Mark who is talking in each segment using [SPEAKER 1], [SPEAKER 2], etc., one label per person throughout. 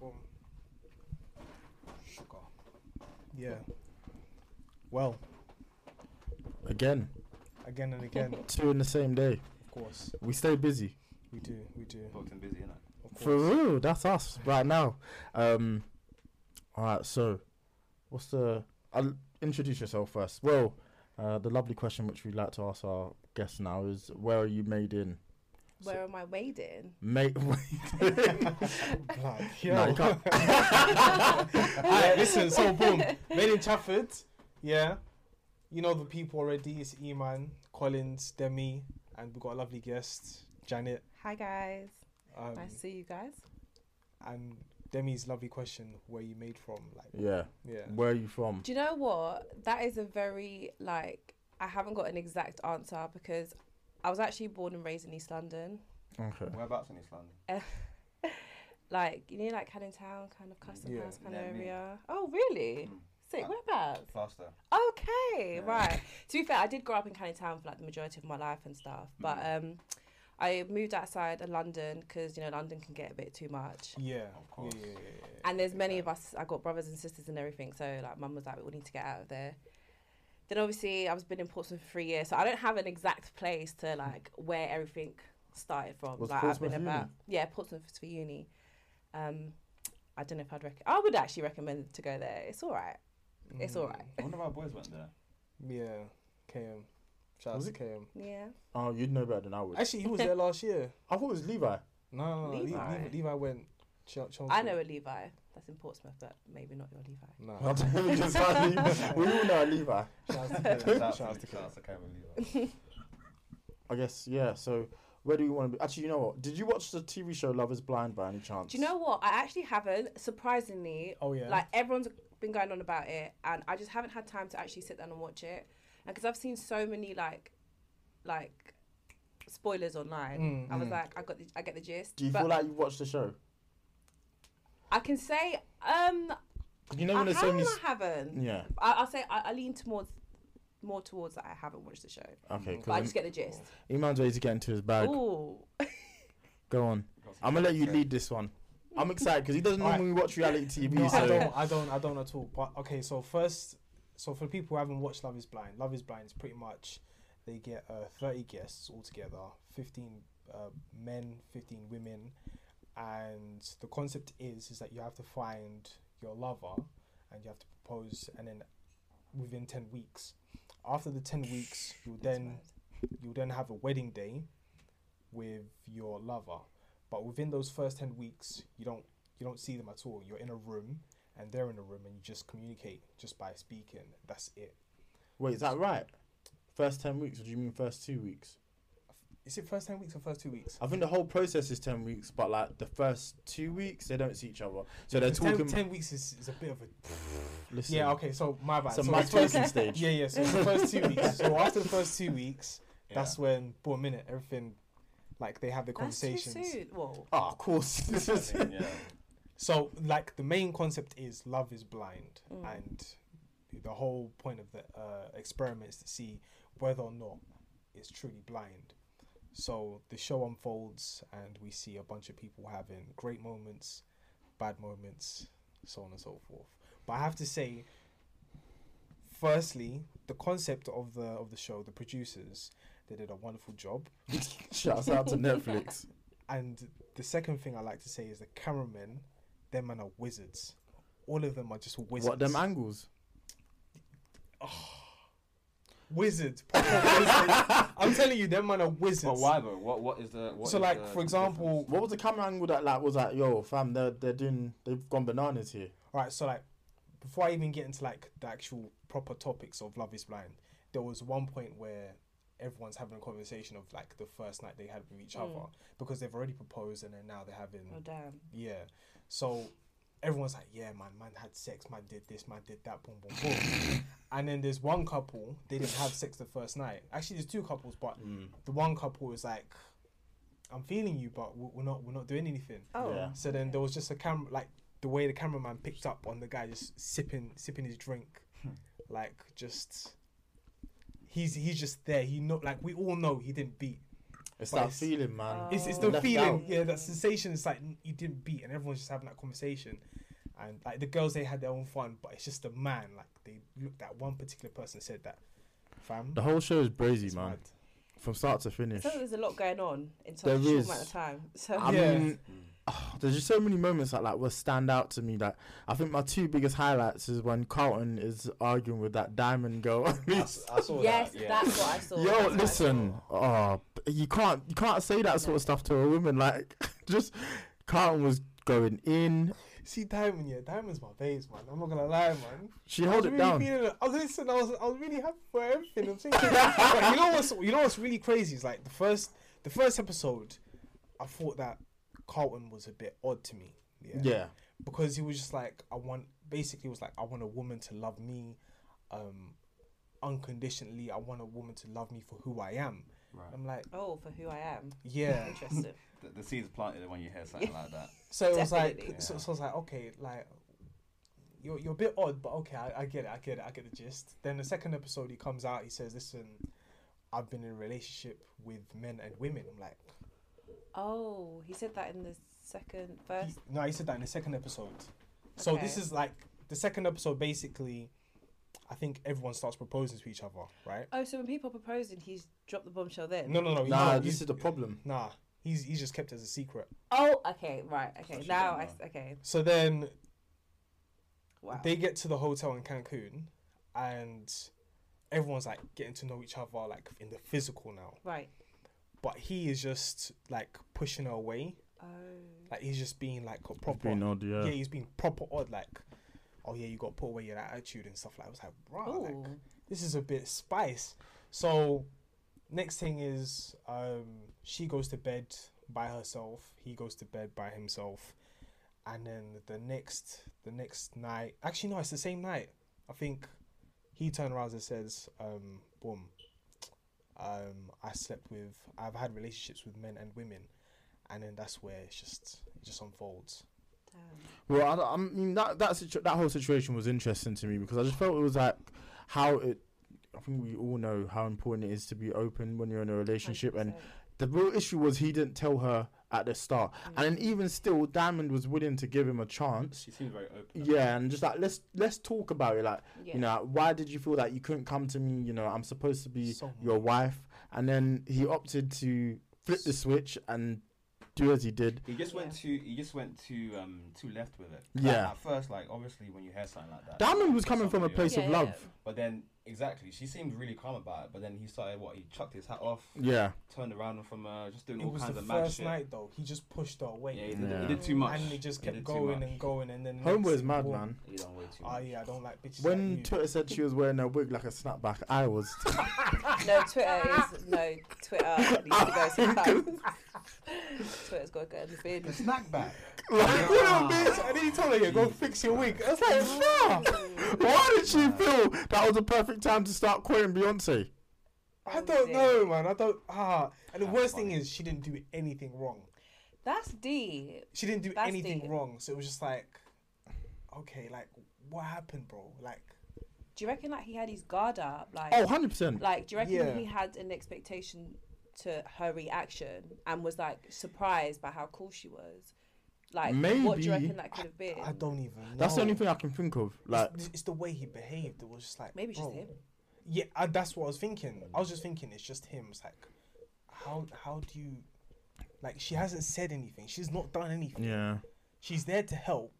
[SPEAKER 1] Boom. Sugar. Yeah. Well,
[SPEAKER 2] Again,
[SPEAKER 1] again and again,
[SPEAKER 2] two in the same day.
[SPEAKER 1] of course,
[SPEAKER 2] We stay busy.
[SPEAKER 1] we do, we do.
[SPEAKER 3] Booked and busy, innit?
[SPEAKER 1] Of
[SPEAKER 2] For
[SPEAKER 1] course.
[SPEAKER 2] real, that's us right now. Um, all right. So, what's the? I'll introduce yourself first. Well, uh, the lovely question which we like to ask our guests now is, where are you made in?
[SPEAKER 4] Where am I wading?
[SPEAKER 2] Mate,
[SPEAKER 1] Blood,
[SPEAKER 2] No, you
[SPEAKER 1] yo. Alright, listen, so boom. Made in Chafford, yeah. You know the people already, it's Eman, Collins, Demi, and we've got a lovely guest, Janet.
[SPEAKER 4] Hi guys,
[SPEAKER 1] Um,
[SPEAKER 4] nice to see you guys.
[SPEAKER 1] and Demi's lovely question, where you made from, like
[SPEAKER 2] yeah.
[SPEAKER 1] yeah.
[SPEAKER 2] Where are you from?
[SPEAKER 4] Do you know what? That is a very like I haven't got an exact answer because I was actually born and raised in East London.
[SPEAKER 2] Okay.
[SPEAKER 3] Whereabouts in East London?
[SPEAKER 4] Like you know, like Canning Town, kind of custom
[SPEAKER 1] Yeah,
[SPEAKER 4] house kind of
[SPEAKER 3] near me.
[SPEAKER 4] area. Oh really?
[SPEAKER 3] Mm.
[SPEAKER 4] Sick.
[SPEAKER 3] Uh,
[SPEAKER 4] Whereabouts?
[SPEAKER 3] Plaster.
[SPEAKER 4] Okay,
[SPEAKER 3] Yeah.
[SPEAKER 4] right. To be fair, I did grow up in Canning Town for like the majority of my life and stuff, but um, I moved outside of London because you know London can get a bit too much.
[SPEAKER 1] Yeah,
[SPEAKER 3] Of course.
[SPEAKER 1] yeah, yeah, yeah, yeah, yeah.
[SPEAKER 4] And there's many of us. I got brothers and sisters and everything. So like, mum was like, "We all need to get out of there." Then obviously, I was been in Portsmouth for three years, so I don't have an exact place to like where everything started from.
[SPEAKER 2] Was
[SPEAKER 4] like
[SPEAKER 2] Portsmouth uni?
[SPEAKER 4] yeah, Portsmouth was for uni. Um, I don't know if I'd rec- I would actually recommend to go there. It's all right.
[SPEAKER 1] Mm.
[SPEAKER 4] It's all right.
[SPEAKER 3] One of our boys went there.
[SPEAKER 1] Yeah, KM. Shout out
[SPEAKER 2] Was
[SPEAKER 1] to
[SPEAKER 2] it-
[SPEAKER 1] KM.
[SPEAKER 4] Yeah.
[SPEAKER 2] Oh, you'd know better than I would. I,
[SPEAKER 1] Actually, he was there last year.
[SPEAKER 2] thought it was Levi.
[SPEAKER 1] No, no, no, Le-
[SPEAKER 4] Levi.
[SPEAKER 1] Levi. Levi went. Ch- Chelmsford.
[SPEAKER 4] I know a Levi that's in Portsmouth, but maybe not your Levi.
[SPEAKER 1] Nah.
[SPEAKER 2] we just found Levi. We all know Levi.
[SPEAKER 1] Shout out to
[SPEAKER 3] Shout
[SPEAKER 1] KM.
[SPEAKER 3] out
[SPEAKER 1] Shout out to
[SPEAKER 3] shout out
[SPEAKER 1] KM.
[SPEAKER 3] to Kevin Levi.
[SPEAKER 2] I guess yeah. So where do you want to be? Actually, you know what? Did you watch the TV show Love Is Blind by any chance?
[SPEAKER 4] Do you know what? I actually haven't. Surprisingly,
[SPEAKER 1] Oh yeah.
[SPEAKER 4] like everyone's been going on about it, and I just haven't had time to actually sit down and watch it. And because I've seen so many like, like, spoilers online,
[SPEAKER 1] Mm,
[SPEAKER 4] I was
[SPEAKER 1] mm.
[SPEAKER 4] like, I got, the, I get the gist.
[SPEAKER 2] Do you
[SPEAKER 4] but
[SPEAKER 2] feel like you watched the show?
[SPEAKER 4] I can say, um,
[SPEAKER 2] You know when
[SPEAKER 4] I, have
[SPEAKER 2] there's so many.
[SPEAKER 4] and
[SPEAKER 2] s- Mm.
[SPEAKER 4] I haven't.
[SPEAKER 2] Yeah.
[SPEAKER 4] I, I'll say I, I lean towards, more towards that I haven't watched the show,
[SPEAKER 2] Okay.
[SPEAKER 4] Mm, but I
[SPEAKER 2] Because
[SPEAKER 4] just get the gist.
[SPEAKER 2] Iman's ready to get into his bag.
[SPEAKER 4] Ooh,
[SPEAKER 2] Go on.
[SPEAKER 3] Got some
[SPEAKER 2] I'm gonna let you
[SPEAKER 3] good-
[SPEAKER 2] lead this one. I'm excited because he doesn't
[SPEAKER 1] Alright.
[SPEAKER 2] normally watch reality TV.
[SPEAKER 1] No, I
[SPEAKER 2] so
[SPEAKER 1] don't. I don't. I don't at all. But okay, so first, so for people who haven't watched Love Is Blind, Love Is Blind is pretty much they get uh, thirty guests altogether, fifteen uh, men, fifteen women, and the concept is is that you have to find your lover, and you have to propose, and then within ten weeks. After the ten weeks, you'll
[SPEAKER 4] that's
[SPEAKER 1] then
[SPEAKER 4] mad.
[SPEAKER 1] you'll then have a wedding day with your lover. But within those first ten weeks, you don't you don't see them at all. You're in a room and they're in a room, and you just communicate just by speaking. That's it.
[SPEAKER 2] wait, is that right? First ten weeks? Or do you mean first two weeks?
[SPEAKER 1] Is it first ten weeks or first two weeks?
[SPEAKER 2] I think the whole process is ten weeks, but like the first two weeks they don't see each other, so they're
[SPEAKER 1] 10
[SPEAKER 2] talking.
[SPEAKER 1] 10 weeks is, is a bit of a
[SPEAKER 2] listen,
[SPEAKER 1] yeah. Okay, so my bad.
[SPEAKER 2] It's a
[SPEAKER 1] so
[SPEAKER 2] mad
[SPEAKER 1] the first,
[SPEAKER 2] talking stage.
[SPEAKER 1] yeah, yeah. So the first two weeks. So after the first two weeks,
[SPEAKER 3] Yeah.
[SPEAKER 1] that's when boom, minute everything, like they have the
[SPEAKER 4] that's too
[SPEAKER 1] conversations.
[SPEAKER 4] soon. Whoa.
[SPEAKER 2] Oh, of course. This
[SPEAKER 3] I
[SPEAKER 2] is
[SPEAKER 3] think, yeah.
[SPEAKER 1] So, like, the main concept is love is blind,
[SPEAKER 4] Mm.
[SPEAKER 1] and the whole point of the uh, experiment is to see whether or not it's truly blind. So, the show unfolds, and we see a bunch of people having great moments, bad moments, so on and so forth. But I have to say, firstly, the concept of the of the show, the producers, they did a wonderful job.
[SPEAKER 2] Shouts out to Netflix.
[SPEAKER 1] And the second thing I like to say is the cameramen, them man are wizards. All of them are just wizards.
[SPEAKER 2] What them angles?
[SPEAKER 1] wizards. proper wizards. I'm telling you, them man are wizards.
[SPEAKER 3] But why though? What what is the what
[SPEAKER 1] so
[SPEAKER 3] is
[SPEAKER 1] like
[SPEAKER 3] the-
[SPEAKER 1] for
[SPEAKER 3] the
[SPEAKER 1] example,
[SPEAKER 2] What was the camera angle that like was like, yo, fam, they're they're doing they've gone bananas here.
[SPEAKER 1] all right. So like before I even get into like the actual proper topics of Love Is Blind, there was one point where everyone's having a conversation of like the first night they had with each
[SPEAKER 4] Mm.
[SPEAKER 1] other because they've already proposed and then now they're having
[SPEAKER 4] Oh damn.
[SPEAKER 1] Mm. Yeah. So everyone's like, yeah, man, man had sex, man did this, man did that, boom, boom, boom. and then there's one couple, they didn't have sex the first night. Actually, there's two couples, but
[SPEAKER 2] Mm.
[SPEAKER 1] the one couple was like, I'm feeling you, but we- we're not, we're not doing anything.
[SPEAKER 4] Oh.
[SPEAKER 2] Yeah.
[SPEAKER 1] So then there was just a camera, like the way the cameraman picked up on the guy just sipping, sipping his drink, like just. He's he's just there. He not like we all know he didn't beat.
[SPEAKER 2] It's
[SPEAKER 1] But
[SPEAKER 2] that
[SPEAKER 1] it's-
[SPEAKER 2] feeling, man.
[SPEAKER 1] It's, it's the
[SPEAKER 2] Oh. Left
[SPEAKER 1] feeling,
[SPEAKER 2] out.
[SPEAKER 1] yeah, that sensation. It's like you didn't beat, and everyone's just having that conversation. And like the girls, they had their own fun, but it's just the man. Like they looked at one particular person, and said that, "Fam,
[SPEAKER 2] The whole show is brazy,
[SPEAKER 1] it's
[SPEAKER 2] man,
[SPEAKER 1] mad."
[SPEAKER 2] from start to finish.
[SPEAKER 4] So there's a lot going on in such
[SPEAKER 2] There
[SPEAKER 4] a short
[SPEAKER 2] is.
[SPEAKER 4] amount of time. So
[SPEAKER 2] I
[SPEAKER 1] Yeah.
[SPEAKER 2] mean, ah, there's just so many moments that like will stand out to me. Like I think my two biggest highlights is when Carlton is arguing with that diamond girl.
[SPEAKER 1] Oh,
[SPEAKER 3] I, s- I saw
[SPEAKER 4] yes,
[SPEAKER 3] that. Yeah.
[SPEAKER 4] that's what I saw. that's
[SPEAKER 2] Yo,
[SPEAKER 4] what I
[SPEAKER 2] listen, oh, you can't you can't say that sort of stuff to a woman. Like just Carlton was going in.
[SPEAKER 1] See, Diamond, yeah, Diamond's my babes, man. I'm not gonna lie, man.
[SPEAKER 2] She
[SPEAKER 1] I was
[SPEAKER 2] held it
[SPEAKER 1] really
[SPEAKER 2] down.
[SPEAKER 1] feeling it. I was listen, I was, I was really happy for everything. I'm thinking, But you know what's, you know what's really crazy is like the first, the first episode, I thought that Carlton was a bit odd to me. Yeah.
[SPEAKER 2] Yeah.
[SPEAKER 1] because he was just like I want basically it was like I want a woman to love me um unconditionally I want a woman to love me for who I am
[SPEAKER 3] Right.
[SPEAKER 1] I'm like
[SPEAKER 4] saw. Oh, for who I am.
[SPEAKER 1] yeah
[SPEAKER 4] Interesting.
[SPEAKER 3] The, the seeds planted when you hear something like that.
[SPEAKER 1] so it was like
[SPEAKER 4] Definitely.
[SPEAKER 1] so,
[SPEAKER 3] Yeah.
[SPEAKER 1] so I was like okay like you're, you're a bit odd but okay I, I get it I get it I get the gist then the second episode he comes out he says listen I've been in a relationship with men and women I'm like
[SPEAKER 4] oh, he said that in the second, first.
[SPEAKER 1] He- no, he said that in the second episode. So this
[SPEAKER 4] Okay.
[SPEAKER 1] is like the second episode. Basically, I think everyone starts proposing to each other, right?
[SPEAKER 4] Oh, so when people are proposing, he's dropped the bombshell then.
[SPEAKER 1] No, no, no.
[SPEAKER 2] Nah,
[SPEAKER 1] no,
[SPEAKER 2] this is the problem.
[SPEAKER 1] Nah, he's he's just kept it as a secret.
[SPEAKER 4] Oh, okay, right,
[SPEAKER 3] Thought
[SPEAKER 4] okay.
[SPEAKER 3] she
[SPEAKER 4] Now,
[SPEAKER 3] don't
[SPEAKER 4] I,
[SPEAKER 3] know.
[SPEAKER 4] s- okay,
[SPEAKER 1] So then
[SPEAKER 4] wow.
[SPEAKER 1] they get to the hotel in Cancun, and everyone's like getting to know each other, like in the physical now.
[SPEAKER 4] right.
[SPEAKER 1] But he is just like pushing her away.
[SPEAKER 4] Oh,
[SPEAKER 1] Like he's just being like a
[SPEAKER 2] It's
[SPEAKER 1] proper.
[SPEAKER 2] been odd, yeah.
[SPEAKER 1] yeah. he's being proper odd. Like, oh yeah, you got to put away your attitude and stuff. Like, I was like, right,
[SPEAKER 4] Ooh.
[SPEAKER 1] like, this is a bit spice. So next thing is um, she goes to bed by herself. He goes to bed by himself. And then the next the next night, actually no, it's the same night. I think he turned around and says, um, "Boom, um, I slept with, I've had relationships with men and women," and then that's where it's just it just unfolds.
[SPEAKER 4] damn.
[SPEAKER 2] Well, I, don't- I mean that that situ- that whole situation was interesting to me because I just felt it was like how it. I think we all know how important it is to be open when you're in a relationship, and
[SPEAKER 4] 100%.
[SPEAKER 2] the real issue was he didn't tell her at the start,
[SPEAKER 1] Mm.
[SPEAKER 2] and then even still, Diamond was willing to give him a chance.
[SPEAKER 3] She seemed very open.
[SPEAKER 2] Yeah, and just like let's let's talk about it. Like
[SPEAKER 4] yeah.
[SPEAKER 2] you know, why did you feel that you couldn't come to me? You know, I'm supposed to be
[SPEAKER 1] So
[SPEAKER 2] your wife, and then he opted to flip the switch and do as he did.
[SPEAKER 3] He just went
[SPEAKER 4] Yeah.
[SPEAKER 3] too. He just went too. Um, too left with it. Like,
[SPEAKER 2] Yeah.
[SPEAKER 3] at first, like obviously, when you hear something like that,
[SPEAKER 2] Diamond
[SPEAKER 3] like,
[SPEAKER 2] was coming from a
[SPEAKER 3] somebody
[SPEAKER 2] place
[SPEAKER 4] Yeah,
[SPEAKER 2] of
[SPEAKER 4] yeah,
[SPEAKER 2] love.
[SPEAKER 4] yeah.
[SPEAKER 3] But then, exactly, she seemed really calm about it. But then he started what? He chucked his hat off,
[SPEAKER 2] Yeah.
[SPEAKER 3] turned around from uh, just doing
[SPEAKER 1] It
[SPEAKER 3] all
[SPEAKER 1] was
[SPEAKER 3] kinds
[SPEAKER 1] the
[SPEAKER 3] of mad
[SPEAKER 1] first
[SPEAKER 3] shit.
[SPEAKER 1] night though. He just pushed her
[SPEAKER 3] Yeah,
[SPEAKER 1] away.
[SPEAKER 3] he did,
[SPEAKER 2] Yeah.
[SPEAKER 3] he did too much.
[SPEAKER 1] And it just kept
[SPEAKER 3] did too
[SPEAKER 1] going
[SPEAKER 3] much.
[SPEAKER 1] and going, and then
[SPEAKER 2] Homeboy
[SPEAKER 1] next
[SPEAKER 2] is mad,
[SPEAKER 1] thing,
[SPEAKER 2] man.
[SPEAKER 3] He done way too
[SPEAKER 1] Oh
[SPEAKER 3] much.
[SPEAKER 1] yeah, I don't like bitches.
[SPEAKER 2] When
[SPEAKER 1] like you.
[SPEAKER 2] Twitter said she was wearing a wig like a snapback, I was.
[SPEAKER 4] No, Twitter is no Twitter needs to go sometimes. Twitter's got to go in the
[SPEAKER 1] uh,
[SPEAKER 4] bin.
[SPEAKER 3] snack bag.
[SPEAKER 2] like, what a
[SPEAKER 3] Ah.
[SPEAKER 2] bitch! And then he told her, yeah, go fix your wig. I was like, nah. Why did she feel that was the perfect time to start quoting Beyonce?
[SPEAKER 1] I don't know, man. I don't. Ah, and the
[SPEAKER 3] That's
[SPEAKER 1] worst thing
[SPEAKER 3] funny.
[SPEAKER 1] is she didn't do anything wrong.
[SPEAKER 4] That's D.
[SPEAKER 1] She didn't do
[SPEAKER 4] That's
[SPEAKER 1] anything
[SPEAKER 4] deep.
[SPEAKER 1] wrong. So it was just like, okay, like what happened, bro? Like,
[SPEAKER 4] Do you reckon like he had his guard up? Like,
[SPEAKER 2] Oh, 100%.
[SPEAKER 4] like do you reckon
[SPEAKER 1] Yeah.
[SPEAKER 4] he had an expectation to her reaction and was like surprised by how cool she was? Like, what do
[SPEAKER 2] Maybe.
[SPEAKER 4] you reckon that could have been?
[SPEAKER 1] I don't even. know.
[SPEAKER 2] That's the only thing I can think of. Like,
[SPEAKER 1] it's, it's the way he behaved. It was just like
[SPEAKER 4] Maybe it's just
[SPEAKER 1] bro.
[SPEAKER 4] him.
[SPEAKER 1] Yeah, I, that's what I was thinking. I was just thinking it's just him. It's like, how how do you, like she hasn't said anything. She's not done anything.
[SPEAKER 2] yeah.
[SPEAKER 1] She's there to help.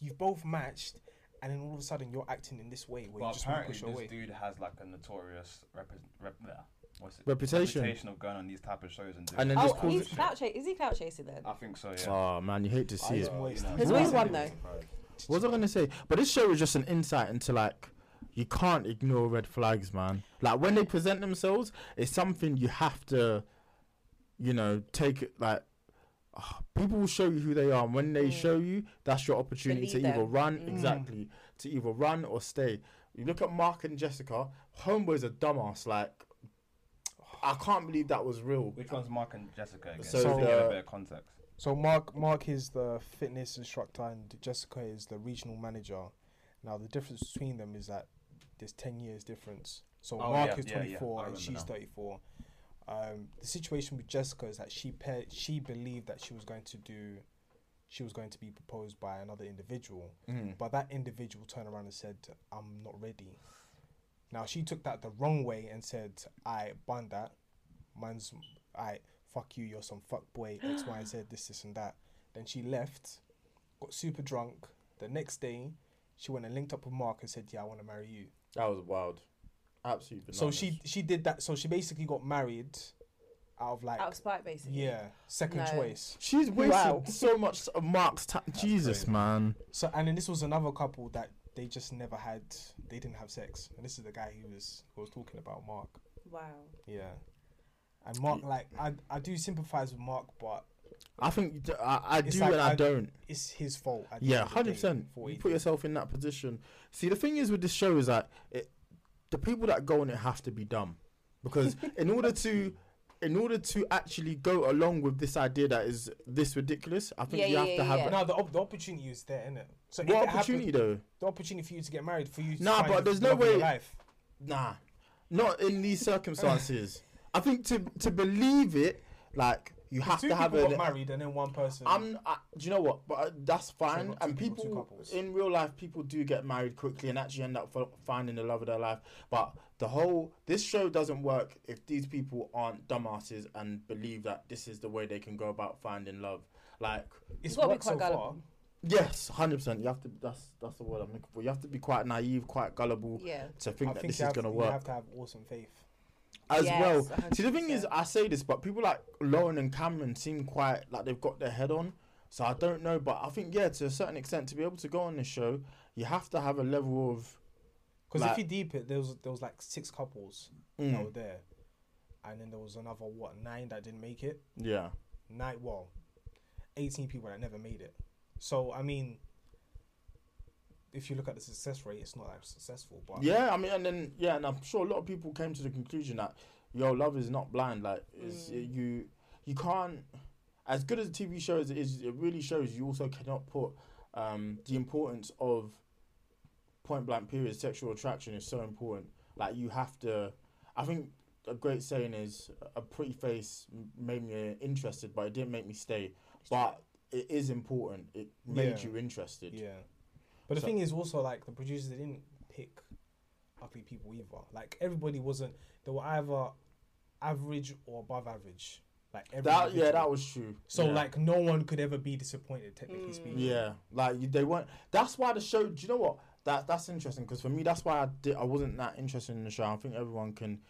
[SPEAKER 1] You've both matched, and then all of a sudden you're acting in this way where you
[SPEAKER 3] But
[SPEAKER 1] just want to
[SPEAKER 3] apparently,
[SPEAKER 1] push her
[SPEAKER 3] this
[SPEAKER 1] away.
[SPEAKER 3] dude has like a notorious rep- rep- uh, what's it?
[SPEAKER 2] Reputation.
[SPEAKER 3] reputation of going on these type of shows and doing
[SPEAKER 2] And then
[SPEAKER 3] this
[SPEAKER 4] Oh,
[SPEAKER 2] just
[SPEAKER 3] type of
[SPEAKER 2] calls
[SPEAKER 4] he's
[SPEAKER 2] it-
[SPEAKER 3] shit.
[SPEAKER 4] clout chasing. Is he clout chasing then?
[SPEAKER 3] I think so. Yeah.
[SPEAKER 2] Oh, man, you hate to see it.
[SPEAKER 1] Eyes wasted.
[SPEAKER 4] His
[SPEAKER 2] waist
[SPEAKER 4] one,
[SPEAKER 2] What was I gonna say? But this show was just an insight into like you can't ignore red flags, man. Like when they present themselves, it's something you have to, you know, take it like. ah, People will show you who they are, and when they show you, that's your opportunity to
[SPEAKER 4] Mm. Believe
[SPEAKER 2] either
[SPEAKER 4] them. Mm.
[SPEAKER 2] run, exactly, to either run or stay. You look at Mark and Jessica, Homeboy's a dumbass. Like, I can't believe that was real.
[SPEAKER 3] Which one's Mark and Jessica again?
[SPEAKER 2] So
[SPEAKER 3] So, to get
[SPEAKER 2] the-
[SPEAKER 3] a bit of context.
[SPEAKER 1] So Mark Mark is the fitness instructor and Jessica is the regional manager. Now the difference between them is that there's ten years difference. So
[SPEAKER 3] Oh,
[SPEAKER 1] Mark
[SPEAKER 3] yeah,
[SPEAKER 1] is
[SPEAKER 3] yeah, yeah.
[SPEAKER 1] twenty four
[SPEAKER 3] I
[SPEAKER 1] and
[SPEAKER 3] remember
[SPEAKER 1] she's
[SPEAKER 3] now.
[SPEAKER 1] thirty four. Um, the situation with Jessica is that she pe- she believed that she was going to do, she was going to be proposed by another individual,
[SPEAKER 2] Mm.
[SPEAKER 1] but that individual turned around and said, "I'm not ready." Now she took that the wrong way and said, "I ban that, man's I fuck you, you're some fuck boy X Y and Z this this and that." Then she left, got super drunk. The next day, she went and linked up with Mark and said, "Yeah, I want to marry you."
[SPEAKER 2] That was wild. Absolutely.
[SPEAKER 1] So she she did that. So she basically got married out of like
[SPEAKER 4] Out of spite, basically.
[SPEAKER 1] yeah second
[SPEAKER 4] No.
[SPEAKER 1] choice.
[SPEAKER 2] She's wasted
[SPEAKER 1] Wow.
[SPEAKER 2] so much of Mark's time. Jesus,
[SPEAKER 3] crazy.
[SPEAKER 2] man.
[SPEAKER 1] So and then this was another couple that they just never had. They didn't have sex. And this is the guy who was who was talking about Mark.
[SPEAKER 4] Wow.
[SPEAKER 1] Yeah. And Mark, like I, I do sympathize with Mark, but
[SPEAKER 2] I think d- I, I
[SPEAKER 1] It's
[SPEAKER 2] do
[SPEAKER 1] like
[SPEAKER 2] and I,
[SPEAKER 1] I-
[SPEAKER 2] don't.
[SPEAKER 1] it's his fault. at the
[SPEAKER 2] Yeah,
[SPEAKER 1] end of the day
[SPEAKER 2] hundred percent.
[SPEAKER 1] for what
[SPEAKER 2] You
[SPEAKER 1] he
[SPEAKER 2] put
[SPEAKER 1] did.
[SPEAKER 2] yourself in that position. See, the thing is with this show is that it, the people that go on it have to be dumb, because in order to, in order to actually go along with this idea that is this ridiculous, I think
[SPEAKER 4] Yeah,
[SPEAKER 2] you
[SPEAKER 4] yeah,
[SPEAKER 2] have to
[SPEAKER 4] yeah,
[SPEAKER 2] have.
[SPEAKER 4] yeah.
[SPEAKER 1] No, the op- the opportunity is there, innit? So if
[SPEAKER 2] What
[SPEAKER 1] it
[SPEAKER 2] opportunity
[SPEAKER 1] happened,
[SPEAKER 2] though?
[SPEAKER 1] the opportunity for you to get married, for you. To
[SPEAKER 2] Nah,
[SPEAKER 1] find
[SPEAKER 2] but
[SPEAKER 1] the
[SPEAKER 2] there's no
[SPEAKER 1] love of your
[SPEAKER 2] way-
[SPEAKER 1] Life.
[SPEAKER 2] Nah, not in these circumstances. I think to to believe it, like you have
[SPEAKER 1] Two
[SPEAKER 2] to have
[SPEAKER 1] people got
[SPEAKER 2] an.
[SPEAKER 1] married and then one person.
[SPEAKER 2] I'm. I, do you know what? But uh, that's fine.
[SPEAKER 1] got two
[SPEAKER 2] and
[SPEAKER 1] people, two
[SPEAKER 2] people
[SPEAKER 1] couples.
[SPEAKER 2] in real life, people do get married quickly and actually end up f- finding the love of their life. But the whole this show doesn't work if these people aren't dumbasses and believe that this is the way they can go about finding love. Like
[SPEAKER 1] it's
[SPEAKER 4] gotta be
[SPEAKER 1] worked so
[SPEAKER 4] quite
[SPEAKER 1] far.
[SPEAKER 4] gullible.
[SPEAKER 2] yes, hundred percent. You have to. That's that's the word I'm looking for. You have to be quite naive, quite gullible
[SPEAKER 4] Yeah.
[SPEAKER 2] to think
[SPEAKER 1] I
[SPEAKER 2] that
[SPEAKER 1] think
[SPEAKER 2] this
[SPEAKER 1] you
[SPEAKER 2] is
[SPEAKER 1] have-
[SPEAKER 2] gonna
[SPEAKER 1] You
[SPEAKER 2] work
[SPEAKER 1] have to have awesome faith.
[SPEAKER 2] as
[SPEAKER 4] Yes,
[SPEAKER 2] well.
[SPEAKER 4] a
[SPEAKER 2] See, the thing is,
[SPEAKER 4] hundred
[SPEAKER 2] I say this, but people like Lauren and Cameron seem quite like they've got their head on. So I don't know, but I think yeah, to a certain extent, to be able to go on this show, you have to have a level of
[SPEAKER 1] Because
[SPEAKER 2] Like-
[SPEAKER 1] if you deep it, there was there was like six couples that were
[SPEAKER 2] mm,
[SPEAKER 1] there, and then there was another what nine that didn't make it.
[SPEAKER 2] yeah.
[SPEAKER 1] Nine, well, eighteen people that never made it. So I mean, if you look at the success rate, it's not that successful. But
[SPEAKER 2] Yeah, I mean, and then yeah, and I'm sure a lot of people came to the conclusion that yo, love is not blind. Like, is
[SPEAKER 4] Mm.
[SPEAKER 2] you you can't as good as a TV show as it is, it really shows you also cannot put um, the importance of point blank period sexual attraction is so important. Like, you have to. I think a great saying is a pretty face m- made me interested, but it didn't make me stay. But it is important. It made
[SPEAKER 1] Yeah.
[SPEAKER 2] you interested.
[SPEAKER 1] yeah. But the
[SPEAKER 2] So-
[SPEAKER 1] thing is also like the producers they didn't pick ugly people either. Like everybody wasn't. They were either average or above average. Like every
[SPEAKER 2] That yeah,
[SPEAKER 1] individual.
[SPEAKER 2] that was true.
[SPEAKER 1] So
[SPEAKER 2] Yeah.
[SPEAKER 1] like no one could ever be disappointed, technically
[SPEAKER 4] Mm.
[SPEAKER 1] speaking.
[SPEAKER 2] Yeah, like you- they weren't. That's why the show. Do you know what? That that's interesting because for me, that's why I did. I wasn't that interested in the show. I think everyone can.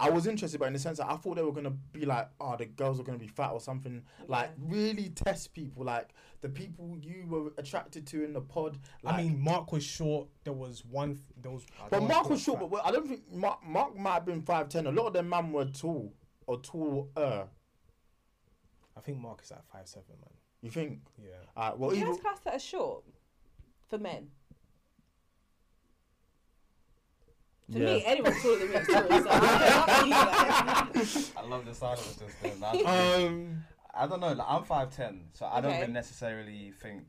[SPEAKER 2] I was interested, but in the sense that I thought they were gonna be like, oh, the girls are gonna be fat or something. Like really test people, like the people you were attracted to in the pod. Like,
[SPEAKER 1] I mean, Mark was short. There was one. There was. I
[SPEAKER 2] but
[SPEAKER 1] don't
[SPEAKER 2] Mark
[SPEAKER 1] wanna
[SPEAKER 2] was
[SPEAKER 1] call
[SPEAKER 2] short,
[SPEAKER 1] it fat.
[SPEAKER 2] but I don't think Mark, Mark might have been five ten. A lot of them man were tall or taller.
[SPEAKER 1] I think Mark is at five seven, man.
[SPEAKER 2] You think?
[SPEAKER 1] Yeah.
[SPEAKER 2] Uh, well,
[SPEAKER 4] You
[SPEAKER 2] even
[SPEAKER 4] guys class that as short for men. To
[SPEAKER 2] Yeah.
[SPEAKER 4] me, anyone's taller than me is taller. So I don't know.
[SPEAKER 3] I love the sound of this. thing. That's-
[SPEAKER 2] Uh,
[SPEAKER 1] Um.
[SPEAKER 3] I don't know. Like, I'm five ten, so I don't
[SPEAKER 4] Okay.
[SPEAKER 3] really necessarily think.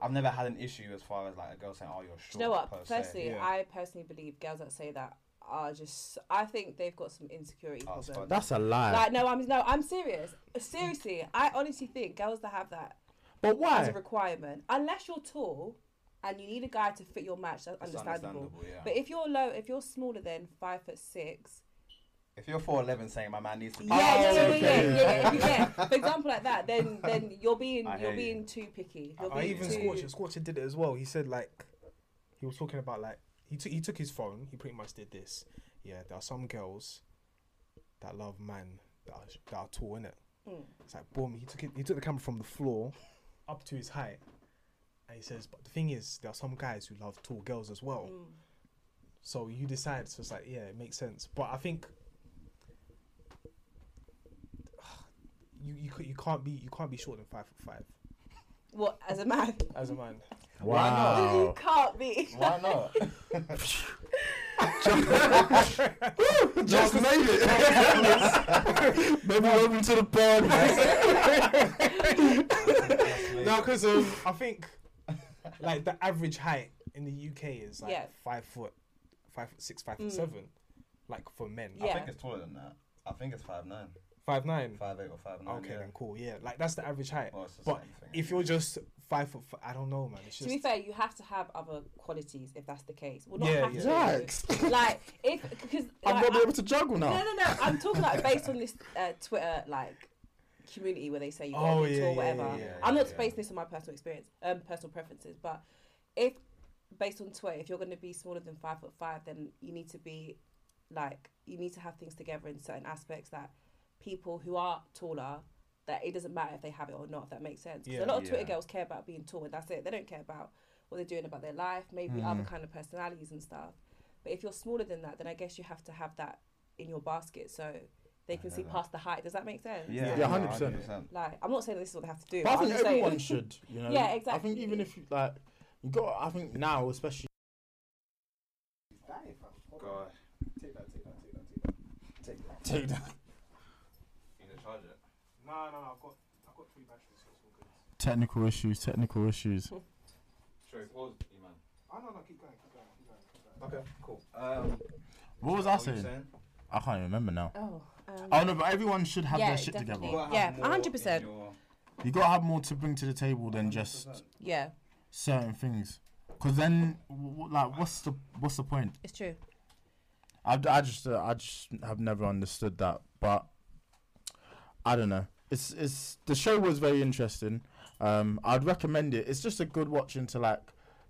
[SPEAKER 3] I've never had an issue as far as like a girl saying, "Oh, you're short."
[SPEAKER 4] Do you know what?
[SPEAKER 3] per se.
[SPEAKER 4] Personally,
[SPEAKER 1] Yeah.
[SPEAKER 4] I personally believe girls that say that are just. I think they've got some insecurity
[SPEAKER 3] Oh,
[SPEAKER 4] problems.
[SPEAKER 3] spot.
[SPEAKER 2] that's a lie.
[SPEAKER 4] Like no, I'm no, I'm serious. Seriously, I honestly think girls that have that
[SPEAKER 2] but why?
[SPEAKER 4] as a requirement, unless you're tall and you need a guy to fit your match, that's
[SPEAKER 3] It's
[SPEAKER 4] understandable.
[SPEAKER 3] yeah.
[SPEAKER 4] But if you're low, if you're smaller than five foot six,
[SPEAKER 3] if you're four eleven, saying my man needs to. be-
[SPEAKER 4] yeah, yeah, yeah, yeah, yeah,
[SPEAKER 2] okay.
[SPEAKER 4] yeah, yeah, yeah. For example, like that, then then you're being
[SPEAKER 3] I hear
[SPEAKER 4] you're
[SPEAKER 3] you.
[SPEAKER 4] being too picky. You're
[SPEAKER 1] I
[SPEAKER 4] being
[SPEAKER 1] even
[SPEAKER 4] too...
[SPEAKER 1] Scorcher. Scorcher did it as well. He said like, he was talking about like he took he took his phone. He pretty much did this. Yeah, there are some girls that love men that are, that are tall, innit?
[SPEAKER 4] Mm.
[SPEAKER 1] It's like boom. He took it. He took the camera from the floor up to his height, and he says, "But the thing is, there are some guys who love tall girls as well."
[SPEAKER 4] Mm.
[SPEAKER 1] So you decide. So it's like, yeah, it makes sense. But I think you you, c- you can't be you can't be shorter than five foot five
[SPEAKER 4] What as a man,
[SPEAKER 1] as a man.
[SPEAKER 3] Why
[SPEAKER 2] Wow.
[SPEAKER 3] not?
[SPEAKER 4] you can't be.
[SPEAKER 3] Why not?
[SPEAKER 2] Just made it. Maybe welcome to the pod, man.
[SPEAKER 1] no, because um, I think like the average height in the UK is like
[SPEAKER 4] Yeah.
[SPEAKER 1] five foot, five foot six, five foot
[SPEAKER 4] Mm.
[SPEAKER 1] seven, like for men.
[SPEAKER 3] I
[SPEAKER 4] Yeah.
[SPEAKER 3] think it's taller than that. I think it's five nine,
[SPEAKER 1] Five nine.
[SPEAKER 3] five eight or five nine.
[SPEAKER 1] Okay,
[SPEAKER 3] yeah.
[SPEAKER 1] then cool. Yeah, like that's the average height.
[SPEAKER 3] Well, it's the
[SPEAKER 1] But
[SPEAKER 3] same thing.
[SPEAKER 1] If you're just five foot, f- I don't know, man. It's
[SPEAKER 4] To be
[SPEAKER 1] just
[SPEAKER 4] fair, you have to have other qualities if that's the case. Well, not
[SPEAKER 1] Yeah,
[SPEAKER 4] have
[SPEAKER 1] yeah.
[SPEAKER 4] to. but, Like if because
[SPEAKER 2] I'm
[SPEAKER 4] like,
[SPEAKER 2] not
[SPEAKER 4] I-
[SPEAKER 2] able to juggle
[SPEAKER 4] no,
[SPEAKER 2] now.
[SPEAKER 4] no, no. I'm talking like based on this uh, Twitter like community where they say you got
[SPEAKER 1] Oh,
[SPEAKER 4] to be
[SPEAKER 1] yeah,
[SPEAKER 4] tall,
[SPEAKER 1] yeah,
[SPEAKER 4] whatever.
[SPEAKER 1] yeah,
[SPEAKER 3] yeah,
[SPEAKER 4] I'm not
[SPEAKER 3] yeah.
[SPEAKER 4] basing this on my personal experience, um, personal preferences, but if based on Twitter, if you're going to be smaller than five foot five, then you need to be like you need to have things together in certain aspects that people who are taller that it doesn't matter if they have it or not. If that makes sense. 'Cause
[SPEAKER 1] Yeah.
[SPEAKER 4] a lot of Twitter
[SPEAKER 3] Yeah.
[SPEAKER 4] girls care about being tall, and that's it. They don't care about what they're doing about their life, maybe
[SPEAKER 1] Mm-hmm.
[SPEAKER 2] Mm.
[SPEAKER 4] other kind of personalities and stuff. But if you're smaller than that, then I guess you have to have that in your basket so they can see
[SPEAKER 3] Yeah.
[SPEAKER 4] past the height. Does that make sense?
[SPEAKER 1] Yeah,
[SPEAKER 3] yeah,
[SPEAKER 2] Yeah, 100%.
[SPEAKER 4] Like, I'm not saying this is what they have to do.
[SPEAKER 2] But I
[SPEAKER 4] I'm
[SPEAKER 2] think
[SPEAKER 4] just saying-
[SPEAKER 2] everyone should, you know.
[SPEAKER 4] Yeah,
[SPEAKER 2] I think
[SPEAKER 4] exactly.
[SPEAKER 2] even if you like, you got. I think now, especially.
[SPEAKER 3] God,
[SPEAKER 1] Take that, take that, take that,
[SPEAKER 3] take that. You gonna charge it?
[SPEAKER 1] No, no, no. I've got, I've got three batteries. So it's all good.
[SPEAKER 2] Technical issues. Technical issues.
[SPEAKER 3] Sure. What was you man?
[SPEAKER 1] Oh, no, no. Keep going, keep going, keep going. Keep going.
[SPEAKER 3] Okay, cool. Um,
[SPEAKER 2] What was I
[SPEAKER 3] were you
[SPEAKER 2] saying? I can't even remember now.
[SPEAKER 4] Oh. Um,
[SPEAKER 2] Oh no, but everyone should have
[SPEAKER 4] Yeah,
[SPEAKER 2] their shit
[SPEAKER 4] definitely.
[SPEAKER 3] You
[SPEAKER 2] together.
[SPEAKER 3] gotta have
[SPEAKER 4] Yeah,
[SPEAKER 3] more
[SPEAKER 4] 100%.
[SPEAKER 3] in your-
[SPEAKER 2] You gotta have more to bring to the table than just
[SPEAKER 3] 100%.
[SPEAKER 4] Yeah,
[SPEAKER 2] certain things. Cause then, w- w- like, what's the what's the point?
[SPEAKER 4] it's true.
[SPEAKER 2] I, I just uh, I just have never understood that, but I don't know. It's it's the show was very interesting. Um, I'd recommend it. It's just a good watch into like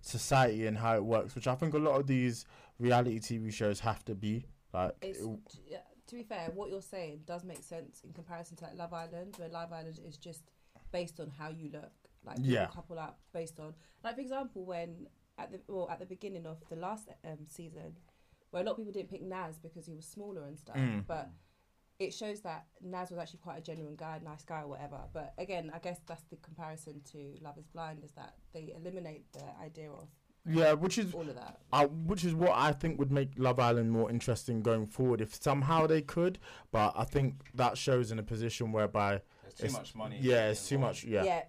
[SPEAKER 2] society and how it works, which I think a lot of these reality TV shows have to be like.
[SPEAKER 4] It's,
[SPEAKER 2] it-
[SPEAKER 4] yeah, to be fair, what you're saying does make sense in comparison to like Love Island, where Love Island is just based on how you look, like you
[SPEAKER 2] Yeah.
[SPEAKER 4] couple up based on, like for example, when at the well at the beginning of the last um, season, where a lot of people didn't pick Naz because he was smaller and stuff,
[SPEAKER 2] Mm.
[SPEAKER 4] but it shows that Naz was actually quite a genuine guy, nice guy or whatever. But again, I guess that's the comparison to Love Is Blind is that they eliminate the idea of
[SPEAKER 2] yeah, which is
[SPEAKER 4] all of that.
[SPEAKER 2] I, which is what I think would make Love Island more interesting going forward if somehow they could. But I think that shows in a position whereby
[SPEAKER 3] There's too
[SPEAKER 2] It's-
[SPEAKER 3] much money.
[SPEAKER 2] yeah, it's too
[SPEAKER 3] involved.
[SPEAKER 2] much. Yeah,
[SPEAKER 4] yeah,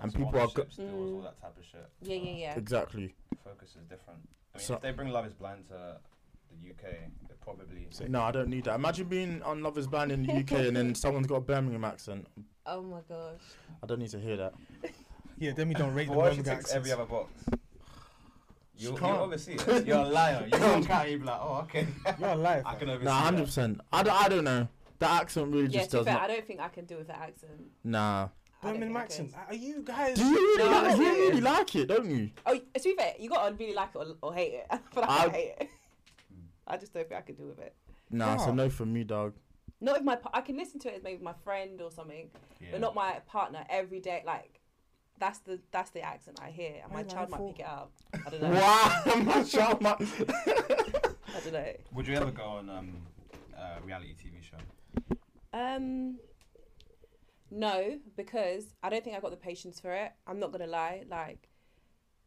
[SPEAKER 2] and people are go-
[SPEAKER 3] sponsorships, deals, all that type of shit.
[SPEAKER 4] yeah, yeah. yeah.
[SPEAKER 2] exactly.
[SPEAKER 3] Focus is different. I mean,
[SPEAKER 2] So-
[SPEAKER 3] if they bring Love Is Blind to the UK, they probably.
[SPEAKER 2] No, I don't need that. Imagine being on Love Is Blind in the UK and then someone's got a Birmingham accent.
[SPEAKER 4] Oh my gosh.
[SPEAKER 2] I don't need to hear that.
[SPEAKER 1] Yeah, then we don't rate
[SPEAKER 3] But
[SPEAKER 1] the
[SPEAKER 3] what if she
[SPEAKER 1] Birmingham
[SPEAKER 3] takes every
[SPEAKER 1] accents.
[SPEAKER 3] other box? You, you
[SPEAKER 2] can't.
[SPEAKER 3] oversee it. You're a liar. You can't count. You be like, oh, okay.
[SPEAKER 1] You're alive.
[SPEAKER 3] I can
[SPEAKER 1] man.
[SPEAKER 3] oversee.
[SPEAKER 2] Nah, hundred
[SPEAKER 3] that.
[SPEAKER 2] percent. I don't, I don't know. That accent really
[SPEAKER 4] Yeah,
[SPEAKER 2] just
[SPEAKER 4] to be
[SPEAKER 2] does
[SPEAKER 4] fair,
[SPEAKER 2] not.
[SPEAKER 4] I don't think I can do with that accent.
[SPEAKER 2] Nah.
[SPEAKER 4] I don't
[SPEAKER 1] Birmingham
[SPEAKER 4] think I
[SPEAKER 1] accent.
[SPEAKER 4] could.
[SPEAKER 1] Are you guys?
[SPEAKER 2] Do you really,
[SPEAKER 4] No,
[SPEAKER 2] like, you
[SPEAKER 4] it
[SPEAKER 2] really
[SPEAKER 4] is.
[SPEAKER 2] like it, don't you?
[SPEAKER 4] Oh, y- to be fair, you gotta really like it or, or hate it. but I,
[SPEAKER 2] I-
[SPEAKER 4] hate it. I just don't think I can do with it.
[SPEAKER 2] Nah, it's
[SPEAKER 1] Nah.
[SPEAKER 2] a no for me, dog.
[SPEAKER 4] Not if my pa- I can listen to it as maybe my friend or something,
[SPEAKER 3] Yeah.
[SPEAKER 4] but not my partner every day. Like that's the that's the accent I hear, and my
[SPEAKER 1] Hey, man,
[SPEAKER 4] child
[SPEAKER 1] I
[SPEAKER 4] might
[SPEAKER 1] thought-
[SPEAKER 4] pick it up. I don't know.
[SPEAKER 2] Wow, my child, my...
[SPEAKER 4] I don't know.
[SPEAKER 3] Would you ever go on um, a reality TV show?
[SPEAKER 4] Um, no, because I don't think I got the patience for it. I'm not gonna lie. Like,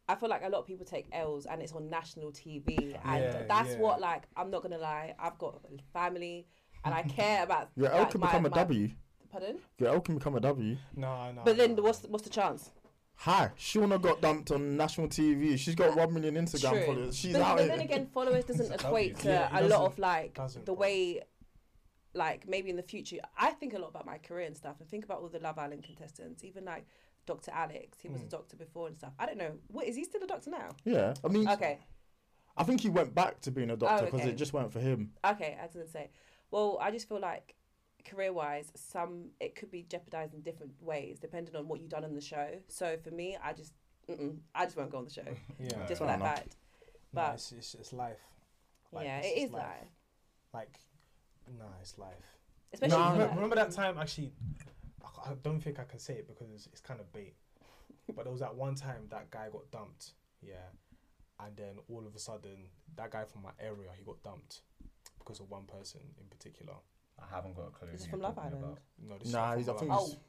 [SPEAKER 4] I feel like a lot of people take L's, and it's on national TV, and
[SPEAKER 1] Yeah,
[SPEAKER 4] that's
[SPEAKER 1] yeah.
[SPEAKER 4] what like I'm not gonna lie. I've got a family, and I care about.
[SPEAKER 2] Your L
[SPEAKER 4] like,
[SPEAKER 2] can
[SPEAKER 4] my-
[SPEAKER 2] become a
[SPEAKER 4] my-
[SPEAKER 2] W.
[SPEAKER 4] Pardon.
[SPEAKER 2] Your L can become a W.
[SPEAKER 1] No, no.
[SPEAKER 4] But then
[SPEAKER 1] no.
[SPEAKER 4] what's what's the chance?
[SPEAKER 2] Hi, Shona got dumped on national TV. She's got one million Instagram
[SPEAKER 4] True.
[SPEAKER 2] followers. She's
[SPEAKER 4] but,
[SPEAKER 2] out
[SPEAKER 4] but
[SPEAKER 2] here.
[SPEAKER 4] then again, followers doesn't
[SPEAKER 3] It's a
[SPEAKER 4] equate
[SPEAKER 3] W.
[SPEAKER 4] to
[SPEAKER 1] Yeah, it
[SPEAKER 4] a lot
[SPEAKER 1] doesn't-
[SPEAKER 4] of like
[SPEAKER 1] doesn't,
[SPEAKER 4] the
[SPEAKER 1] bro.
[SPEAKER 4] way, like maybe in the future. I think a lot about my career and stuff, and think about all the Love Island contestants, even like Dr. Alex. He was a
[SPEAKER 1] Mm.
[SPEAKER 4] doctor before and stuff. I don't know. What is he still a doctor now?
[SPEAKER 2] Yeah, I mean,
[SPEAKER 4] Okay,
[SPEAKER 2] I think he went back to being a doctor because
[SPEAKER 4] Uh, Oh, okay.
[SPEAKER 2] it just weren't for him.
[SPEAKER 4] okay. I was gonna say. Well, I just feel like career-wise, some it could be jeopardized in different ways depending on what you've done on the show. So for me, I just, mm-mm, I just won't go on the show.
[SPEAKER 1] Yeah.
[SPEAKER 4] just
[SPEAKER 2] Fair
[SPEAKER 4] for that
[SPEAKER 2] enough.
[SPEAKER 4] fact.
[SPEAKER 1] No,
[SPEAKER 4] but-
[SPEAKER 1] it's, it's, it's life. Like,
[SPEAKER 4] yeah,
[SPEAKER 1] it's
[SPEAKER 4] it
[SPEAKER 1] just
[SPEAKER 4] is life.
[SPEAKER 1] Like, nah, it's life.
[SPEAKER 4] Especially
[SPEAKER 2] Nah,
[SPEAKER 4] if
[SPEAKER 1] no,
[SPEAKER 2] I
[SPEAKER 4] you're,
[SPEAKER 1] remember,
[SPEAKER 4] like-
[SPEAKER 1] remember that time? Actually, I c- I don't think I can say it because it's, it's kind of bait. But there was that one time that guy got dumped. Yeah, and then all of a sudden, that guy from my area he got dumped because of one person in particular.
[SPEAKER 3] I haven't got a clue.
[SPEAKER 4] This
[SPEAKER 3] who
[SPEAKER 4] is from
[SPEAKER 3] you're
[SPEAKER 4] Love
[SPEAKER 3] talking
[SPEAKER 4] Island.
[SPEAKER 3] about.
[SPEAKER 1] No, this
[SPEAKER 2] Nah,
[SPEAKER 1] is
[SPEAKER 2] he's, I
[SPEAKER 1] from
[SPEAKER 2] think
[SPEAKER 1] Love
[SPEAKER 4] Oh.
[SPEAKER 2] he's-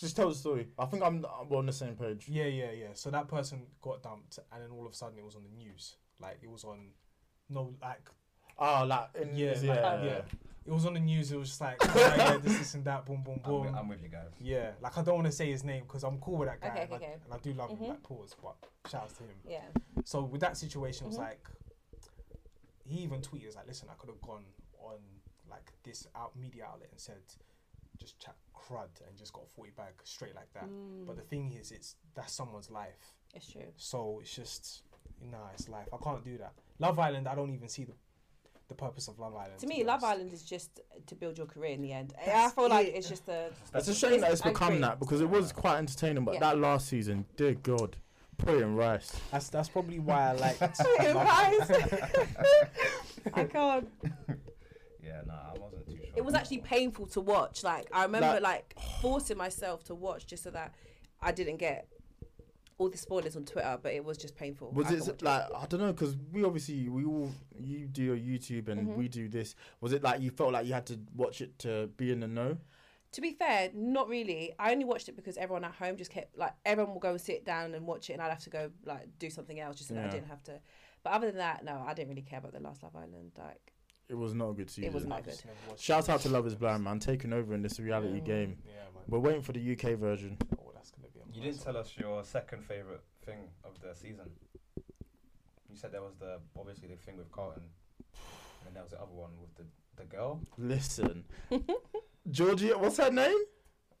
[SPEAKER 2] just tell the story. I think I'm we're on the same page.
[SPEAKER 1] Yeah, yeah, yeah. So that person got dumped, and then all of a sudden it was on the news. Like it was on, no, like
[SPEAKER 2] Oh, like in
[SPEAKER 1] Yeah,
[SPEAKER 2] yeah,
[SPEAKER 1] like,
[SPEAKER 2] yeah,
[SPEAKER 1] yeah. it was on the news. It was just like yeah, yeah, this, this, and that. Boom, boom,
[SPEAKER 3] I'm, wi-
[SPEAKER 1] boom.
[SPEAKER 3] I'm with you guys.
[SPEAKER 1] yeah, like I don't want to say his name because I'm cool with that guy,
[SPEAKER 4] Okay,
[SPEAKER 1] and,
[SPEAKER 4] okay,
[SPEAKER 1] I,
[SPEAKER 4] okay.
[SPEAKER 1] and I do love
[SPEAKER 4] Mhm.
[SPEAKER 1] him. Like pause, but shout out to him.
[SPEAKER 4] yeah.
[SPEAKER 1] So with that situation, it was
[SPEAKER 4] Mhm.
[SPEAKER 1] like he even tweeted it was like, "Listen, I could have gone on like this out media outlet and said just chat crud and just got 40 bag straight like that
[SPEAKER 4] Mm.
[SPEAKER 1] but the thing is it's that's someone's life
[SPEAKER 4] it's true.
[SPEAKER 1] so it's just nah it's life i can't do that love island i don't even see the the purpose of love island
[SPEAKER 4] To me,
[SPEAKER 1] be
[SPEAKER 4] Love
[SPEAKER 1] honest.
[SPEAKER 4] Island is just to build your career in the end. I
[SPEAKER 1] That's
[SPEAKER 4] feel like
[SPEAKER 1] it.
[SPEAKER 4] it's just a.
[SPEAKER 2] It's a shame that it's
[SPEAKER 4] I
[SPEAKER 2] become
[SPEAKER 4] agree.
[SPEAKER 2] that because it was quite entertaining, but
[SPEAKER 4] Yeah.
[SPEAKER 2] that last season, dear God, Pray and Rice.
[SPEAKER 1] that's that's probably why i liked
[SPEAKER 4] It
[SPEAKER 1] Love
[SPEAKER 4] was. I can't.
[SPEAKER 3] Yeah, no, I wasn't too sure.
[SPEAKER 4] It was actually painful to watch. Like I remember, like forcing myself to watch just so that I didn't get all the spoilers on Twitter. But it was just painful. I
[SPEAKER 2] Was
[SPEAKER 4] couldn't
[SPEAKER 2] it
[SPEAKER 4] watch
[SPEAKER 2] like I don't know because we obviously we all you do your YouTube and
[SPEAKER 4] Mm-hmm.
[SPEAKER 2] we do this. Was it like you felt like you had to watch it to be in the know?
[SPEAKER 4] To be fair, not really. I only watched it because everyone at home just kept like everyone will go and sit down and watch it, and I'd have to go like do something else just so that
[SPEAKER 2] Yeah.
[SPEAKER 4] I didn't have to. But other than that, no, I didn't really care about the Last Love Island. Like
[SPEAKER 2] It was not a good season.
[SPEAKER 4] it was
[SPEAKER 1] Island.
[SPEAKER 4] not
[SPEAKER 1] I've
[SPEAKER 4] good.
[SPEAKER 1] just never watched
[SPEAKER 2] Shout
[SPEAKER 1] it.
[SPEAKER 2] out to Love Is Blind man taking over in this reality
[SPEAKER 4] Mm.
[SPEAKER 2] game.
[SPEAKER 1] yeah man
[SPEAKER 2] We're waiting for the UK version.
[SPEAKER 1] oh that's gonna be a
[SPEAKER 3] You
[SPEAKER 1] mess.
[SPEAKER 3] didn't tell us your second favorite thing of the season. You said there was the obviously the thing with Carlton, and then there was the other one with the the girl.
[SPEAKER 2] Listen, Georgia, what's her name?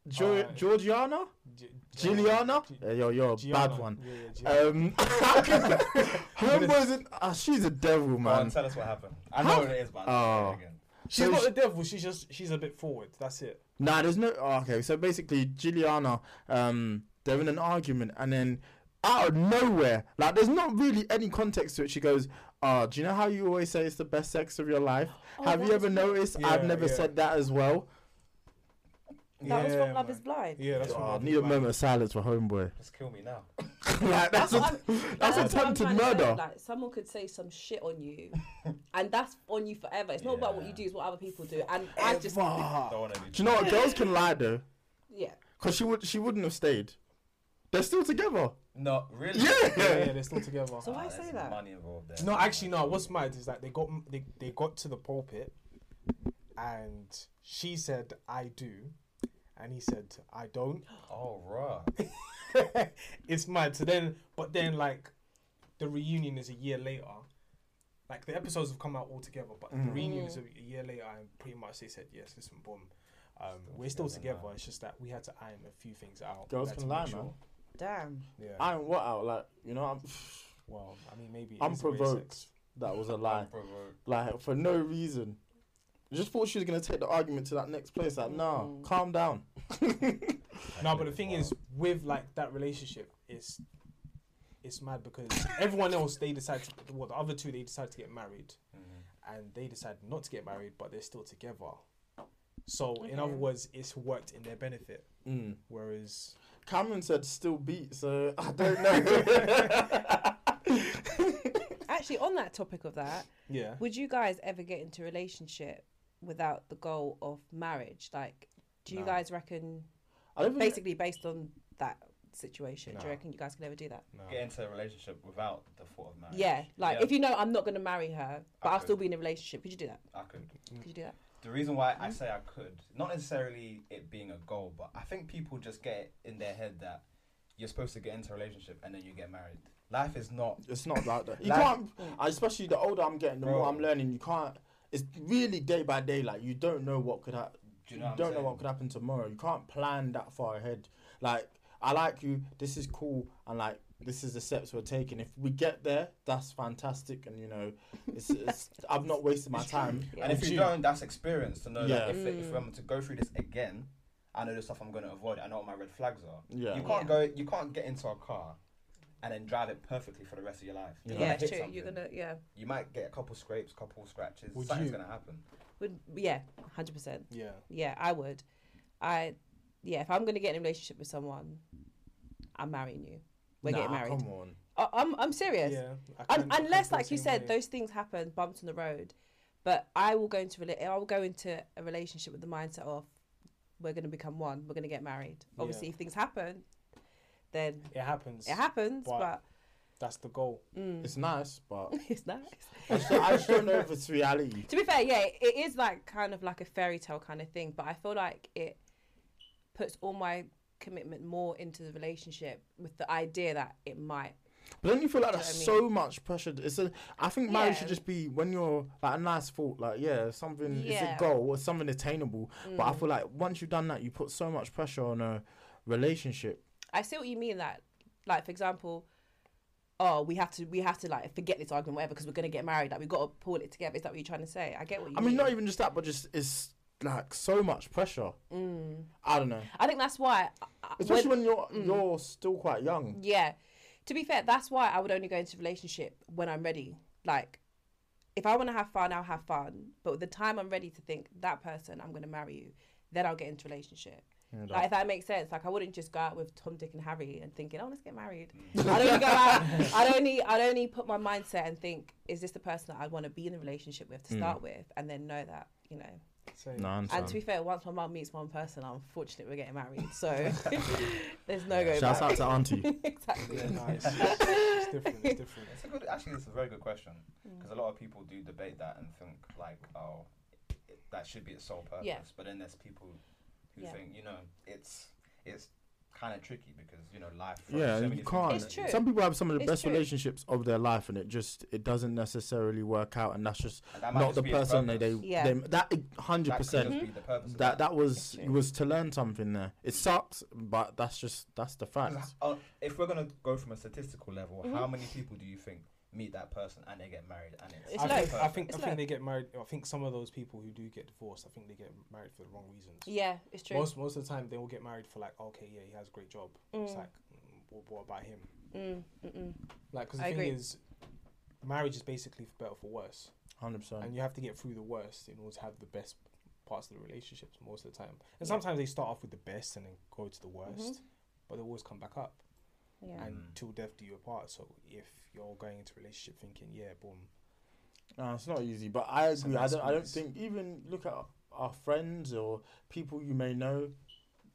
[SPEAKER 2] Jo-
[SPEAKER 1] Uh,
[SPEAKER 2] Georgiana,
[SPEAKER 1] Gi-
[SPEAKER 2] Juliana.
[SPEAKER 1] Gi-
[SPEAKER 2] Hey, yo, yo,
[SPEAKER 1] Gianna.
[SPEAKER 2] bad one.
[SPEAKER 1] Yeah, yeah, Gianna.
[SPEAKER 2] Um, homeboy's in, ah, she's a devil,
[SPEAKER 3] Go on,
[SPEAKER 2] man.
[SPEAKER 3] tell us what happened. I know
[SPEAKER 2] How-
[SPEAKER 3] what it is, but
[SPEAKER 2] Oh.
[SPEAKER 3] say it again.
[SPEAKER 1] she's
[SPEAKER 2] so
[SPEAKER 1] not
[SPEAKER 2] she-
[SPEAKER 1] the devil. She's just she's a bit forward. That's it.
[SPEAKER 2] Nah, there's no. oh, okay, so basically, Juliana, um, they're in an argument, and then out of nowhere, like, there's not really any context to it. She goes, "Oh, do you know how you always say it's the best sex of your life?
[SPEAKER 4] Oh,
[SPEAKER 2] Have
[SPEAKER 4] that
[SPEAKER 2] you ever
[SPEAKER 4] was-
[SPEAKER 2] noticed? I've
[SPEAKER 1] Yeah,
[SPEAKER 2] never
[SPEAKER 1] yeah.
[SPEAKER 2] said that as well."
[SPEAKER 4] That was
[SPEAKER 1] Yeah,
[SPEAKER 4] from Love
[SPEAKER 1] man.
[SPEAKER 4] Is Blind.
[SPEAKER 1] Yeah, that's
[SPEAKER 2] Oh,
[SPEAKER 1] what
[SPEAKER 2] I
[SPEAKER 1] I
[SPEAKER 2] need a
[SPEAKER 1] like.
[SPEAKER 2] moment of silence for homeboy.
[SPEAKER 3] Just kill me now.
[SPEAKER 2] like, that's
[SPEAKER 4] what
[SPEAKER 2] a,
[SPEAKER 4] I'm- like,
[SPEAKER 2] that's
[SPEAKER 4] what I'm
[SPEAKER 2] attempted
[SPEAKER 4] trying to say,
[SPEAKER 2] murder.
[SPEAKER 4] Like someone could say some shit on you, and that's on you forever. It's not about what you
[SPEAKER 3] Yeah.
[SPEAKER 4] do; it's what other people do. And I just,
[SPEAKER 2] Fuck.
[SPEAKER 3] Don't want to be.
[SPEAKER 2] Ah. Do you know what? Girls can lie though,
[SPEAKER 4] yeah,
[SPEAKER 2] cause she would she wouldn't have stayed. They're still together.
[SPEAKER 3] No, really.
[SPEAKER 1] Yeah, yeah, they're still together.
[SPEAKER 4] So why
[SPEAKER 3] Ah,
[SPEAKER 4] say
[SPEAKER 3] there's
[SPEAKER 4] that?
[SPEAKER 3] Money involved there.
[SPEAKER 1] No, actually, no. What's mad is that they got they, they got to the pulpit, and she said, "I do," and he said, "I don't."
[SPEAKER 3] Oh, raw.
[SPEAKER 1] it's mad. So then, but then, like, the reunion is a year later. Like the episodes have come out all together, but
[SPEAKER 2] Mm.
[SPEAKER 1] the reunion is a, a year later, and pretty much they said, "Yes, listen, boom." Um, we're still
[SPEAKER 3] together
[SPEAKER 1] together.
[SPEAKER 3] now.
[SPEAKER 1] It's just that we had to iron a few things out.
[SPEAKER 2] Girls
[SPEAKER 1] like,
[SPEAKER 2] can
[SPEAKER 1] to
[SPEAKER 2] lie,
[SPEAKER 1] make sure-
[SPEAKER 4] damn.
[SPEAKER 1] Yeah.
[SPEAKER 2] I ain't what out like you know. I'm,
[SPEAKER 1] well, I mean, maybe it
[SPEAKER 2] I'm
[SPEAKER 1] is the way it's
[SPEAKER 2] provoked.
[SPEAKER 1] sex.
[SPEAKER 2] that was a lie.
[SPEAKER 3] Bro, bro.
[SPEAKER 2] like for no reason. I just thought she was gonna take the argument to that next place. Like, nah, calm down.
[SPEAKER 1] No, but the thing is, with like that relationship, it's it's mad because everyone else they decide to, well, the other two they decide to get married,
[SPEAKER 3] Mm-hmm.
[SPEAKER 1] and they decide not to get married, but they're still together. So in other
[SPEAKER 4] Okay.
[SPEAKER 1] words, it's worked in their benefit.
[SPEAKER 2] Mm.
[SPEAKER 1] Whereas
[SPEAKER 2] Cameron said still beat, so I don't know.
[SPEAKER 4] Actually, on that topic of that,
[SPEAKER 1] yeah,
[SPEAKER 4] would you guys ever get into a relationship without the goal of marriage? Like, do you
[SPEAKER 1] No.
[SPEAKER 4] guys reckon,
[SPEAKER 2] I don't think
[SPEAKER 4] basically based on that situation, do
[SPEAKER 1] No.
[SPEAKER 4] you reckon you guys could ever do that?
[SPEAKER 1] no.
[SPEAKER 3] Get into a relationship without the thought of marriage.
[SPEAKER 4] Yeah, like if you know I'm not going to marry her, but
[SPEAKER 3] I
[SPEAKER 4] I'll still
[SPEAKER 3] could.
[SPEAKER 4] be in a relationship, could you Hmm? do that?
[SPEAKER 3] I could.
[SPEAKER 4] Could you do that?
[SPEAKER 3] The reason why I say I could, not necessarily it being a goal, but I think people just get it in their head that you're supposed to get into a relationship and then you get married. Life is not.
[SPEAKER 2] it's not like that. You
[SPEAKER 3] Like-
[SPEAKER 2] can't. I- Especially the older I'm getting, the
[SPEAKER 3] Bro.
[SPEAKER 2] more I'm learning. You can't. It's really day by day. Like you don't know what could happen.
[SPEAKER 3] Do you
[SPEAKER 2] you,
[SPEAKER 3] know what I'm
[SPEAKER 2] don't know
[SPEAKER 3] saying?
[SPEAKER 2] what could happen tomorrow. You can't plan that far ahead. Like I like you. This is cool, and like this is the steps we're taking. If we get there, that's fantastic, and you know, it's, it's I've not wasted my time.
[SPEAKER 3] And if
[SPEAKER 2] with
[SPEAKER 3] you don't, that's experience to know
[SPEAKER 2] Yeah.
[SPEAKER 3] that if,
[SPEAKER 4] Mm.
[SPEAKER 3] if I'm to go through this again, I know the stuff I'm going to avoid. I know what my red flags are.
[SPEAKER 2] Yeah.
[SPEAKER 3] You can't go. You can't get into a car and then drive it perfectly for the rest of your life. You're
[SPEAKER 4] Yeah,
[SPEAKER 3] gonna
[SPEAKER 4] it's
[SPEAKER 3] hit
[SPEAKER 4] true. You're
[SPEAKER 3] something.
[SPEAKER 4] gonna, yeah,
[SPEAKER 3] You might get a couple scrapes, couple scratches.
[SPEAKER 1] Would
[SPEAKER 3] Something's
[SPEAKER 1] you-
[SPEAKER 3] gonna happen.
[SPEAKER 4] would yeah, hundred percent.
[SPEAKER 1] yeah,
[SPEAKER 4] Yeah, I would. I yeah, if I'm gonna get in a relationship with someone, I'm marrying you. We're
[SPEAKER 2] Nah,
[SPEAKER 4] getting married.
[SPEAKER 2] Come on.
[SPEAKER 4] I, I'm I'm serious.
[SPEAKER 1] yeah. I
[SPEAKER 4] Un-
[SPEAKER 1] can- I can
[SPEAKER 4] unless,
[SPEAKER 1] feel the
[SPEAKER 4] like you
[SPEAKER 1] same
[SPEAKER 4] said,
[SPEAKER 1] way.
[SPEAKER 4] those things happen, bumps on the road. But I will go into rela- I will go into a relationship with the mindset of we're gonna become one. We're gonna get married. Obviously, if things happen, then
[SPEAKER 1] it happens.
[SPEAKER 4] it happens.
[SPEAKER 1] But- That's the goal.
[SPEAKER 2] It's nice, but
[SPEAKER 4] but it's nice.
[SPEAKER 2] I just, I just don't know if it's reality.
[SPEAKER 4] to be fair, yeah, it is like kind of like a fairy tale kind of thing, but I feel like it puts all my commitment more into the relationship with the idea that it might
[SPEAKER 2] But don't you feel like
[SPEAKER 4] Do you know
[SPEAKER 2] that's
[SPEAKER 4] what I
[SPEAKER 2] so much pressure? It's a. I think marriage should
[SPEAKER 4] Yeah.
[SPEAKER 2] just be when you're like a nice thought, like yeah, something
[SPEAKER 4] Yeah.
[SPEAKER 2] it's a goal or something attainable. But I
[SPEAKER 4] Mm.
[SPEAKER 2] feel like once you've done that, you put so much pressure on a relationship.
[SPEAKER 4] I see what you mean. That, like, for example, oh, we have to, we have to like forget this argument, whatever, because we're gonna get married. Like, we have got to pull it together. Is that what you're trying to say? I get what you.
[SPEAKER 2] I mean, not even just that, but just it's like so much pressure.
[SPEAKER 4] Mm.
[SPEAKER 2] I don't know,
[SPEAKER 4] I think that's why. I- I-
[SPEAKER 2] especially
[SPEAKER 4] when-
[SPEAKER 2] when, you're you're still quite young.
[SPEAKER 4] yeah. To be fair, that's why I would only go into a relationship when I'm ready. Like, if I want to have fun, I'll have fun. But with the time I'm ready to think that person, I'm gonna marry you. Then I'll get into a relationship.
[SPEAKER 2] You know,
[SPEAKER 4] Like, if that makes sense. Like, I wouldn't just go out with Tom, Dick, and Harry and thinking, oh, let's get married. I'd only go out. I'd only. I'd only put my mindset and think, is this the person that I want to be in a relationship with to
[SPEAKER 2] Mm.
[SPEAKER 4] start with, and then know that you know.
[SPEAKER 1] Same.
[SPEAKER 2] no, I
[SPEAKER 4] And to be
[SPEAKER 2] understand.
[SPEAKER 4] fair, once my mum meets one person, I'm fortunate we're getting married, so there's no go
[SPEAKER 2] Shouts out
[SPEAKER 4] back.
[SPEAKER 2] to Auntie.
[SPEAKER 4] exactly.
[SPEAKER 1] Yeah, nah, it's, it's different. It's different.
[SPEAKER 3] It's a good. Actually, it's a very good question
[SPEAKER 4] Mm.
[SPEAKER 3] because a lot of people do debate that and think like, oh, it, that should be its sole purpose.
[SPEAKER 4] Yeah.
[SPEAKER 3] But then there's people who
[SPEAKER 4] Yeah.
[SPEAKER 3] think, you know, it's it's kind of tricky because you know life. throws
[SPEAKER 2] Yeah,
[SPEAKER 3] so
[SPEAKER 2] you
[SPEAKER 3] many things
[SPEAKER 2] can't.
[SPEAKER 3] at
[SPEAKER 4] It's true.
[SPEAKER 2] Some people have some of the
[SPEAKER 4] It's
[SPEAKER 2] best
[SPEAKER 4] true.
[SPEAKER 2] relationships of their life, and it just it doesn't necessarily work out, and that's just
[SPEAKER 3] And that might
[SPEAKER 2] not
[SPEAKER 3] just
[SPEAKER 2] the
[SPEAKER 3] be its
[SPEAKER 2] person they they,
[SPEAKER 3] purpose.
[SPEAKER 4] Yeah.
[SPEAKER 2] they that e, hundred
[SPEAKER 3] That could just
[SPEAKER 2] percent.
[SPEAKER 3] be the purpose of
[SPEAKER 2] That that was
[SPEAKER 4] It's
[SPEAKER 2] you
[SPEAKER 4] true.
[SPEAKER 2] was to learn something there. It sucks, but that's just that's the fact.
[SPEAKER 3] Because, uh, if we're gonna go from a statistical level,
[SPEAKER 4] Mhm.
[SPEAKER 3] how many people do you think meet that person and they get married and it's,
[SPEAKER 4] It's
[SPEAKER 1] I
[SPEAKER 4] low.
[SPEAKER 1] think, I
[SPEAKER 3] perfect?
[SPEAKER 1] think,
[SPEAKER 4] It's
[SPEAKER 1] I
[SPEAKER 4] low.
[SPEAKER 1] think they get married. I think some of those people who do get divorced, I think they get married for the wrong reasons.
[SPEAKER 4] Yeah, it's true.
[SPEAKER 1] Most most of the time, they will get married for like, okay, yeah, he has a great job. It's
[SPEAKER 4] Mm.
[SPEAKER 1] like, mm, what, what about him?
[SPEAKER 4] Mm, mm-mm.
[SPEAKER 1] Like, because the
[SPEAKER 4] I
[SPEAKER 1] thing
[SPEAKER 4] agree.
[SPEAKER 1] is, marriage is basically for better or for worse,
[SPEAKER 2] Hundred percent.
[SPEAKER 1] and you have to get through the worst in order to have the best parts of the relationships most of the time.
[SPEAKER 4] Yeah. Mm-hmm.
[SPEAKER 1] And sometimes they start off with the best and then go to the worst, but they always come back up.
[SPEAKER 4] Yeah.
[SPEAKER 1] And
[SPEAKER 3] Mm.
[SPEAKER 1] till death do you apart. So if you're going into a relationship thinking, yeah, boom,
[SPEAKER 2] No, it's not easy, but I
[SPEAKER 3] It's a
[SPEAKER 2] agree. I
[SPEAKER 3] nice
[SPEAKER 2] don't. I don't
[SPEAKER 3] mix.
[SPEAKER 2] think even look at our friends or people you may know.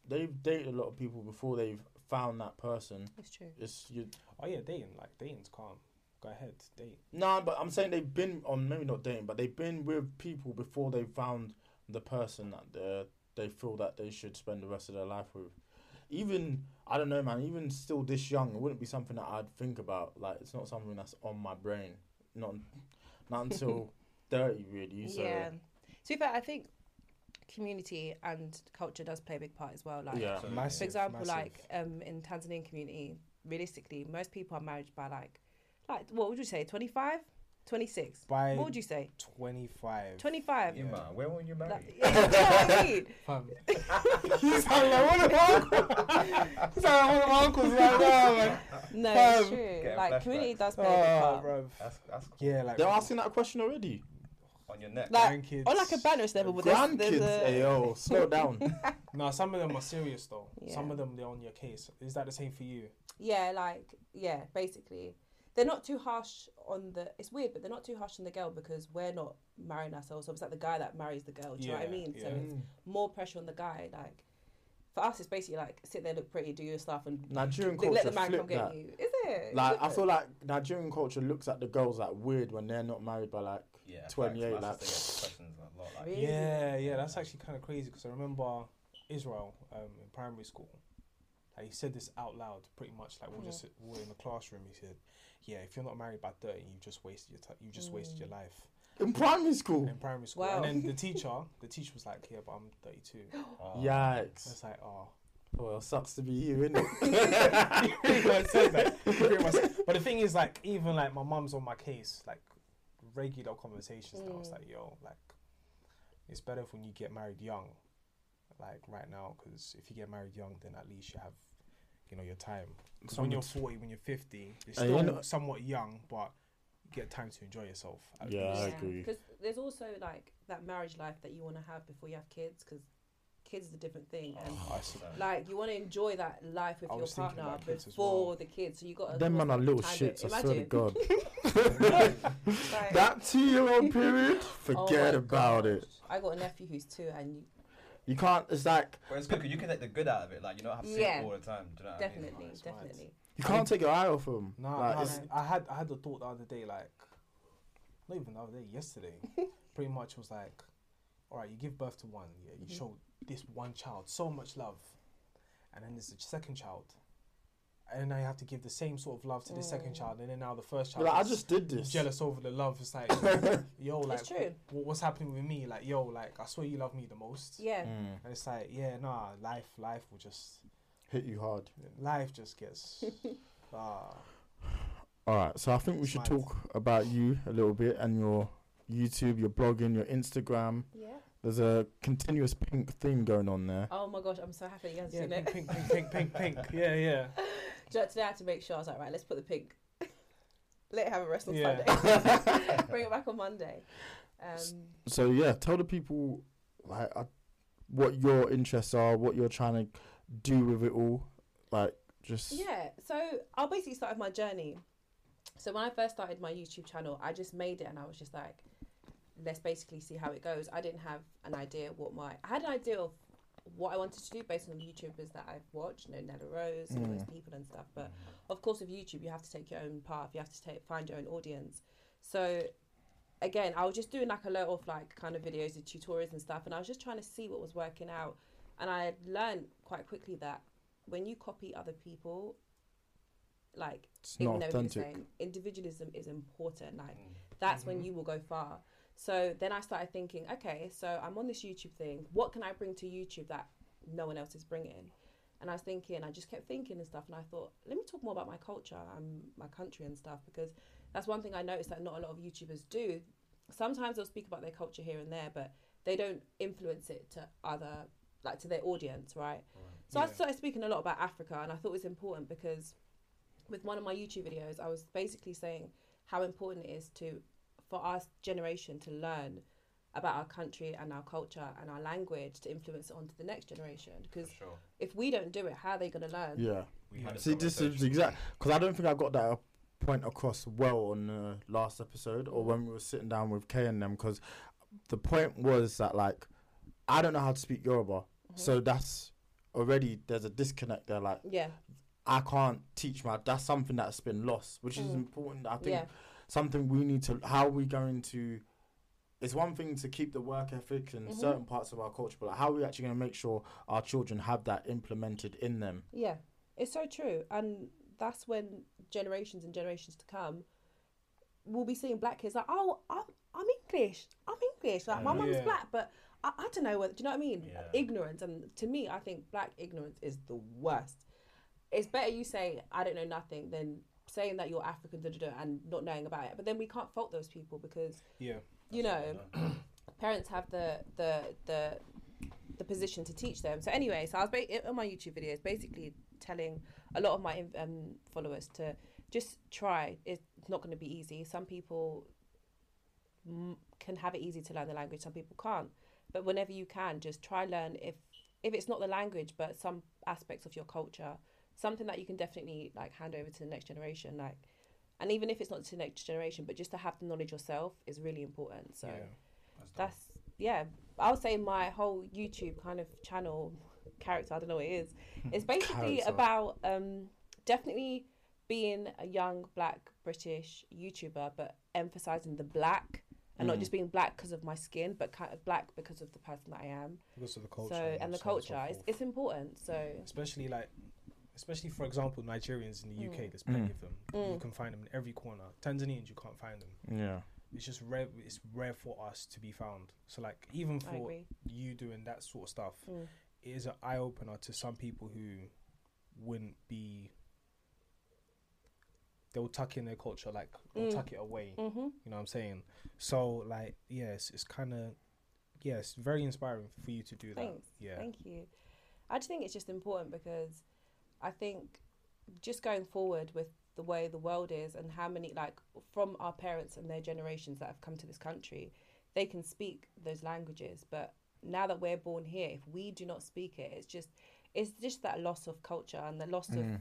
[SPEAKER 2] They've dated a lot of people before they've found that person.
[SPEAKER 4] It's true.
[SPEAKER 2] It's you.
[SPEAKER 1] oh yeah, dating, like dating's calm. Go ahead, date.
[SPEAKER 2] Nah, but I'm saying they've been on maybe not dating, but they've been with people before they found the person that they they feel that they should spend the rest of their life with. Even I don't know, man. Even still this young, it wouldn't be something that I'd think about. Like it's not something that's on my brain. Not not until thirty, really. So
[SPEAKER 4] Yeah. To be fair, I think community and culture does play a big part as well. Like,
[SPEAKER 2] Yeah.
[SPEAKER 3] So,
[SPEAKER 1] Massive.
[SPEAKER 4] for example,
[SPEAKER 1] massive.
[SPEAKER 4] like um, in Tanzanian community, realistically, most people are married by like, like what would you say, 25, 26?
[SPEAKER 1] By
[SPEAKER 4] What would you say?
[SPEAKER 1] 25.
[SPEAKER 4] 25.
[SPEAKER 3] yeah. Ima, where were you married?
[SPEAKER 4] Like, yeah, you know what I mean?
[SPEAKER 1] Fam,
[SPEAKER 2] He's having like one of my uncles. He's having one of my uncles right now, man.
[SPEAKER 4] No, it's
[SPEAKER 2] Um,
[SPEAKER 4] true.
[SPEAKER 3] Get a
[SPEAKER 4] Like
[SPEAKER 3] flashback.
[SPEAKER 4] community does play a
[SPEAKER 2] Oh,
[SPEAKER 4] big part.
[SPEAKER 2] bruv.
[SPEAKER 3] That's that's cool.
[SPEAKER 1] Yeah, like
[SPEAKER 2] They're asking that question already.
[SPEAKER 3] on your neck.
[SPEAKER 4] Like
[SPEAKER 1] grandkids.
[SPEAKER 4] on like a Bannerist level, but there's, there's
[SPEAKER 2] Grandkids,
[SPEAKER 4] a
[SPEAKER 2] ayo, slow down.
[SPEAKER 1] No, some of them are serious though. Some
[SPEAKER 4] Yeah.
[SPEAKER 1] of them they're on your case. Is that the same for you?
[SPEAKER 4] yeah, like yeah, basically. They're not too harsh on the. It's weird, but they're not too harsh on the girl because we're not marrying ourselves. So it's like the guy that marries the girl. Do you know what I
[SPEAKER 1] Yeah,
[SPEAKER 4] mean? So
[SPEAKER 1] yeah.
[SPEAKER 2] Mm.
[SPEAKER 4] it's more pressure on the guy. Like for us, it's basically like sit there, look pretty, do your stuff, and
[SPEAKER 2] Nigerian
[SPEAKER 4] let
[SPEAKER 2] culture
[SPEAKER 4] the man
[SPEAKER 2] flip
[SPEAKER 4] come get
[SPEAKER 2] that.
[SPEAKER 4] you. Is it?
[SPEAKER 2] Like I
[SPEAKER 4] Is it?
[SPEAKER 2] feel like Nigerian culture looks at the girls like weird when they're not married by like
[SPEAKER 3] yeah, facts.
[SPEAKER 2] 28, like-
[SPEAKER 3] That's the thing, that's questions a lot. Like,
[SPEAKER 4] Really?
[SPEAKER 1] Yeah, yeah. That's actually kind of crazy because I remember Israel um, in primary school. Like, he said this out loud, pretty much like we we're just we we're in the classroom. He said, "Yeah, if you're not married by thirty, you just wasted your time. You
[SPEAKER 4] Mm.
[SPEAKER 1] just wasted your life
[SPEAKER 2] in primary school.
[SPEAKER 1] in primary school."
[SPEAKER 4] Wow.
[SPEAKER 1] And then the teacher, the teacher was like, "Yeah, but I'm 32."
[SPEAKER 3] oh,
[SPEAKER 2] Yikes.
[SPEAKER 1] It's like, oh.
[SPEAKER 2] Well, sucks to be you, innit?
[SPEAKER 1] Pretty much says that. Pretty much. But the thing is, like, even like my mum's on my case, like regular conversations. Now it's
[SPEAKER 4] Mm.
[SPEAKER 1] like, yo, like, it's better when you get married young, like right now, because if you get married young, then at least you have, you know, your time. Because when you're forty, when you're fifty, you're
[SPEAKER 2] Uh, you
[SPEAKER 1] still
[SPEAKER 2] know-
[SPEAKER 1] somewhat young, but you get time to enjoy yourself. at
[SPEAKER 2] Yeah, I
[SPEAKER 1] least.
[SPEAKER 2] agree.
[SPEAKER 4] Because there's also like that marriage life that you want to have before you have kids, because kids is a different thing, and
[SPEAKER 3] Oh,
[SPEAKER 1] I see.
[SPEAKER 3] so-
[SPEAKER 4] like you want to enjoy that life with
[SPEAKER 1] I
[SPEAKER 4] your
[SPEAKER 1] was thinking
[SPEAKER 4] partner
[SPEAKER 1] about kids as
[SPEAKER 4] before
[SPEAKER 1] well.
[SPEAKER 4] the kids. So you got to
[SPEAKER 2] Them man are little shits, I swear to God.
[SPEAKER 4] Like,
[SPEAKER 2] that two year old period,
[SPEAKER 4] oh my
[SPEAKER 2] forget about
[SPEAKER 4] gosh.
[SPEAKER 2] it.
[SPEAKER 4] I got a nephew who's two, and you,
[SPEAKER 2] You can't it's like
[SPEAKER 3] But it's good 'cause you can take the good out of it. Like you don't have to see
[SPEAKER 4] Yeah.
[SPEAKER 3] it all the time. Do you know what
[SPEAKER 4] definitely,
[SPEAKER 1] it's mad.
[SPEAKER 4] definitely.
[SPEAKER 2] you can't take your eye off them.
[SPEAKER 1] No,
[SPEAKER 2] like,
[SPEAKER 1] no,
[SPEAKER 2] it's-
[SPEAKER 1] no. I had I had the thought the other day, like not even the other day, yesterday. pretty much was like, all right, you give birth to one, yeah, you
[SPEAKER 2] Mm-hmm.
[SPEAKER 1] show this one child so much love, and then there's the second child, and now you have to give the same sort of love to the second child, and then now the first child.
[SPEAKER 2] Mm. Like, I
[SPEAKER 1] is
[SPEAKER 2] just did this.
[SPEAKER 1] jealous over the love. It's like, yo, like,
[SPEAKER 4] it's true.
[SPEAKER 1] wh- what's happening with me? Like, yo, like, I swear you love me the most.
[SPEAKER 4] Yeah.
[SPEAKER 2] Mm.
[SPEAKER 1] And it's like, yeah, nah, life, life will just,
[SPEAKER 2] Hit you hard.
[SPEAKER 1] life just gets, ah,
[SPEAKER 2] All right, so I think we should
[SPEAKER 1] Smart.
[SPEAKER 2] talk about you a little bit and your YouTube, your blogging, your Instagram.
[SPEAKER 4] Yeah.
[SPEAKER 2] There's a continuous pink theme going on there.
[SPEAKER 4] Oh my gosh, I'm so happy you guys have
[SPEAKER 1] yeah,
[SPEAKER 4] seen it.
[SPEAKER 1] pink, pink, pink, pink, pink, pink, yeah, yeah.
[SPEAKER 4] Do you know, today I had to make sure I was like, right, let's put the pink. Let it have a rest on
[SPEAKER 1] Yeah.
[SPEAKER 4] Sunday. Bring it back on Monday.
[SPEAKER 2] S-
[SPEAKER 4] Um,
[SPEAKER 2] So yeah, tell the people like uh, what your interests are, what you're trying to do with it all. Like just
[SPEAKER 4] Yeah, so I basically started my journey. So when I first started my YouTube channel, I just made it and I was just like, let's basically see how it goes. I didn't have an idea what my I had an idea of what I wanted to do based on the YouTubers that I've watched, you know, Nella Rose, all those
[SPEAKER 2] Mm.
[SPEAKER 4] people and stuff. But
[SPEAKER 3] Mm,
[SPEAKER 4] of course with YouTube you have to take your own path, you have to take find your own audience. So again, I was just doing like a lot of like kind of videos and tutorials and stuff and I was just trying to see what was working out. And I had learned quite quickly that when you copy other people, like
[SPEAKER 2] it's not
[SPEAKER 4] even though it's the
[SPEAKER 2] authentic.
[SPEAKER 4] same, individualism is important. Like
[SPEAKER 3] Mm.
[SPEAKER 4] that's
[SPEAKER 1] Mhm.
[SPEAKER 4] when you will go far. So then I started thinking, okay, so I'm on this YouTube thing. What can I bring to YouTube that no one else is bringing? And I was thinking, I just kept thinking and stuff. And I thought, let me talk more about my culture and my country and stuff because that's one thing I noticed that not a lot of YouTubers do. Sometimes they'll speak about their culture here and there, but they don't influence it to other, like to their audience, right? So I
[SPEAKER 1] Yeah.
[SPEAKER 4] started speaking a lot about Africa, and I thought it was important because with one of my YouTube videos, I was basically saying how important it is to for our generation to learn about our country and our culture and our language to influence it onto the next generation. Because
[SPEAKER 3] For sure.
[SPEAKER 4] if we don't do it, how are they going to learn?
[SPEAKER 2] Yeah,
[SPEAKER 3] We had
[SPEAKER 2] See, this is
[SPEAKER 3] conversation.
[SPEAKER 2] exact- because I don't think I got that point across well on the last episode or
[SPEAKER 4] Mm.
[SPEAKER 2] when we were sitting down with Kay and them. Because the point was that like I don't know how to speak Yoruba,
[SPEAKER 4] Mhm.
[SPEAKER 2] so that's already there's a disconnect there. Like
[SPEAKER 4] yeah,
[SPEAKER 2] I can't teach my that's something that's been lost, which is
[SPEAKER 4] Mm.
[SPEAKER 2] important. I think
[SPEAKER 4] yeah,
[SPEAKER 2] something we need to how are we going to it's one thing to keep the work ethic in
[SPEAKER 4] Mhm.
[SPEAKER 2] certain parts of our culture, but like, how are we actually going to make sure our children have that implemented in them?
[SPEAKER 4] yeah. It's so true, and that's when generations and generations to come will be seeing black kids like, oh, I'm, I'm English. I'm English. Like my
[SPEAKER 1] Mm.
[SPEAKER 4] mum's
[SPEAKER 1] Yeah.
[SPEAKER 4] black, but I, I don't know whether. Do you know what I mean?
[SPEAKER 3] Yeah.
[SPEAKER 4] Ignorance, and to me, I think black ignorance is the worst. It's better you say I don't know nothing than saying that you're African da, da, da, and not knowing about it. But then we can't fault those people because
[SPEAKER 1] Yeah.
[SPEAKER 4] you
[SPEAKER 3] That's
[SPEAKER 4] know
[SPEAKER 3] what I
[SPEAKER 4] parents have the the the the position to teach them. So anyway, so I was ba- on my YouTube videos basically telling a lot of my um, followers to just try. It's not going to be easy. Some people mm, can have it easy to learn the language. Some people can't. But whenever you can, just try learn if if it's not the language, but some aspects of your culture, something that you can definitely like hand over to the next generation. Like, and even if it's not to the next generation, but just to have the knowledge yourself is really important. So
[SPEAKER 1] yeah.
[SPEAKER 3] That's,
[SPEAKER 4] that's yeah i would say my whole youtube kind of channel character i don't know what it is it's basically
[SPEAKER 2] Character.
[SPEAKER 4] about um definitely being a young black british youtuber but emphasizing the black and not
[SPEAKER 2] Mm.
[SPEAKER 4] just being black because of my skin but kind of black because of the person that i am
[SPEAKER 1] Because of the culture.
[SPEAKER 4] so and the
[SPEAKER 1] so on and so
[SPEAKER 4] culture it's,
[SPEAKER 1] forth.
[SPEAKER 4] it's important so
[SPEAKER 1] especially like especially for example nigerians in the uk
[SPEAKER 4] Mm.
[SPEAKER 1] there's plenty
[SPEAKER 2] Mm.
[SPEAKER 1] of them you
[SPEAKER 4] Mm.
[SPEAKER 1] can find them in every corner tanzanians you can't find them
[SPEAKER 2] Yeah.
[SPEAKER 1] it's just rare it's rare for us to be found so like even
[SPEAKER 4] i
[SPEAKER 1] for
[SPEAKER 4] agree
[SPEAKER 1] you doing that sort of stuff
[SPEAKER 4] Mm.
[SPEAKER 1] it is an eye-opener to some people who wouldn't be they'll tuck in their culture like they'll
[SPEAKER 4] Mm.
[SPEAKER 1] tuck it away
[SPEAKER 4] mm-hmm.
[SPEAKER 1] you know what i'm saying so like yes it's kind of yes very inspiring for you to do
[SPEAKER 4] Thanks.
[SPEAKER 1] that yeah
[SPEAKER 4] Thank you. I just think it's just important because I think just going forward with the way the world is and how many like from our parents and their generations that have come to this country, they can speak those languages. But now that we're born here, if we do not speak it, it's just it's just that loss of culture and the loss of
[SPEAKER 2] Mm.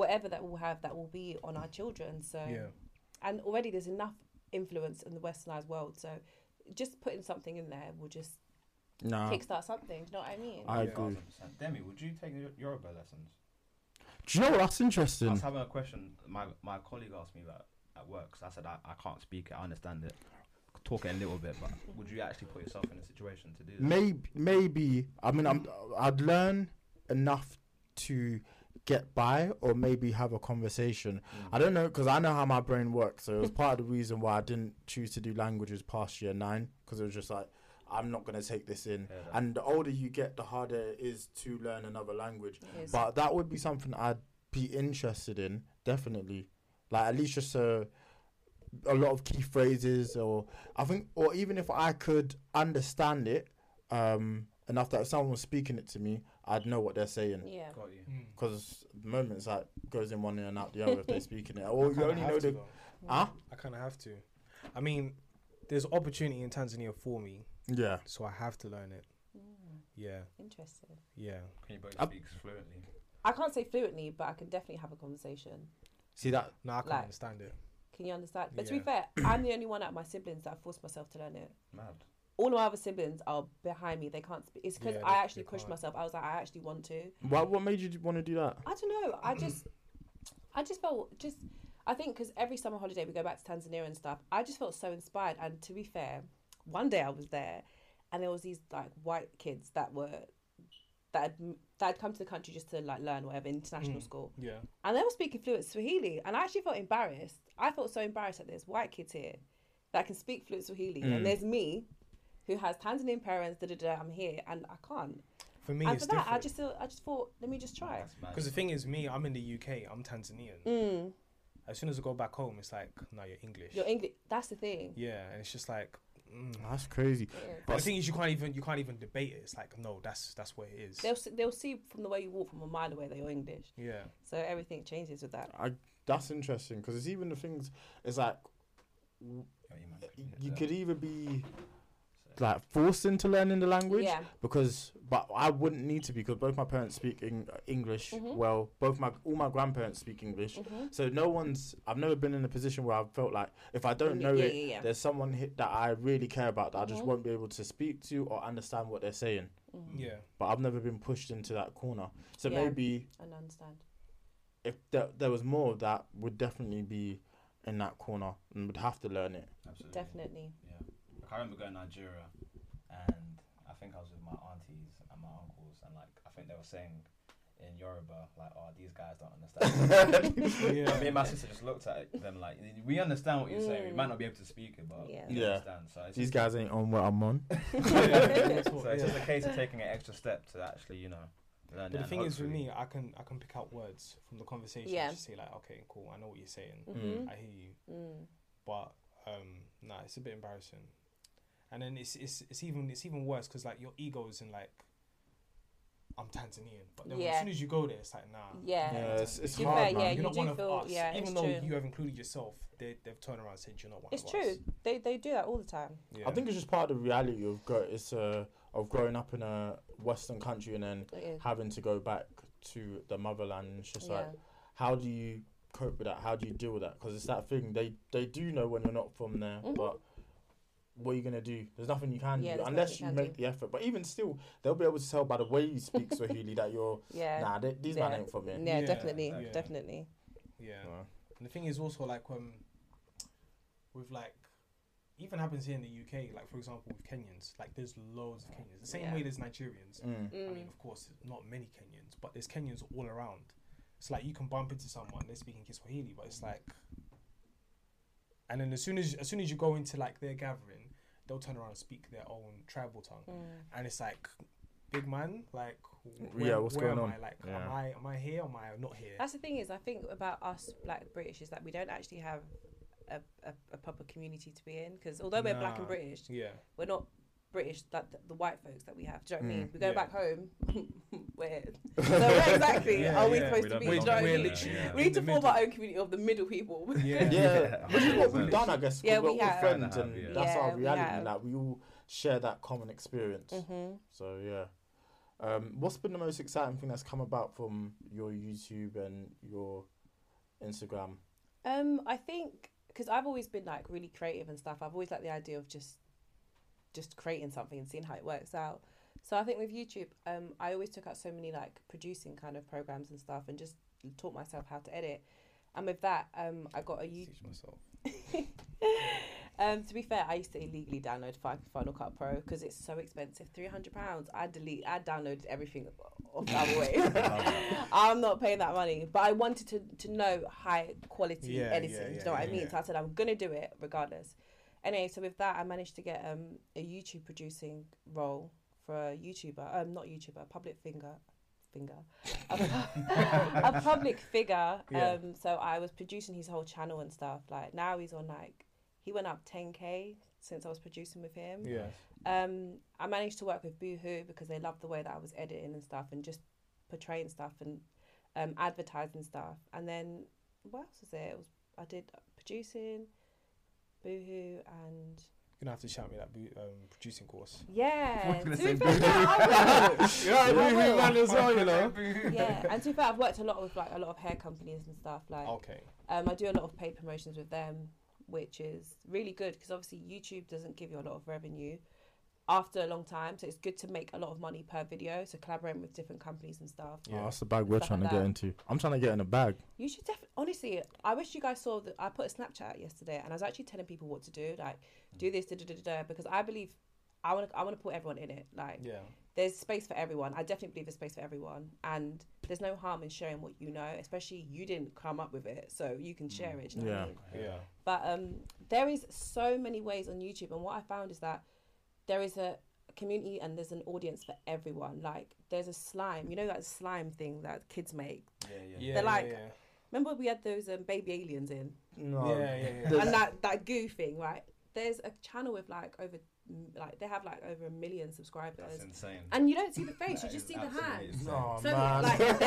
[SPEAKER 4] whatever that we'll have that will be on our children. So
[SPEAKER 1] yeah
[SPEAKER 4] and already there's enough influence in the westernized world. So just putting something in there will just
[SPEAKER 2] Nah.
[SPEAKER 4] kickstart something. Do you know what I mean?
[SPEAKER 2] Uh. I
[SPEAKER 1] Yeah.
[SPEAKER 2] agree.
[SPEAKER 3] 100%. Demi, would you take your Yoruba lessons?
[SPEAKER 2] Do you know what? That's
[SPEAKER 3] I
[SPEAKER 2] interesting.
[SPEAKER 3] was having a question. My my colleague asked me that at work. 'cause I said I, I can't speak it. I understand it. Talk it a little bit, but would you actually put yourself in a situation to do that?
[SPEAKER 2] Maybe, maybe. I mean, I'm, I'd learn enough to get by or maybe have a conversation. I don't know because I know how my brain works. So it was part of the reason why I didn't choose to do languages past year nine because it was just like I'm not gonna take this in.
[SPEAKER 3] Yeah.
[SPEAKER 2] And the older you get, the harder it is to learn another language.
[SPEAKER 4] It is.
[SPEAKER 2] But that would be something I'd be interested in definitely. Like at least just a a lot of key phrases or I think or even if I could understand it um enough that if someone was speaking it to me, I'd know what they're saying
[SPEAKER 4] yeah.
[SPEAKER 3] Got you.
[SPEAKER 1] Mm.
[SPEAKER 2] because moments like goes in one ear and out the other if they're speaking it.
[SPEAKER 1] I
[SPEAKER 2] Or Oh, you
[SPEAKER 1] kinda
[SPEAKER 2] only
[SPEAKER 1] have
[SPEAKER 2] know
[SPEAKER 1] to
[SPEAKER 2] the
[SPEAKER 1] though.
[SPEAKER 2] ah
[SPEAKER 1] I kind of have to. I mean, there's opportunity in Tanzania for me,
[SPEAKER 2] yeah.
[SPEAKER 1] so I have to learn it.
[SPEAKER 4] Mm,
[SPEAKER 1] Yeah,
[SPEAKER 4] interesting.
[SPEAKER 1] yeah.
[SPEAKER 3] Can you both
[SPEAKER 2] Up.
[SPEAKER 3] speak fluently?
[SPEAKER 4] I can't say fluently, but I can definitely have a conversation.
[SPEAKER 2] See that
[SPEAKER 1] No, I can
[SPEAKER 4] Like-
[SPEAKER 1] understand it.
[SPEAKER 4] Can you understand? But to be
[SPEAKER 1] Yeah.
[SPEAKER 4] fair, I'm the only one out of my siblings that I forced myself to learn it.
[SPEAKER 3] Mad.
[SPEAKER 4] All of my other siblings are behind me. They can't speak. It's because
[SPEAKER 1] Yeah,
[SPEAKER 4] I
[SPEAKER 1] they-
[SPEAKER 4] actually
[SPEAKER 1] they
[SPEAKER 4] pushed
[SPEAKER 1] can't.
[SPEAKER 4] myself. I was like, I actually want to.
[SPEAKER 2] what what made you want to do that?
[SPEAKER 4] I don't know. I just, I just felt just. I think because every summer holiday we go back to Tanzania and stuff. I just felt so inspired. And to be fair, one day I was there, and there was these like white kids that were that had, that had come to the country just to like learn whatever international
[SPEAKER 1] Mm.
[SPEAKER 4] school,
[SPEAKER 1] Yeah,
[SPEAKER 4] and they were speaking fluent Swahili. And I actually felt embarrassed. I felt so embarrassed that there's white kids here that can speak fluent Swahili,
[SPEAKER 2] Mm.
[SPEAKER 4] and there's me, who has Tanzanian parents. Da da da. I'm here, and I can't.
[SPEAKER 1] for me,
[SPEAKER 4] and
[SPEAKER 1] it's
[SPEAKER 4] for that, I
[SPEAKER 1] different.
[SPEAKER 4] just feel, I just thought, let me just try.
[SPEAKER 3] That's mad.
[SPEAKER 1] Because the thing is, me, I'm in the UK. I'm Tanzanian.
[SPEAKER 4] Mm.
[SPEAKER 1] As soon as I go back home, it's like, no, you're English.
[SPEAKER 4] Your English. That's the thing.
[SPEAKER 1] yeah, and it's just like. Mm.
[SPEAKER 2] That's crazy.
[SPEAKER 1] But
[SPEAKER 2] But-
[SPEAKER 1] the thing is, you can't even you can't even debate it. It's like, no, that's that's what it is.
[SPEAKER 4] They'll see, they'll see from the way you walk from a mile away that you're English.
[SPEAKER 1] Yeah,
[SPEAKER 4] So everything changes with that.
[SPEAKER 2] I that's interesting because it's even the things. It's like
[SPEAKER 3] Yo, you man couldn't hit
[SPEAKER 2] you
[SPEAKER 3] that.
[SPEAKER 2] could either be
[SPEAKER 3] So-
[SPEAKER 2] like forced into learning the language
[SPEAKER 4] Yeah.
[SPEAKER 2] because but I wouldn't need to because both my parents speak in, English
[SPEAKER 4] Mhm.
[SPEAKER 2] well both my all my grandparents speak English
[SPEAKER 4] hmm
[SPEAKER 2] so no one's I've never been in a position where I've felt like if I don't
[SPEAKER 4] Yeah,
[SPEAKER 2] know
[SPEAKER 4] yeah,
[SPEAKER 2] it
[SPEAKER 4] yeah.
[SPEAKER 2] there's someone hit that I really care about that I just
[SPEAKER 4] Mhm.
[SPEAKER 2] won't be able to speak to or understand what they're saying
[SPEAKER 4] Mm,
[SPEAKER 1] yeah.
[SPEAKER 3] Mm.
[SPEAKER 2] but I've never been pushed into that corner so
[SPEAKER 4] Yeah.
[SPEAKER 2] maybe
[SPEAKER 4] I understand.
[SPEAKER 2] if there, there was more of that would definitely be in that corner and would have to learn it
[SPEAKER 3] Absolutely.
[SPEAKER 4] Definitely.
[SPEAKER 3] Yeah. Like, I remember going to Nigeria and I think I was with my aunties and my uncles and like I think they were saying in Yoruba, like, oh these guys don't understand.
[SPEAKER 1] Yeah.
[SPEAKER 3] Me and my sister just looked at it- them like we understand what you're saying. We might not be able to speak it, but
[SPEAKER 4] Yeah.
[SPEAKER 3] we
[SPEAKER 2] Yeah.
[SPEAKER 3] understand. So it's
[SPEAKER 2] these
[SPEAKER 3] just-
[SPEAKER 2] guys ain't on what I'm on
[SPEAKER 1] Yeah.
[SPEAKER 3] So it's
[SPEAKER 1] Yeah.
[SPEAKER 3] just a case of taking an extra step to actually, you know,
[SPEAKER 1] But
[SPEAKER 3] learn.
[SPEAKER 1] the
[SPEAKER 3] and
[SPEAKER 1] thing is, with
[SPEAKER 3] hopefully-
[SPEAKER 1] me, I can I can pick out words from the conversation.
[SPEAKER 4] Yeah.
[SPEAKER 1] to say like, okay, cool, I know what you're saying.
[SPEAKER 4] Mm-hmm.
[SPEAKER 1] I hear you.
[SPEAKER 4] Mm.
[SPEAKER 1] but um nah it's a bit embarrassing and then it's it's, it's even it's even worse because like your ego is in like i'm tanzanian but then
[SPEAKER 4] Yeah.
[SPEAKER 1] as soon as you go there it's like nah
[SPEAKER 4] Yeah.
[SPEAKER 1] you're not
[SPEAKER 2] Yeah, it's-
[SPEAKER 1] Tanzanian.
[SPEAKER 2] it's
[SPEAKER 4] To be
[SPEAKER 2] hard,
[SPEAKER 4] fair,
[SPEAKER 2] man.
[SPEAKER 4] yeah,
[SPEAKER 1] you're
[SPEAKER 4] you
[SPEAKER 1] not
[SPEAKER 4] do
[SPEAKER 1] one of
[SPEAKER 4] feel.
[SPEAKER 1] us
[SPEAKER 4] Yeah, it's
[SPEAKER 1] even though
[SPEAKER 4] true.
[SPEAKER 1] you have included yourself they, they've turned around and said you're not one
[SPEAKER 4] It's
[SPEAKER 1] of
[SPEAKER 4] true.
[SPEAKER 1] us
[SPEAKER 4] They they do that all the time.
[SPEAKER 1] yeah.
[SPEAKER 2] I think it's just part of the reality of grow- it's uh, of growing up in a Western country and then
[SPEAKER 4] It is.
[SPEAKER 2] having to go back to the motherland. and It's just like, how do you cope with that? How do you deal with that? Because it's that thing they they do know when you're not from there,
[SPEAKER 4] Mhm.
[SPEAKER 2] but what are you gonna do? There's nothing you can
[SPEAKER 4] Yeah,
[SPEAKER 2] do
[SPEAKER 4] there's
[SPEAKER 2] unless
[SPEAKER 4] nothing
[SPEAKER 2] you
[SPEAKER 4] you can
[SPEAKER 2] make the effort. But even still, they'll be able to tell by the way you speak Swahili that you're
[SPEAKER 4] yeah.
[SPEAKER 2] nah. They, these
[SPEAKER 4] Yeah.
[SPEAKER 2] man ain't from
[SPEAKER 4] yeah.
[SPEAKER 2] here.
[SPEAKER 1] Yeah,
[SPEAKER 4] Definitely.
[SPEAKER 1] yeah.
[SPEAKER 4] Definitely.
[SPEAKER 1] yeah
[SPEAKER 2] Yeah.
[SPEAKER 1] and the thing is also like um with like even happens here in the UK, like for example with Kenyans, like there's loads of Kenyans. The same
[SPEAKER 4] Yeah.
[SPEAKER 1] way there's Nigerians.
[SPEAKER 2] Mm.
[SPEAKER 1] I
[SPEAKER 4] Mm.
[SPEAKER 1] mean, of course, not many Kenyans, but there's Kenyans all around. It's like you can bump into someone they're speaking Kiswahili, but
[SPEAKER 4] Mm.
[SPEAKER 1] it's like, and then as soon as as soon as you go into like their gathering, they'll turn around and speak their own tribal tongue,
[SPEAKER 4] Mm.
[SPEAKER 1] and it's like, big man, like,
[SPEAKER 2] Yeah, what's
[SPEAKER 1] where
[SPEAKER 2] going
[SPEAKER 1] am
[SPEAKER 2] on?
[SPEAKER 1] I? Like,
[SPEAKER 2] Yeah.
[SPEAKER 1] am I am I here? Am I not here?
[SPEAKER 4] That's the thing is, I think about us black British is that we don't actually have a, a, a proper community to be in because although we're black and
[SPEAKER 1] Nah.
[SPEAKER 4] British,
[SPEAKER 1] yeah,
[SPEAKER 4] we're not British like the, the white folks that we have. Do you know what I mean?
[SPEAKER 2] Mm.
[SPEAKER 4] We go
[SPEAKER 1] Yeah.
[SPEAKER 4] back home. where so where exactly
[SPEAKER 1] Yeah,
[SPEAKER 4] are we
[SPEAKER 1] yeah,
[SPEAKER 4] supposed to
[SPEAKER 3] we don't
[SPEAKER 4] be? Do you know what I
[SPEAKER 3] belong there,
[SPEAKER 1] we're
[SPEAKER 4] mean?
[SPEAKER 1] literally
[SPEAKER 3] yeah.
[SPEAKER 4] We
[SPEAKER 1] in
[SPEAKER 4] need
[SPEAKER 1] the
[SPEAKER 4] to form our
[SPEAKER 1] middle.
[SPEAKER 4] own community of the middle people.
[SPEAKER 1] Yeah,
[SPEAKER 2] Yeah, which is what
[SPEAKER 3] Yeah.
[SPEAKER 2] we've done, I guess. 'cause
[SPEAKER 4] Yeah,
[SPEAKER 2] we're
[SPEAKER 4] we
[SPEAKER 2] all
[SPEAKER 4] have.
[SPEAKER 2] friends,
[SPEAKER 3] Yeah,
[SPEAKER 2] and
[SPEAKER 3] we have.
[SPEAKER 2] that's
[SPEAKER 4] Yeah,
[SPEAKER 2] our
[SPEAKER 4] we
[SPEAKER 2] reality.
[SPEAKER 4] have.
[SPEAKER 2] Like we all share that common experience.
[SPEAKER 4] Mm-hmm.
[SPEAKER 2] So yeah, um, what's been the most exciting thing that's come about from your YouTube and your Instagram?
[SPEAKER 4] Um, I think because I've always been like really creative and stuff. I've always liked the idea of just just creating something and seeing how it works out. So I think with YouTube, um, I always took out so many like producing kind of programs and stuff, and just taught myself how to edit. And with that, um, I got a YouTube.
[SPEAKER 1] Teach myself.
[SPEAKER 4] Um, to be fair, I used to illegally download Fi- Final Cut Pro because it's so expensive. Three hundred pounds. I delete. I downloaded everything off that way. I'm not paying that money, but I wanted to, to know high quality
[SPEAKER 1] Yeah,
[SPEAKER 4] editing.
[SPEAKER 1] yeah,
[SPEAKER 4] do you
[SPEAKER 1] yeah,
[SPEAKER 4] know what I
[SPEAKER 1] yeah,
[SPEAKER 4] mean?
[SPEAKER 1] yeah.
[SPEAKER 4] So I said I'm gonna do it regardless. Anyway, so with that, I managed to get um a YouTube producing role for a YouTuber. Um, not YouTuber, public finger, finger, a, pu- a public figure.
[SPEAKER 1] Yeah.
[SPEAKER 4] Um, so I was producing his whole channel and stuff. Like now he's on like he went up 10k since I was producing with him.
[SPEAKER 1] Yeah.
[SPEAKER 4] Um, I managed to work with Boohoo because they loved the way that I was editing and stuff and just portraying stuff and um, advertising stuff. And then what else was it? it was, I did producing, Boohoo, and
[SPEAKER 1] You're gonna have to shout me that boot, um, producing course.
[SPEAKER 4] yeah.
[SPEAKER 3] I was
[SPEAKER 4] To be
[SPEAKER 3] gonna
[SPEAKER 4] fair,
[SPEAKER 3] say
[SPEAKER 4] I will.
[SPEAKER 1] yeah,
[SPEAKER 4] Boohoo man
[SPEAKER 1] as well, you know.
[SPEAKER 4] yeah, and to be fair, I've worked a lot with like a lot of hair companies and stuff. Like,
[SPEAKER 1] Okay.
[SPEAKER 4] um, I do a lot of paid promotions with them, which is really good because obviously YouTube doesn't give you a lot of revenue after a long time, so it's good to make a lot of money per video. So collaborating with different companies and stuff.
[SPEAKER 2] Oh,
[SPEAKER 1] Yeah.
[SPEAKER 2] that's the bag we're
[SPEAKER 4] Stuff
[SPEAKER 2] trying to
[SPEAKER 4] like
[SPEAKER 2] get
[SPEAKER 4] that.
[SPEAKER 2] into. I'm trying to get in a bag.
[SPEAKER 4] You should definitely. Honestly, I wish you guys saw that. I put a Snapchat out yesterday, and I was actually telling people what to do, like do this, da da da da, da, because I believe I want to. I want to put everyone in it. Like,
[SPEAKER 1] Yeah.
[SPEAKER 4] there's space for everyone. I definitely believe there's space for everyone, and there's no harm in sharing what you know, especially you didn't come up with it, so you can share it. do you know what I
[SPEAKER 2] Yeah.
[SPEAKER 4] mean?
[SPEAKER 1] Yeah.
[SPEAKER 4] But um, there is so many ways on YouTube, and what I found is that there is a community and there's an audience for everyone. Like there's a slime, you know that slime thing that kids make.
[SPEAKER 3] Yeah, yeah.
[SPEAKER 1] Yeah.
[SPEAKER 4] They're like-
[SPEAKER 1] yeah,
[SPEAKER 4] Remember we had those um, baby aliens in,
[SPEAKER 1] yeah.
[SPEAKER 2] No.
[SPEAKER 1] yeah, yeah, yeah.
[SPEAKER 2] There's-
[SPEAKER 4] and that that goo thing, right? There's a channel with like over mm, like they have like over a million subscribers,
[SPEAKER 3] That's insane.
[SPEAKER 4] and you don't see the face,
[SPEAKER 3] That
[SPEAKER 4] you just see
[SPEAKER 3] is
[SPEAKER 4] the
[SPEAKER 3] absolutely
[SPEAKER 4] hand.
[SPEAKER 3] insane.
[SPEAKER 2] No,
[SPEAKER 4] So
[SPEAKER 2] Oh, man.
[SPEAKER 4] like there's,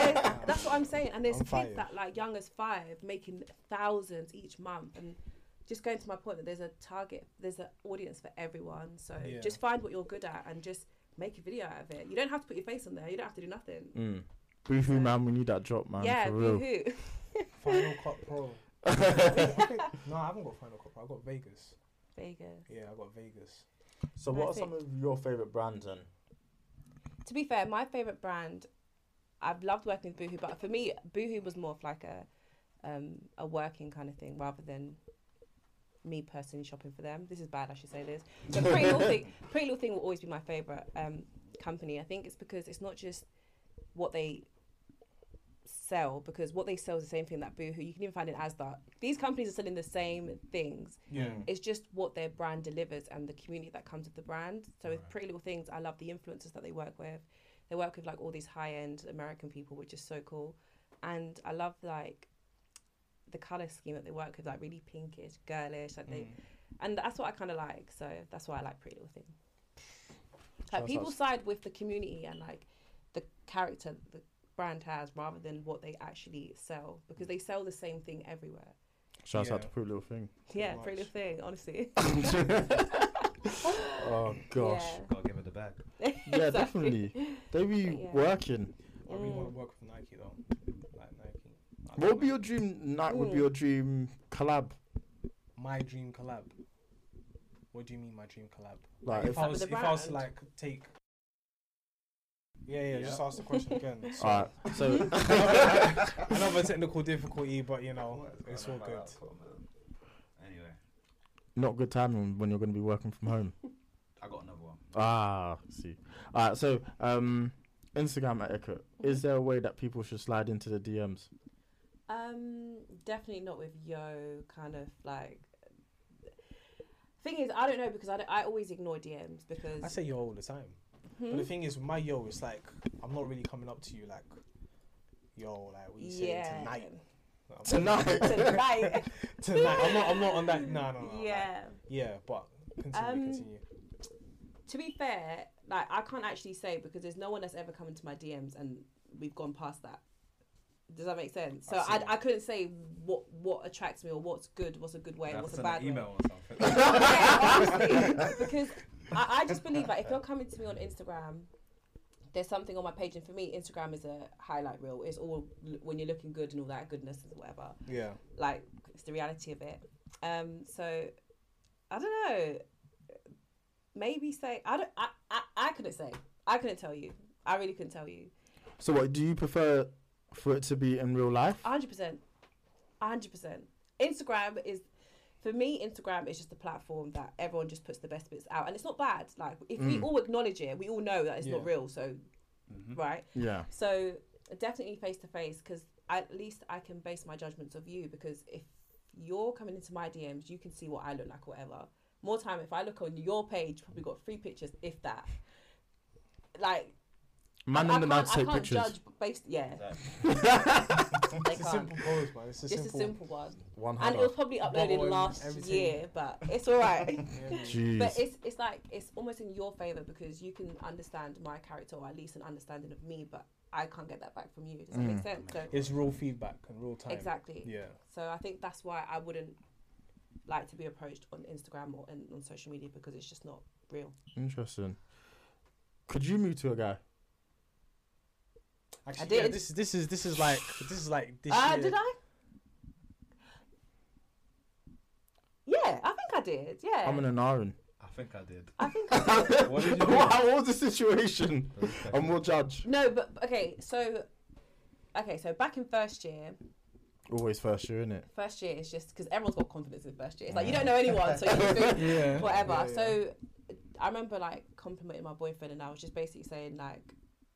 [SPEAKER 4] that's what I'm saying, and there's
[SPEAKER 1] I'm
[SPEAKER 4] kids
[SPEAKER 1] fired.
[SPEAKER 4] that like young as five making thousands each month, and just going to my point that there's a target, there's an audience for everyone. So
[SPEAKER 1] Yeah.
[SPEAKER 4] just find what you're good at and just make a video out of it. You don't have to put your face on there. You don't have to do nothing.
[SPEAKER 2] Mm. Boohoo, man. We need that drop, man.
[SPEAKER 4] yeah,
[SPEAKER 2] for real.
[SPEAKER 4] boohoo.
[SPEAKER 1] Final Cut Pro. I think- no, I haven't got Final Cut Pro. I got Vegas.
[SPEAKER 4] Vegas.
[SPEAKER 1] Yeah, I got Vegas.
[SPEAKER 2] So, what are some of your favorite brands then?
[SPEAKER 4] To be fair, my favorite brand, I've loved working with Boohoo, but for me, Boohoo was more of like a um, a working kind of thing rather than me personally shopping for them. This is bad, I should say this. But Pretty Little Thing, Pretty Little Thing will always be my favorite um, company. I think it's because it's not just what they sell, because what they sell is the same thing that Boohoo. You can even find it as that. These companies are selling the same things.
[SPEAKER 1] Yeah.
[SPEAKER 4] It's just what their brand delivers and the community that comes with the brand. So with
[SPEAKER 3] Right.
[SPEAKER 4] Pretty Little Things, I love the influencers that they work with. They work with like all these high end American people, which is so cool. And I love like the color scheme that they work with, like really pinkish, girlish, like they,
[SPEAKER 1] Mm.
[SPEAKER 4] and that's what I kind of like. So that's why I like Pretty Little Thing. Like
[SPEAKER 2] Sounds
[SPEAKER 4] people
[SPEAKER 2] nice.
[SPEAKER 4] side with the community and like the character the brand has rather than what they actually sell because they sell the same thing everywhere.
[SPEAKER 2] Shouts out
[SPEAKER 1] Yeah.
[SPEAKER 2] to Pretty Little Thing.
[SPEAKER 4] Yeah,
[SPEAKER 1] much.
[SPEAKER 4] Pretty Little Thing, honestly.
[SPEAKER 2] Oh gosh.
[SPEAKER 4] Yeah.
[SPEAKER 3] Gotta give her the bag.
[SPEAKER 2] Yeah, definitely. They be
[SPEAKER 4] But yeah.
[SPEAKER 2] working.
[SPEAKER 1] I really want
[SPEAKER 4] Mm.
[SPEAKER 1] to work with Nike though. Like Nike. I
[SPEAKER 2] What
[SPEAKER 1] don't
[SPEAKER 2] would be
[SPEAKER 1] know.
[SPEAKER 2] your dream? Night would be
[SPEAKER 4] Mm.
[SPEAKER 2] your dream collab.
[SPEAKER 1] my dream collab? What do you mean my dream collab?
[SPEAKER 2] Like,
[SPEAKER 1] if I
[SPEAKER 4] Like
[SPEAKER 1] was,
[SPEAKER 4] with
[SPEAKER 1] if
[SPEAKER 4] the
[SPEAKER 1] I was to,
[SPEAKER 4] brand?
[SPEAKER 1] like take. Yeah, yeah. Just
[SPEAKER 3] Yeah.
[SPEAKER 1] ask the question again. So,
[SPEAKER 2] Alright, so
[SPEAKER 1] another technical difficulty, but you know it's all good.
[SPEAKER 3] Anyway,
[SPEAKER 2] not good timing when you're going to be working from home.
[SPEAKER 3] I got another one.
[SPEAKER 2] Ah, see. All right, so um, Instagram at Echo. Is there a way that people should slide into the DMs?
[SPEAKER 4] Um, definitely not with yo kind of like. Thing is, I don't know because I, don't- I always ignore DMs because
[SPEAKER 1] I say yo all the time, but
[SPEAKER 4] Hmm?
[SPEAKER 1] the thing is, with my yo, it's like I'm not really coming up to you like, yo, like what you say
[SPEAKER 4] yeah
[SPEAKER 1] tonight. I'm-
[SPEAKER 4] tonight
[SPEAKER 1] tonight. I'm not. I'm not on that. No, no, no. like,
[SPEAKER 4] yeah.
[SPEAKER 1] yeah, but continue.
[SPEAKER 4] Um,
[SPEAKER 1] continue.
[SPEAKER 4] To be fair, like I can't actually say because there's no one that's ever come into my DMs and we've gone past that. Does that make sense? So
[SPEAKER 1] I
[SPEAKER 4] I,
[SPEAKER 1] see.
[SPEAKER 4] I, couldn't say what what attracts me or what's good, what's a good way,
[SPEAKER 3] Have
[SPEAKER 4] what's
[SPEAKER 3] to
[SPEAKER 4] a
[SPEAKER 3] send an
[SPEAKER 4] bad way.
[SPEAKER 3] email or something.
[SPEAKER 4] Yeah, honestly, because I, I just believe that if you're coming to me on Instagram, there's something on my page, and for me, Instagram is a highlight reel. It's all l- when you're looking good and all that goodness and whatever.
[SPEAKER 1] Yeah.
[SPEAKER 4] Like it's the reality of it. Um, so I don't know. Maybe say I don't. I, I I couldn't say. I couldn't tell you. I really couldn't tell you.
[SPEAKER 2] So, what do you prefer for it to be in real life?
[SPEAKER 4] hundred percent, hundred percent. Instagram is for me, Instagram is just a platform that everyone just puts the best bits out, and it's not bad. Like if we
[SPEAKER 2] Mm.
[SPEAKER 4] all acknowledge it, we all know that it's not
[SPEAKER 1] Yeah.
[SPEAKER 4] real. So
[SPEAKER 3] Mm-hmm.
[SPEAKER 4] right,
[SPEAKER 2] Yeah.
[SPEAKER 4] so definitely face to face because at least I can base my judgments of you because if you're coming into my DMs, you can see what I look like, or whatever. More time if I look on your page, you probably got three pictures, if that. Like
[SPEAKER 2] Man
[SPEAKER 4] I
[SPEAKER 2] in the
[SPEAKER 4] can't,
[SPEAKER 2] night
[SPEAKER 4] I
[SPEAKER 2] take
[SPEAKER 4] can't
[SPEAKER 2] pictures.
[SPEAKER 4] judge based, yeah, they
[SPEAKER 1] It's a
[SPEAKER 4] can't.
[SPEAKER 1] simple pose, man. It's a
[SPEAKER 4] um, Just a
[SPEAKER 1] simple.
[SPEAKER 4] simple one,
[SPEAKER 2] One
[SPEAKER 4] and it was
[SPEAKER 2] hundred.
[SPEAKER 4] probably uploaded
[SPEAKER 1] Bubble and
[SPEAKER 4] last
[SPEAKER 1] everything.
[SPEAKER 4] year, but it's all right.
[SPEAKER 1] Yeah, man.
[SPEAKER 2] Jeez.
[SPEAKER 4] But it's it's like it's almost in your favor because you can understand my character or at least an understanding of me, but I can't get that back from you. Does that
[SPEAKER 2] Mm.
[SPEAKER 4] make sense? So
[SPEAKER 1] It's real feedback and real time.
[SPEAKER 4] exactly.
[SPEAKER 1] Yeah.
[SPEAKER 4] So I think that's why I wouldn't like to be approached on Instagram or in, on social media because it's just not real.
[SPEAKER 2] Interesting. Could you move to a guy?
[SPEAKER 1] Actually,
[SPEAKER 4] did.
[SPEAKER 1] yeah, this this is this is like this is like this
[SPEAKER 4] Uh,
[SPEAKER 1] year.
[SPEAKER 4] did I? Yeah, I think I did. Yeah,
[SPEAKER 2] I'm in an iron.
[SPEAKER 3] I think I did.
[SPEAKER 4] I think I did.
[SPEAKER 3] What did you do?
[SPEAKER 2] How was the situation? And we'll judge.
[SPEAKER 4] no, but okay. So okay, so back in first year,
[SPEAKER 2] Always first year, innit?
[SPEAKER 4] first year is just because everyone's got confidence in first year. It's like you don't know anyone, so you just do
[SPEAKER 1] Yeah.
[SPEAKER 4] whatever.
[SPEAKER 1] Yeah, yeah.
[SPEAKER 4] So I remember like complimenting my boyfriend, and I was just basically saying like.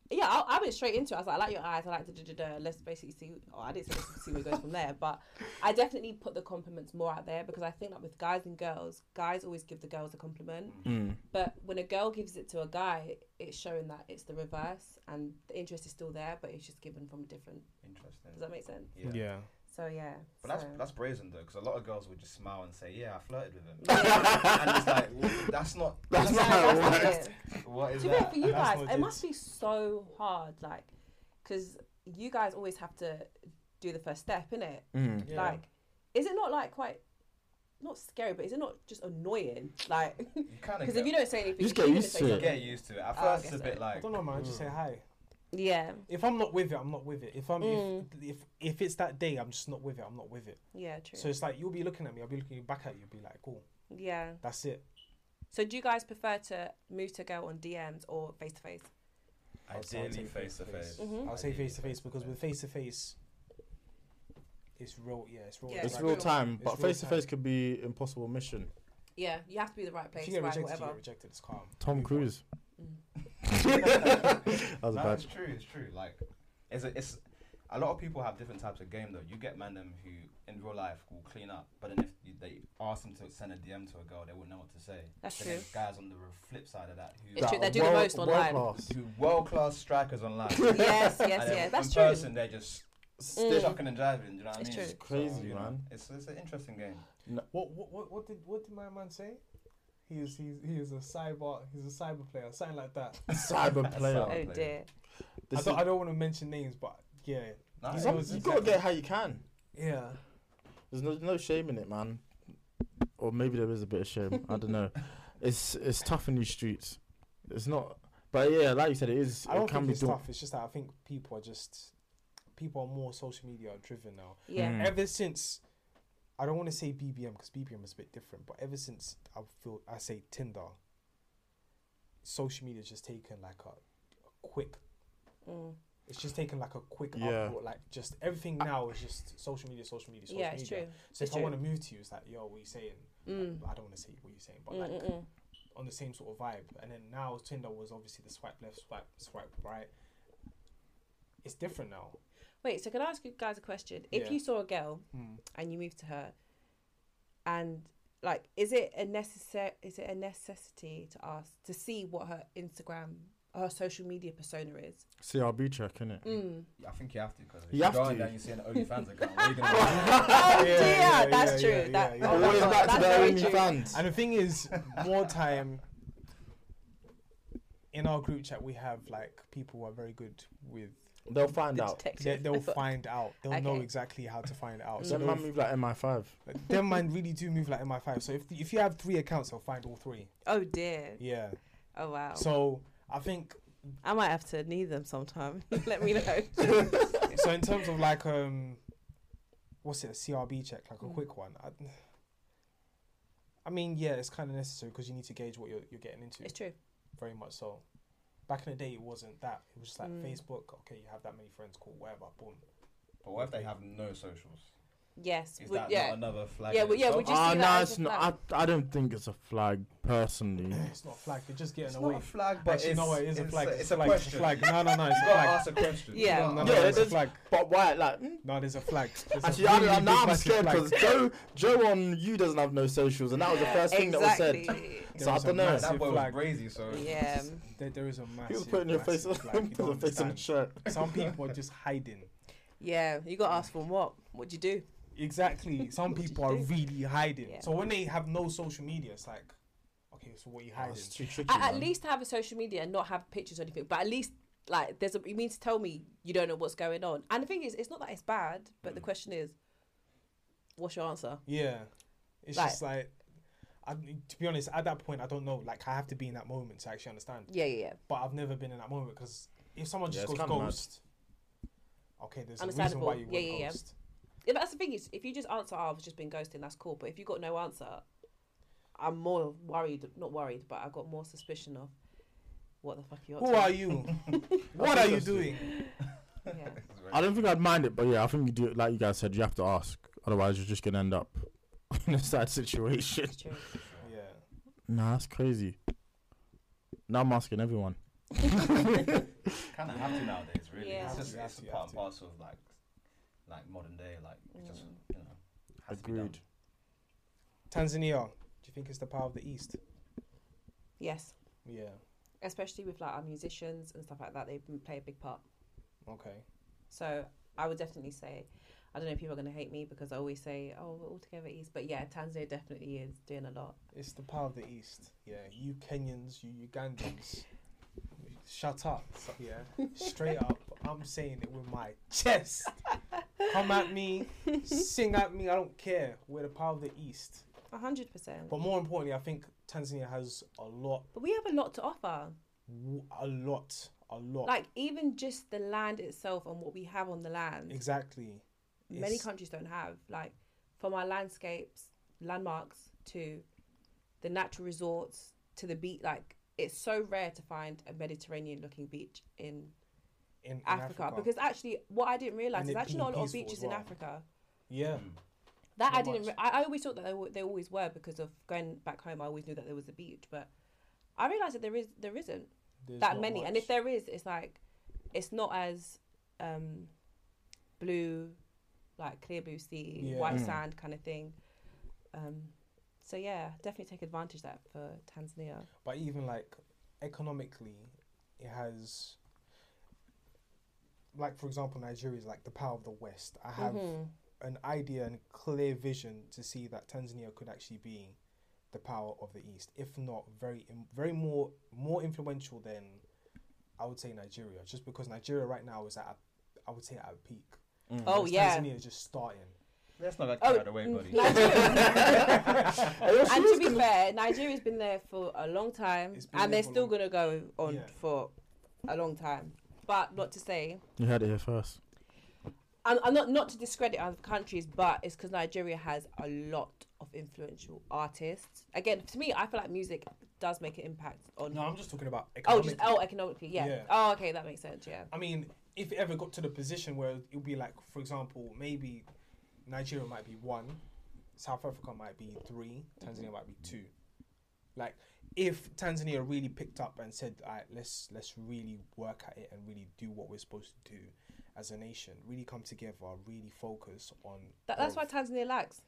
[SPEAKER 4] Yeah, I, I went straight into it. I was like, I like your eyes. I like da da da. da. Let's basically see. Oh, I didn't say let's see where it goes from there, but I definitely put the compliments more out there because I think that with guys and girls, guys always give the girls a compliment,
[SPEAKER 2] Mm.
[SPEAKER 4] but when a girl gives it to a guy, it's showing that it's the reverse and the interest is still there, but it's just given from a different.
[SPEAKER 3] Interesting.
[SPEAKER 4] Does that make sense?
[SPEAKER 3] Yeah.
[SPEAKER 1] Yeah.
[SPEAKER 4] So yeah.
[SPEAKER 3] But that's
[SPEAKER 4] so-
[SPEAKER 3] that's brazen though, because a lot of girls would just smile and say, "Yeah, I flirted with him," and it's like, well, that's not.
[SPEAKER 2] That's
[SPEAKER 4] Yeah,
[SPEAKER 2] not how it works.
[SPEAKER 4] that's it.
[SPEAKER 3] What is
[SPEAKER 4] to be fair,
[SPEAKER 3] that?
[SPEAKER 4] for you
[SPEAKER 1] And that's
[SPEAKER 4] guys,
[SPEAKER 1] what it
[SPEAKER 4] it
[SPEAKER 1] is.
[SPEAKER 4] must be so hard, like, because you guys always have to do the first step, innit?
[SPEAKER 2] Mm.
[SPEAKER 1] Yeah.
[SPEAKER 4] Like, is it not like quite, not scary, but is it not just annoying? Like,
[SPEAKER 3] You kind of
[SPEAKER 4] because if you don't say anything,
[SPEAKER 2] Just
[SPEAKER 4] you're
[SPEAKER 2] get
[SPEAKER 4] gonna
[SPEAKER 2] used
[SPEAKER 4] say
[SPEAKER 2] to it.
[SPEAKER 4] something.
[SPEAKER 3] get used to it. At
[SPEAKER 4] Oh, I
[SPEAKER 3] first, it's a
[SPEAKER 4] guess
[SPEAKER 3] bit
[SPEAKER 4] so.
[SPEAKER 1] I
[SPEAKER 3] like.
[SPEAKER 1] don't know, man. Just say hi.
[SPEAKER 4] Yeah,
[SPEAKER 1] If I'm not with it, I'm not with it. If I'm
[SPEAKER 4] Mm.
[SPEAKER 1] if, if if it's that day, I'm just not with it. I'm not with it.
[SPEAKER 4] yeah, true.
[SPEAKER 1] So it's like you'll be looking at me. I'll be looking back at you. Be like, cool.
[SPEAKER 4] yeah.
[SPEAKER 1] That's it.
[SPEAKER 4] So do you guys prefer to move to a girl on DMs or face to face?
[SPEAKER 1] I'll say
[SPEAKER 3] Ideally,
[SPEAKER 1] I'll say
[SPEAKER 3] face to face.
[SPEAKER 4] Mhm.
[SPEAKER 1] I'll say face to face because with face to face, it's real. Yeah, it's real.
[SPEAKER 4] Yeah,
[SPEAKER 2] It's
[SPEAKER 4] like-
[SPEAKER 2] real time,
[SPEAKER 1] It's
[SPEAKER 2] but
[SPEAKER 1] real
[SPEAKER 2] face to face could be impossible mission.
[SPEAKER 4] Yeah, you have to be the right place,
[SPEAKER 1] If you get
[SPEAKER 4] right,
[SPEAKER 1] rejected, you
[SPEAKER 4] whatever.
[SPEAKER 1] get rejected. It's calm. Move
[SPEAKER 2] Tom
[SPEAKER 1] on.
[SPEAKER 2] Cruise.
[SPEAKER 4] Mm.
[SPEAKER 2] that was
[SPEAKER 3] no,
[SPEAKER 2] bad.
[SPEAKER 3] it's true. It's true. Like, it's a, it's a lot of people have different types of game though. You get man them who in real life will clean up, but then if you, they ask them to send a DM to a girl, they wouldn't know what to say.
[SPEAKER 4] That's
[SPEAKER 3] Then
[SPEAKER 4] true.
[SPEAKER 3] there's guys on the flip side of that who
[SPEAKER 4] It's true, they do the
[SPEAKER 2] world-
[SPEAKER 4] most online.
[SPEAKER 2] world class.
[SPEAKER 3] who world class strikers online.
[SPEAKER 4] yes, yes,
[SPEAKER 3] And then
[SPEAKER 4] yeah. That's
[SPEAKER 3] in
[SPEAKER 4] true.
[SPEAKER 3] person, they're just
[SPEAKER 4] Mm.
[SPEAKER 3] shocking and driving. Do you know what
[SPEAKER 4] It's
[SPEAKER 3] I mean?
[SPEAKER 4] true.
[SPEAKER 2] It's crazy,
[SPEAKER 3] you know,
[SPEAKER 2] man.
[SPEAKER 3] It's it's an interesting game.
[SPEAKER 1] What what what, what did what did my man say? He is he's he is a cyber he's a cyber player something like that.
[SPEAKER 2] Cyber player.
[SPEAKER 4] Oh dear.
[SPEAKER 1] I
[SPEAKER 2] This
[SPEAKER 1] don't,
[SPEAKER 2] is-
[SPEAKER 1] I don't want to mention names, but yeah,
[SPEAKER 3] No,
[SPEAKER 1] He's
[SPEAKER 3] it
[SPEAKER 2] some-
[SPEAKER 1] was
[SPEAKER 2] you
[SPEAKER 3] was
[SPEAKER 1] just
[SPEAKER 2] gotta
[SPEAKER 1] like-
[SPEAKER 2] get how you can.
[SPEAKER 1] yeah.
[SPEAKER 2] There's no no shame in it, man. Or maybe there is a bit of shame. I don't know. It's it's tough in these streets. It's not. But yeah, like you said, it is.
[SPEAKER 1] I don't
[SPEAKER 2] it can
[SPEAKER 1] think
[SPEAKER 2] be
[SPEAKER 1] it's
[SPEAKER 2] daunting.
[SPEAKER 1] tough. It's just that I think people are just people are more social media driven now.
[SPEAKER 4] Yeah.
[SPEAKER 2] Mm.
[SPEAKER 1] Ever since I don't want to say BBM because BBM is a bit different, but ever since I feel I say Tinder, social media's just taken like a, a quick.
[SPEAKER 4] Mm.
[SPEAKER 1] It's just taken like a quick
[SPEAKER 2] Yeah.
[SPEAKER 1] uproar. Like just everything now is just social media, social media, social
[SPEAKER 4] Yeah,
[SPEAKER 1] media.
[SPEAKER 4] it's true.
[SPEAKER 1] So
[SPEAKER 4] It's
[SPEAKER 1] if I
[SPEAKER 4] true.
[SPEAKER 1] want to move to you, it's like, yo, what you saying?
[SPEAKER 4] Mm.
[SPEAKER 1] I don't want to say what you saying, but like
[SPEAKER 4] Mm-mm-mm.
[SPEAKER 1] on the same sort of vibe. And then now Tinder was obviously the swipe left, swipe, swipe right. It's different now.
[SPEAKER 4] Wait, so can I ask you guys a question? If
[SPEAKER 1] Yeah.
[SPEAKER 4] you saw a girl and you moved to her, and like, is it a necessary? Is it a necessity to ask to see what her Instagram, her social media persona is?
[SPEAKER 2] CRB check, innit?
[SPEAKER 4] Mm.
[SPEAKER 3] I think you have to because
[SPEAKER 2] You
[SPEAKER 3] you
[SPEAKER 2] have
[SPEAKER 3] go
[SPEAKER 2] to.
[SPEAKER 3] and then you see an OnlyFans account. What are you gonna do?
[SPEAKER 1] Yeah,
[SPEAKER 4] Oh dear,
[SPEAKER 1] yeah,
[SPEAKER 4] that's
[SPEAKER 1] yeah,
[SPEAKER 4] true.
[SPEAKER 1] yeah,
[SPEAKER 4] that,
[SPEAKER 1] yeah.
[SPEAKER 4] oh my
[SPEAKER 2] Always
[SPEAKER 4] God,
[SPEAKER 2] back to
[SPEAKER 4] that's
[SPEAKER 2] the
[SPEAKER 4] very true.
[SPEAKER 2] OnlyFans.
[SPEAKER 1] And the thing is, more time in our group chat, we have like people who are very good with.
[SPEAKER 2] They'll find
[SPEAKER 4] The
[SPEAKER 2] out.
[SPEAKER 1] They,
[SPEAKER 4] detective.
[SPEAKER 1] they'll find out. They'll know
[SPEAKER 4] Okay.
[SPEAKER 1] exactly how to find out. So
[SPEAKER 2] That
[SPEAKER 4] Mm.
[SPEAKER 2] man
[SPEAKER 1] they'll-
[SPEAKER 2] moved like MI5.
[SPEAKER 1] like, them man really do move like MI5. So if if you have three accounts, they'll find all three.
[SPEAKER 4] Oh dear.
[SPEAKER 1] Yeah.
[SPEAKER 4] Oh wow.
[SPEAKER 1] So I think
[SPEAKER 4] I might have to need them sometime. Let me know.
[SPEAKER 1] so in terms of like um what's it a crb check like a
[SPEAKER 4] Mm.
[SPEAKER 1] quick one I, I mean yeah it's kind of necessary because you need to gauge what you're, you're getting into
[SPEAKER 4] it's true.
[SPEAKER 1] very much so back in the day it wasn't that it was just like
[SPEAKER 4] Mm.
[SPEAKER 1] facebook okay you have that many friends cool whatever boom
[SPEAKER 3] But what if they have no socials?
[SPEAKER 4] Yes.
[SPEAKER 3] Is
[SPEAKER 4] would-
[SPEAKER 3] that
[SPEAKER 4] yeah.
[SPEAKER 3] not another flag?
[SPEAKER 4] Yeah,
[SPEAKER 3] in
[SPEAKER 4] well, yeah,
[SPEAKER 3] itself?
[SPEAKER 4] would you see
[SPEAKER 2] Ah,
[SPEAKER 4] that
[SPEAKER 2] no,
[SPEAKER 4] as
[SPEAKER 2] it's
[SPEAKER 4] a
[SPEAKER 2] not. I, I don't think it's a flag personally.
[SPEAKER 1] It's not a flag. You're just getting
[SPEAKER 3] It's
[SPEAKER 1] away.
[SPEAKER 3] not a flag, but
[SPEAKER 1] But Actually,
[SPEAKER 3] it's,
[SPEAKER 1] no, it is a
[SPEAKER 3] it's
[SPEAKER 1] flag.
[SPEAKER 3] A, it's a
[SPEAKER 1] flag.
[SPEAKER 3] question.
[SPEAKER 1] flag. No, no, no, it's a
[SPEAKER 3] You gotta
[SPEAKER 1] flag.
[SPEAKER 3] ask a question.
[SPEAKER 4] Yeah.
[SPEAKER 1] No, no, no,
[SPEAKER 2] Yeah,
[SPEAKER 1] it's a
[SPEAKER 2] there's-
[SPEAKER 1] flag.
[SPEAKER 2] but why? Like, mm,
[SPEAKER 1] No, there's a flag. There's a
[SPEAKER 2] actually, I
[SPEAKER 1] really
[SPEAKER 2] don't, now
[SPEAKER 1] big
[SPEAKER 2] I'm
[SPEAKER 1] massive
[SPEAKER 2] scared
[SPEAKER 1] flag.
[SPEAKER 2] because Joe, Joe on you doesn't have no socials, and that was the first thing that was said.
[SPEAKER 4] Exactly.
[SPEAKER 1] There
[SPEAKER 2] So I
[SPEAKER 1] was a
[SPEAKER 2] don't know.
[SPEAKER 1] massive-
[SPEAKER 3] That boy
[SPEAKER 1] flag.
[SPEAKER 3] was crazy, so
[SPEAKER 4] Yeah.
[SPEAKER 1] There, there is a massive.
[SPEAKER 2] He was putting your face,
[SPEAKER 1] massive flag. You
[SPEAKER 2] put your
[SPEAKER 1] don't
[SPEAKER 2] face in the
[SPEAKER 1] understand.
[SPEAKER 2] shirt.
[SPEAKER 1] Some people are just hiding.
[SPEAKER 4] Yeah. You got to ask for what? What'd you do?
[SPEAKER 1] Exactly. Some
[SPEAKER 4] What do
[SPEAKER 1] people
[SPEAKER 4] you
[SPEAKER 1] are
[SPEAKER 4] do?
[SPEAKER 1] really hiding.
[SPEAKER 4] Yeah.
[SPEAKER 1] So when they have no social media, it's like, okay, so what are you
[SPEAKER 2] Oh,
[SPEAKER 1] hiding?
[SPEAKER 2] it's too tricky.
[SPEAKER 4] At, at
[SPEAKER 2] man.
[SPEAKER 4] least have a social media and not have pictures or anything. But at least like there's a you mean to tell me you don't know what's going on. And the thing is, it's not that it's bad, but the
[SPEAKER 3] Mm.
[SPEAKER 4] question is, what's your answer?
[SPEAKER 1] Yeah, it's
[SPEAKER 4] Like-
[SPEAKER 1] just like, I, to be honest, at that point, I don't know. Like, I have to be in that moment to actually understand.
[SPEAKER 4] Yeah, yeah, yeah.
[SPEAKER 1] But I've never been in that moment because if someone
[SPEAKER 2] Yeah,
[SPEAKER 1] just
[SPEAKER 2] it's
[SPEAKER 1] goes
[SPEAKER 2] kinda mad.
[SPEAKER 1] ghost, okay, there's a reason why
[SPEAKER 4] Understandable.
[SPEAKER 1] you went
[SPEAKER 4] Yeah, yeah, yeah.
[SPEAKER 1] ghost.
[SPEAKER 4] If that's the thing is, if you just answer, oh, I've just been ghosting, that's cool. But if you got no answer, I'm more worried. Not worried, but I got more suspicion of what the fuck are you up
[SPEAKER 1] Who
[SPEAKER 4] to?
[SPEAKER 1] are you? what are you doing?
[SPEAKER 4] Yeah.
[SPEAKER 3] It's very-
[SPEAKER 2] I don't think I'd mind it, but yeah, I think you do. Like you guys said, you have to ask. Otherwise, you're just gonna end up in a sad situation.
[SPEAKER 4] It's true.
[SPEAKER 1] Yeah.
[SPEAKER 2] Nah, that's crazy. Now I'm asking everyone.
[SPEAKER 3] kind of have to nowadays, really.
[SPEAKER 4] Yeah.
[SPEAKER 3] It's just
[SPEAKER 1] You have
[SPEAKER 3] it's
[SPEAKER 1] to,
[SPEAKER 3] a
[SPEAKER 1] you have
[SPEAKER 3] part and
[SPEAKER 1] to.
[SPEAKER 3] parcel of like like modern day, like it just
[SPEAKER 4] Mm.
[SPEAKER 3] you know. Has to be done.
[SPEAKER 2] Agreed.
[SPEAKER 1] Tanzania. Do you think it's the power of the East?
[SPEAKER 4] Yes,
[SPEAKER 1] Yeah.
[SPEAKER 4] especially with like our musicians and stuff like that, they play a big part.
[SPEAKER 1] Okay.
[SPEAKER 4] So I would definitely say, I don't know if people are going to hate me because I always say, oh, we're all together East. But yeah, Tanzania definitely is doing a lot.
[SPEAKER 1] It's the power of the East. Yeah. You Kenyans, you Ugandans, shut up. Yeah. Straight up. I'm saying it with my chest. Come at me, sing at me. I don't care. We're the power of the East.
[SPEAKER 4] 100%.
[SPEAKER 1] But more importantly, I think Tanzania has a lot,
[SPEAKER 4] But we have a lot to offer.
[SPEAKER 1] w- a lot, a lot.
[SPEAKER 4] Like, even just the land itself and what we have on the land,
[SPEAKER 1] exactly.
[SPEAKER 4] many
[SPEAKER 1] it's-
[SPEAKER 4] countries don't have. Like, from our landscapes, landmarks, to the natural resorts, to the beach. Like, it's so rare to find a Mediterranean looking beach in
[SPEAKER 1] In, in
[SPEAKER 4] Africa, because actually, what I didn't realize
[SPEAKER 1] And
[SPEAKER 4] is
[SPEAKER 1] it
[SPEAKER 4] actually
[SPEAKER 1] being
[SPEAKER 4] not a lot of
[SPEAKER 1] peaceful as
[SPEAKER 4] beaches in
[SPEAKER 1] well.
[SPEAKER 4] Africa.
[SPEAKER 1] yeah,
[SPEAKER 3] Mm.
[SPEAKER 4] That I
[SPEAKER 1] Not
[SPEAKER 4] didn't.
[SPEAKER 1] much.
[SPEAKER 4] Re- I, I always thought that they, wa- they always were because of going back home. I always knew that there was a beach, but I realised that there is there isn't
[SPEAKER 1] there's
[SPEAKER 4] that
[SPEAKER 1] not
[SPEAKER 4] many, and
[SPEAKER 1] much.
[SPEAKER 4] if there is, it's like it's not as um, blue, like clear blue sea,
[SPEAKER 1] Yeah.
[SPEAKER 4] white
[SPEAKER 2] Mm.
[SPEAKER 4] sand kind of thing. Um, so yeah, definitely take advantage of that for Tanzania.
[SPEAKER 1] but even like economically, it has. Like for example, Nigeria is like the power of the West. I have
[SPEAKER 4] Mhm.
[SPEAKER 1] an idea and clear vision to see that Tanzania could actually be the power of the East, if not very, im- very more more influential than I would say Nigeria, just because Nigeria right now is at a, I would say at a peak.
[SPEAKER 4] Oh
[SPEAKER 1] whereas
[SPEAKER 4] yeah.
[SPEAKER 1] Mm. Tanzania is just starting.
[SPEAKER 3] Let's not get
[SPEAKER 4] Oh,
[SPEAKER 3] carried away,
[SPEAKER 4] mm,
[SPEAKER 3] buddy.
[SPEAKER 4] and to be fair, Nigeria's been there for a long time,
[SPEAKER 1] It's been
[SPEAKER 4] and
[SPEAKER 1] there
[SPEAKER 4] they're
[SPEAKER 1] for
[SPEAKER 4] still
[SPEAKER 1] long-
[SPEAKER 4] gonna go on
[SPEAKER 1] Yeah.
[SPEAKER 4] for a long time. But not to say,
[SPEAKER 2] You heard it here first.
[SPEAKER 4] I'm, I'm not not to discredit other countries, but it's because Nigeria has a lot of influential artists. Again, to me, I feel like music does make an impact on.
[SPEAKER 1] No, I'm just talking about
[SPEAKER 4] oh,
[SPEAKER 1] economic.
[SPEAKER 4] just oh, economically, yeah.
[SPEAKER 1] Yeah.
[SPEAKER 4] Oh, okay, that makes sense. Yeah.
[SPEAKER 1] I mean, if it ever got to the position where it would be like, for example, maybe Nigeria might be one, South Africa might be three, Tanzania might be two. Like, if Tanzania really picked up and said, "All right, let's let's really work at it and really do what we're supposed to do as a nation, really come together, really focus on."
[SPEAKER 4] That, that's why
[SPEAKER 1] growth."
[SPEAKER 4] Tanzania lacks.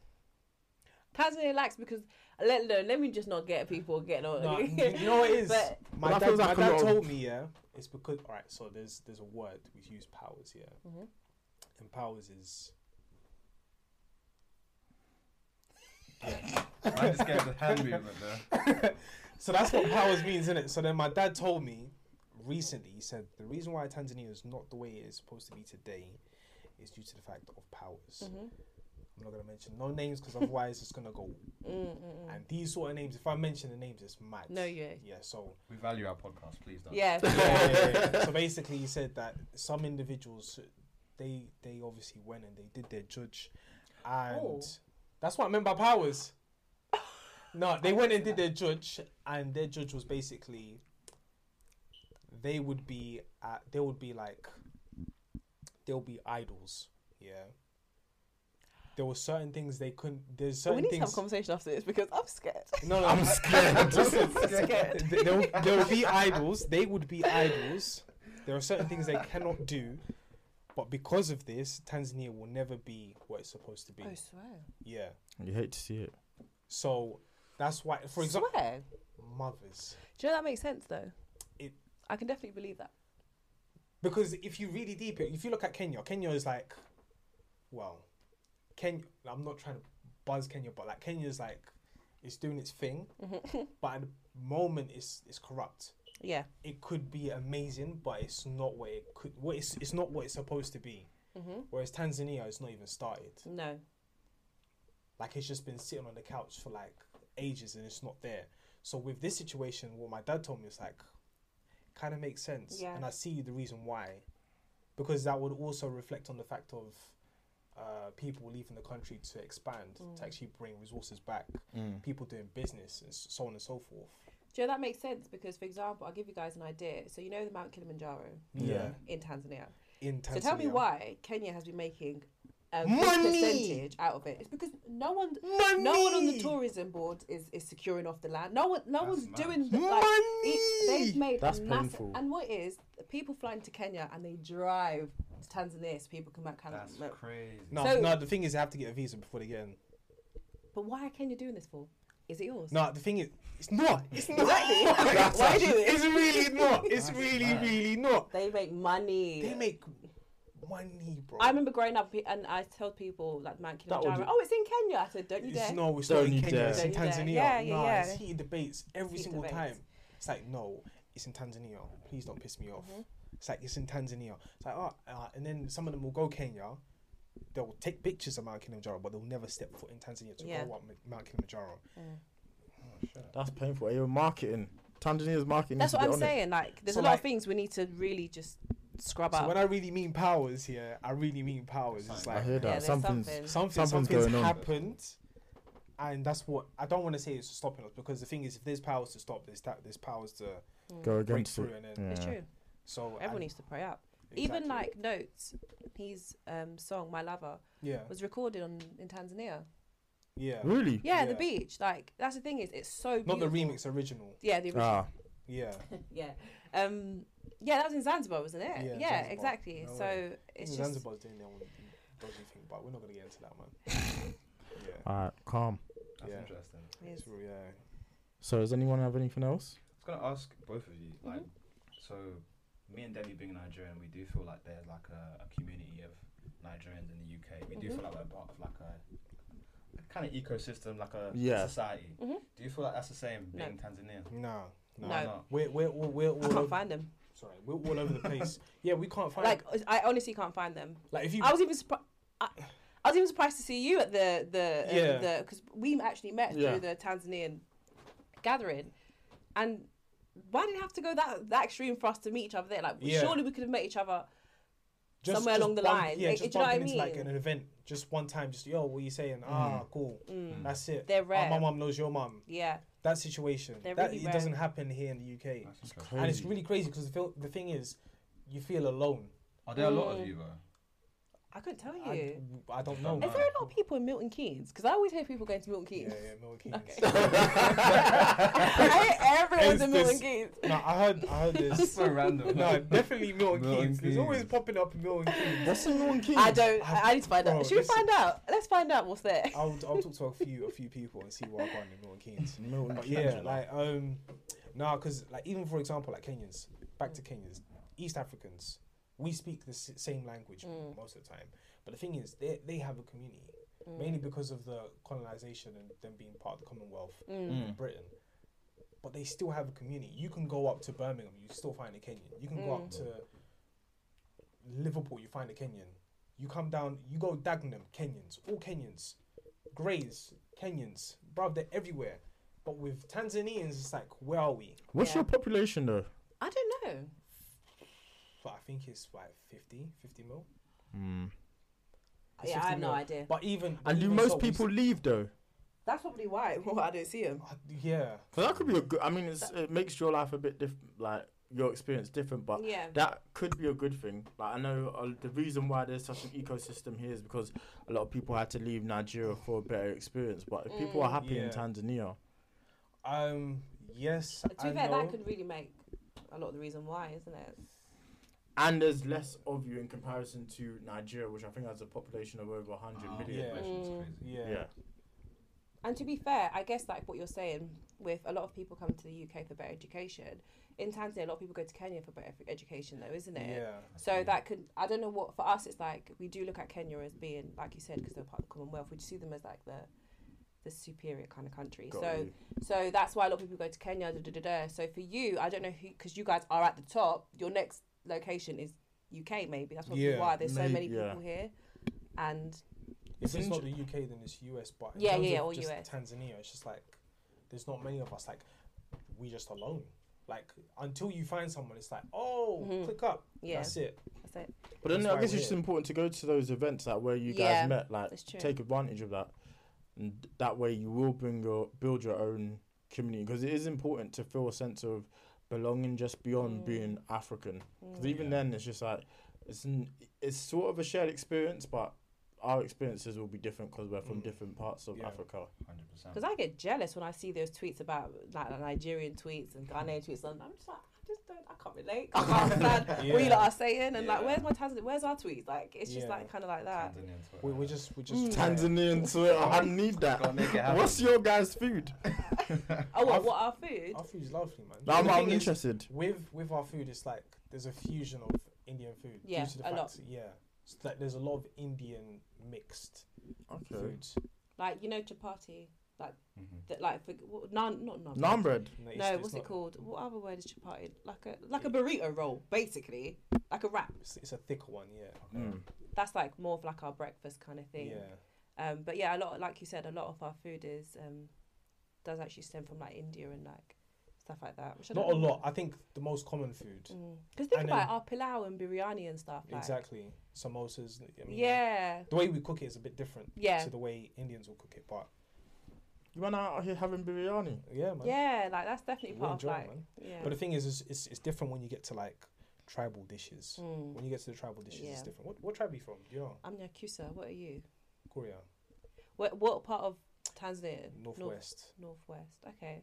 [SPEAKER 4] Tanzania lacks because let no, let me just not get people getting on.
[SPEAKER 1] No, you you know what it is.
[SPEAKER 4] But-
[SPEAKER 1] my
[SPEAKER 2] But that
[SPEAKER 1] dad,
[SPEAKER 2] feels
[SPEAKER 1] my
[SPEAKER 2] like a
[SPEAKER 1] dad
[SPEAKER 2] lot of-
[SPEAKER 1] told me, yeah, it's because all right. So there's there's a word we use powers, yeah,
[SPEAKER 4] Mhm.
[SPEAKER 1] and powers is
[SPEAKER 3] I just gave the hand movement there.
[SPEAKER 1] So that's what powers means, isn't it? So then my dad told me recently, he said the reason why Tanzania is not the way it is supposed to be today is due to the fact of powers.
[SPEAKER 4] Mm-hmm.
[SPEAKER 1] I'm not gonna mention no names because otherwise it's gonna go.
[SPEAKER 4] mm, Mm-mm-mm.
[SPEAKER 1] And these sort of names, if I mention the names, it's mad.
[SPEAKER 4] No, yeah.
[SPEAKER 1] Yeah. So
[SPEAKER 3] We value our podcast, please don't.
[SPEAKER 4] Yeah.
[SPEAKER 1] yeah, yeah, yeah. so basically, he said that some individuals, they they obviously went and they did their judge, and
[SPEAKER 4] Oh.
[SPEAKER 1] that's what I meant by powers. No, they went and did their judge, and their judge was basically. They would be at. They would be like. They'll be idols. Yeah. there were certain things they couldn't. There's certain
[SPEAKER 4] But we need to have a
[SPEAKER 1] things.
[SPEAKER 4] conversation after this because I'm scared.
[SPEAKER 1] no, no,
[SPEAKER 2] I'm
[SPEAKER 1] I-
[SPEAKER 2] scared.
[SPEAKER 1] Listen,
[SPEAKER 4] Scared.
[SPEAKER 1] th- there, will- there will be idols. They would be idols. There are certain things they cannot do, but because of this, Tanzania will never be what it's supposed to be.
[SPEAKER 4] Oh, swear.
[SPEAKER 1] Yeah.
[SPEAKER 2] You hate to see it.
[SPEAKER 1] So that's why, for example,
[SPEAKER 4] swear.
[SPEAKER 1] mothers.
[SPEAKER 4] Do you know that makes sense though?
[SPEAKER 1] It-
[SPEAKER 4] I can definitely believe that.
[SPEAKER 1] Because if you really deep it, if you look at Kenya, Kenya is like, well, Kenya. I'm not trying to buzz Kenya, but like Kenya is like, it's doing its thing,
[SPEAKER 4] Mm-hmm.
[SPEAKER 1] but at the moment, it's it's corrupt.
[SPEAKER 4] Yeah.
[SPEAKER 1] it could be amazing, but it's not what it could. What it's it's not what it's supposed to be.
[SPEAKER 4] Mhm.
[SPEAKER 1] Whereas Tanzania, it's not even started.
[SPEAKER 4] No.
[SPEAKER 1] Like it's just been sitting on the couch for like ages, and it's not there. So with this situation, what my dad told me is like, kind of makes sense,
[SPEAKER 4] Yeah.
[SPEAKER 1] and I see the reason why, because that would also reflect on the fact of. Uh, people leaving the country to expand,
[SPEAKER 4] Mm.
[SPEAKER 1] to actually bring resources back, people doing business, and s- so on and so forth.
[SPEAKER 4] Do you know that makes sense? Because, for example, I'll give you guys an idea. So, you know the Mount Kilimanjaro
[SPEAKER 1] Yeah.
[SPEAKER 4] in Tanzania.
[SPEAKER 1] In Tanzania.
[SPEAKER 4] So, tell me why Kenya has been making a big
[SPEAKER 1] Money!
[SPEAKER 4] percentage out of it. It's because no one,
[SPEAKER 1] Money!
[SPEAKER 4] no one on the tourism board is, is securing off the land. No one, no
[SPEAKER 3] That's
[SPEAKER 4] one's
[SPEAKER 3] mad.
[SPEAKER 4] doing the, like, it-
[SPEAKER 1] Money!
[SPEAKER 4] they've made
[SPEAKER 2] That's
[SPEAKER 4] a massive.
[SPEAKER 2] painful.
[SPEAKER 4] And what it is the people flying to Kenya and they drive to Tanzania so people can make kind of.
[SPEAKER 3] That's crazy.
[SPEAKER 1] No,
[SPEAKER 4] So-
[SPEAKER 1] no. The thing is, they have to get a visa before they get in.
[SPEAKER 4] But why are Kenya doing this for? Is it yours?
[SPEAKER 1] No, the thing is, it's not. It's not.
[SPEAKER 4] Exactly.
[SPEAKER 1] It's
[SPEAKER 4] Why do
[SPEAKER 1] actually-
[SPEAKER 4] it?
[SPEAKER 1] It's really not. It's
[SPEAKER 3] That's
[SPEAKER 1] really,
[SPEAKER 3] mad.
[SPEAKER 1] really not.
[SPEAKER 4] They make money.
[SPEAKER 1] They make money, bro.
[SPEAKER 4] I remember growing up pe- and I told people like Mount
[SPEAKER 2] That would
[SPEAKER 4] Kilimanjaro, oh, it's in Kenya. I said, don't you
[SPEAKER 1] it's
[SPEAKER 4] dare.
[SPEAKER 1] no, it's
[SPEAKER 2] Don't
[SPEAKER 1] not in
[SPEAKER 2] you
[SPEAKER 1] Kenya. It's
[SPEAKER 2] dare.
[SPEAKER 1] in
[SPEAKER 4] Don't you dare.
[SPEAKER 1] Tanzania.
[SPEAKER 4] Yeah, yeah,
[SPEAKER 1] nah,
[SPEAKER 4] yeah.
[SPEAKER 1] it's heated debates every
[SPEAKER 4] Heated
[SPEAKER 1] single
[SPEAKER 4] debates.
[SPEAKER 1] time. It's like no, it's in Tanzania. Please don't piss me off.
[SPEAKER 4] Mm-hmm.
[SPEAKER 1] It's like it's in Tanzania. It's like oh, uh, and then some of them will go Kenya. They'll take pictures of Mount Kilimanjaro, but they'll never step foot in Tanzania to
[SPEAKER 4] Yeah.
[SPEAKER 1] go up Mount Kilimanjaro.
[SPEAKER 3] Oh,
[SPEAKER 2] That's painful. Your marketing. Tanzania's marketing.
[SPEAKER 4] That's
[SPEAKER 2] needs
[SPEAKER 4] what
[SPEAKER 2] to
[SPEAKER 4] I'm
[SPEAKER 2] be on it.
[SPEAKER 4] saying. Like, there's
[SPEAKER 1] So,
[SPEAKER 4] a lot
[SPEAKER 1] like-
[SPEAKER 4] of things we need to really just scrub
[SPEAKER 1] So
[SPEAKER 4] out.
[SPEAKER 1] when I really mean powers here, I really mean powers. It's
[SPEAKER 3] Something.
[SPEAKER 1] like
[SPEAKER 2] I hear
[SPEAKER 4] yeah,
[SPEAKER 2] that.
[SPEAKER 4] there's
[SPEAKER 2] Something's.
[SPEAKER 4] something.
[SPEAKER 1] something
[SPEAKER 2] Something's
[SPEAKER 1] something's
[SPEAKER 2] going on.
[SPEAKER 1] happened and that's what i don't want to say it's stopping us because the thing is if there's powers to stop there's that there's powers to
[SPEAKER 2] Go
[SPEAKER 1] break
[SPEAKER 2] against
[SPEAKER 1] through
[SPEAKER 2] it.
[SPEAKER 1] and then
[SPEAKER 2] Yeah.
[SPEAKER 4] It's true.
[SPEAKER 1] so
[SPEAKER 4] Everyone
[SPEAKER 1] and-
[SPEAKER 4] needs to pray up. Even
[SPEAKER 1] exactly.
[SPEAKER 4] like Notes, his um, song "My Lover"
[SPEAKER 1] yeah
[SPEAKER 4] was recorded on in Tanzania.
[SPEAKER 1] yeah
[SPEAKER 2] Really?
[SPEAKER 4] Yeah, the
[SPEAKER 1] Yeah.
[SPEAKER 4] beach. Like that's the thing is, it's so
[SPEAKER 1] not
[SPEAKER 4] beautiful.
[SPEAKER 1] the remix original
[SPEAKER 4] Yeah, the original.
[SPEAKER 2] Ah,
[SPEAKER 1] yeah
[SPEAKER 4] Yeah, um, yeah, that was in Zanzibar, wasn't it?
[SPEAKER 1] Yeah,
[SPEAKER 4] Yeah,
[SPEAKER 1] Zanzibar.
[SPEAKER 4] exactly.
[SPEAKER 1] No
[SPEAKER 4] so
[SPEAKER 1] way.
[SPEAKER 4] it's
[SPEAKER 1] Even
[SPEAKER 4] just
[SPEAKER 1] zanzibar's doing their own dodgy thing but we're not gonna get into that man yeah
[SPEAKER 2] alright, Ah. calm.
[SPEAKER 3] That's
[SPEAKER 1] Yeah.
[SPEAKER 3] interesting.
[SPEAKER 4] Yes.
[SPEAKER 1] it's real, yeah
[SPEAKER 2] So, does anyone have anything else?
[SPEAKER 3] I was gonna ask both of you,
[SPEAKER 4] Mm-hmm.
[SPEAKER 3] like, so me and Debbie being Nigerian, we do feel like there's like a, a community of Nigerians in the UK. We
[SPEAKER 4] Mm-hmm.
[SPEAKER 3] do feel like we're part of like a, a kind of ecosystem, like a
[SPEAKER 2] Yeah.
[SPEAKER 3] society.
[SPEAKER 4] Mhm.
[SPEAKER 3] Do you feel like that's the same being
[SPEAKER 4] No.
[SPEAKER 3] Tanzanian?
[SPEAKER 1] no no,
[SPEAKER 4] No.
[SPEAKER 3] not?
[SPEAKER 1] We're, we're, all- we're,
[SPEAKER 4] I
[SPEAKER 1] all
[SPEAKER 4] can't
[SPEAKER 1] over,
[SPEAKER 4] find them.
[SPEAKER 1] sorry we're all over the place yeah we can't find
[SPEAKER 4] Like I honestly can't find them.
[SPEAKER 1] like if you
[SPEAKER 4] I was even surprised. I, I was even surprised to see you at the the um,
[SPEAKER 1] Yeah.
[SPEAKER 4] the because we actually met
[SPEAKER 2] Yeah.
[SPEAKER 4] through the Tanzanian gathering, and why did it have to go that that extreme for us to meet each other there? Like
[SPEAKER 1] Yeah.
[SPEAKER 4] surely we could have met each other.
[SPEAKER 1] just,
[SPEAKER 4] somewhere
[SPEAKER 1] just
[SPEAKER 4] along the
[SPEAKER 1] bump-
[SPEAKER 4] line.
[SPEAKER 1] Yeah,
[SPEAKER 4] Like,
[SPEAKER 1] just
[SPEAKER 4] do you know
[SPEAKER 1] bumping
[SPEAKER 4] what
[SPEAKER 1] into
[SPEAKER 4] I
[SPEAKER 1] like
[SPEAKER 4] mean?
[SPEAKER 1] an event, just one time, just yo, what are you saying? Ah, cool. That's it.
[SPEAKER 4] mm, They're
[SPEAKER 1] Ah, my
[SPEAKER 4] rare.
[SPEAKER 1] mum knows your mum.
[SPEAKER 4] Yeah,
[SPEAKER 1] That situation.
[SPEAKER 4] They're
[SPEAKER 1] that
[SPEAKER 4] really
[SPEAKER 1] it
[SPEAKER 4] rare.
[SPEAKER 1] doesn't happen here in the UK,
[SPEAKER 3] That's interesting.
[SPEAKER 1] and it's really crazy because the, feel- the thing is, you feel alone.
[SPEAKER 3] Are there a lot of you though?
[SPEAKER 4] I couldn't tell
[SPEAKER 1] I,
[SPEAKER 4] you.
[SPEAKER 1] I don't know.
[SPEAKER 4] Is there a lot of people in Milton Keynes? Because I always hear people going to Milton
[SPEAKER 1] yeah,
[SPEAKER 4] Keynes.
[SPEAKER 1] yeah, Milton Keynes.
[SPEAKER 4] Okay. I hear everyone's in
[SPEAKER 1] Is this-
[SPEAKER 4] Milton Keynes.
[SPEAKER 1] no, I heard, I heard
[SPEAKER 3] That's
[SPEAKER 1] this.
[SPEAKER 3] so random.
[SPEAKER 1] no, definitely Milton,
[SPEAKER 3] Milton
[SPEAKER 1] Keynes. There's always
[SPEAKER 3] Keynes.
[SPEAKER 1] popping up in Milton Keynes.
[SPEAKER 2] What's in one key?
[SPEAKER 4] I don't.
[SPEAKER 1] I've-
[SPEAKER 4] I, I need to find
[SPEAKER 1] bro,
[SPEAKER 4] out. Should we
[SPEAKER 1] listen.
[SPEAKER 4] find out? Let's find out what's there.
[SPEAKER 1] I'll, I'll talk to a few a few people and see what I've got in Milton Keynes.
[SPEAKER 2] Milton
[SPEAKER 1] But
[SPEAKER 2] Keynes,
[SPEAKER 1] yeah,
[SPEAKER 2] you know.
[SPEAKER 1] like um, nah, because like even for example, like Kenyans, back to Kenyans, East Africans, we speak the s- same language most of the time. But the thing is, they they have a community mainly because of the colonization and them being part of the Commonwealth
[SPEAKER 3] Mm.
[SPEAKER 4] Mm.
[SPEAKER 2] Mm.
[SPEAKER 1] and Britain. But they still have a community. You can go up to Birmingham, you still find a Kenyan. You can go
[SPEAKER 4] Mm.
[SPEAKER 1] up to Liverpool, you find a Kenyan. You come down, you go Dagenham, Kenyans, all Kenyans. Greys, Kenyans, bruv, they're everywhere. But with Tanzanians, it's like, where are we?
[SPEAKER 2] What's
[SPEAKER 4] Yeah.
[SPEAKER 2] your population though?
[SPEAKER 4] I don't know.
[SPEAKER 1] But I think it's like 50, 50 mil. It's
[SPEAKER 4] Yeah, I
[SPEAKER 1] 50
[SPEAKER 4] have no
[SPEAKER 1] mil.
[SPEAKER 4] idea.
[SPEAKER 1] But even
[SPEAKER 2] And do
[SPEAKER 1] even
[SPEAKER 2] most
[SPEAKER 1] so, we
[SPEAKER 2] people leave though?
[SPEAKER 4] That's probably why. Well, I don't see him.
[SPEAKER 1] s- yeah,
[SPEAKER 2] Because that could be a good. I mean, it's, it makes your life a bit diff- like your experience different, but
[SPEAKER 4] yeah.
[SPEAKER 2] that could be a good thing. Like I know uh, the reason why there's such an ecosystem here is because a lot of people had to leave Nigeria for a better experience. But if people are
[SPEAKER 1] Mm.
[SPEAKER 2] happy in
[SPEAKER 1] Yeah.
[SPEAKER 2] Tanzania,
[SPEAKER 1] Um, yes,
[SPEAKER 4] To be
[SPEAKER 1] I
[SPEAKER 4] fair,
[SPEAKER 1] know.
[SPEAKER 4] that could really make a lot of the reason why, isn't it?
[SPEAKER 2] and there's less of you in comparison to Nigeria, which I think has a population of over 100
[SPEAKER 3] Ah,
[SPEAKER 2] million.
[SPEAKER 1] yeah.
[SPEAKER 3] impression's
[SPEAKER 4] Mm.
[SPEAKER 3] crazy.
[SPEAKER 1] yeah.
[SPEAKER 2] yeah.
[SPEAKER 4] And to be fair, I guess like what you're saying with a lot of people coming to the UK for better education. In Tanzania, a lot of people go to Kenya for better education, though, isn't it?
[SPEAKER 1] Yeah.
[SPEAKER 4] So that could I don't know what for us it's like. We do look at Kenya as being like you said because they're part of the Commonwealth. We see them as like the the superior kind of country.
[SPEAKER 2] Got
[SPEAKER 4] so
[SPEAKER 2] you.
[SPEAKER 4] so that's why a lot of people go to Kenya. Da, da, da, da. So for you, I don't know who because you guys are at the top. Your next location is UK, maybe that's probably
[SPEAKER 1] Yeah,
[SPEAKER 4] why there's so
[SPEAKER 2] may-
[SPEAKER 4] many
[SPEAKER 2] yeah.
[SPEAKER 4] people here. And
[SPEAKER 1] If it's
[SPEAKER 2] It's
[SPEAKER 1] not the UK, then it's US. But in
[SPEAKER 4] Yeah,
[SPEAKER 1] terms
[SPEAKER 4] yeah, yeah,
[SPEAKER 1] of
[SPEAKER 4] or
[SPEAKER 1] just
[SPEAKER 4] US.
[SPEAKER 1] Tanzania, it's just like there's not many of us. Like we just alone. Like until you find someone, it's like oh,
[SPEAKER 4] Mhm.
[SPEAKER 1] click up.
[SPEAKER 4] Yeah.
[SPEAKER 1] That's it.
[SPEAKER 4] that's it.
[SPEAKER 2] But then
[SPEAKER 1] That's
[SPEAKER 2] I
[SPEAKER 1] why
[SPEAKER 2] guess
[SPEAKER 1] we're
[SPEAKER 2] it's just
[SPEAKER 1] here.
[SPEAKER 2] important to go to those events like where you guys
[SPEAKER 4] Yeah,
[SPEAKER 2] met, like
[SPEAKER 4] that's true.
[SPEAKER 2] take advantage of that, and that way you will bring your build your own community because it is important to feel a sense of belonging just beyond
[SPEAKER 4] Mm.
[SPEAKER 2] being African. Because
[SPEAKER 4] Mm.
[SPEAKER 2] even
[SPEAKER 3] Yeah.
[SPEAKER 2] then, it's just like it's n- it's sort of a shared experience, but our experiences will be different because we're from
[SPEAKER 1] Mm.
[SPEAKER 2] different parts of
[SPEAKER 1] Yeah.
[SPEAKER 2] Africa.
[SPEAKER 3] Hundred percent.
[SPEAKER 4] Because I get jealous when I see those tweets about like Nigerian tweets and Ghanaian tweets, and I'm just like, I just don't, I can't relate. I can't understand what you
[SPEAKER 1] Yeah.
[SPEAKER 4] lot are saying, and like,
[SPEAKER 3] Yeah.
[SPEAKER 4] where's my Tanzania? Where's our tweets? Like, it's just
[SPEAKER 1] Yeah.
[SPEAKER 4] like kind of like that.
[SPEAKER 1] We,
[SPEAKER 3] uh,
[SPEAKER 1] we're just we're just
[SPEAKER 4] Mm.
[SPEAKER 1] yeah.
[SPEAKER 2] Tanzanian Twitter, I need
[SPEAKER 3] Gotta
[SPEAKER 2] that.
[SPEAKER 3] make it happen.
[SPEAKER 2] What's your guys' food?
[SPEAKER 4] Oh, what,
[SPEAKER 1] I've-
[SPEAKER 4] what our food?
[SPEAKER 1] Our food's lovely, man.
[SPEAKER 2] Now, I'm,
[SPEAKER 1] The
[SPEAKER 2] I'm
[SPEAKER 1] thing is,
[SPEAKER 2] interested.
[SPEAKER 1] with with our food, it's like there's a fusion of Indian food.
[SPEAKER 4] Yeah,
[SPEAKER 1] due to the
[SPEAKER 4] a
[SPEAKER 1] fact,
[SPEAKER 4] lot.
[SPEAKER 1] Yeah, it's like there's a lot of Indian mixed
[SPEAKER 2] Okay.
[SPEAKER 1] foods.
[SPEAKER 4] Like, you know, chapati.
[SPEAKER 3] Mhm.
[SPEAKER 4] That like for, what, naan, not naan.
[SPEAKER 2] Naan bread.
[SPEAKER 1] No,
[SPEAKER 4] No,
[SPEAKER 1] it's
[SPEAKER 4] what's it
[SPEAKER 1] not-
[SPEAKER 4] called? What other word is chapati? Like a like a burrito roll, basically, like a wrap.
[SPEAKER 1] It's, it's a thicker one. Yeah.
[SPEAKER 2] Mm.
[SPEAKER 4] That's like more of like our breakfast kind of thing.
[SPEAKER 1] Yeah.
[SPEAKER 4] Um, but yeah, a lot like you said, a lot of our food is um, does actually stem from like India and like stuff like that. Which I
[SPEAKER 1] Not
[SPEAKER 4] don't
[SPEAKER 1] a lot. I think the most common food.
[SPEAKER 4] Because think
[SPEAKER 1] And
[SPEAKER 4] about it, our pilau and biryani and stuff. Like,
[SPEAKER 1] Exactly. Samosas. I mean,
[SPEAKER 4] Yeah.
[SPEAKER 1] The way we cook it is a bit different
[SPEAKER 4] Yeah.
[SPEAKER 1] to the way Indians will cook it, but
[SPEAKER 2] You went out here having biryani.
[SPEAKER 1] yeah, man.
[SPEAKER 4] Yeah. Like that's definitely
[SPEAKER 1] We
[SPEAKER 4] part
[SPEAKER 1] enjoy
[SPEAKER 4] of
[SPEAKER 1] it,
[SPEAKER 4] like.
[SPEAKER 1] man.
[SPEAKER 4] Yeah.
[SPEAKER 1] But the thing is, is it's, it's different when you get to like tribal dishes.
[SPEAKER 4] Mm.
[SPEAKER 1] When you get to the tribal dishes, it's
[SPEAKER 4] Yeah.
[SPEAKER 1] different. What, what tribe are you from? Do You know,
[SPEAKER 4] I'm Nyakusa. What are you?
[SPEAKER 1] Korea,
[SPEAKER 4] Uh, What what part of Tanzania?
[SPEAKER 1] northwest.
[SPEAKER 4] North, northwest. Okay.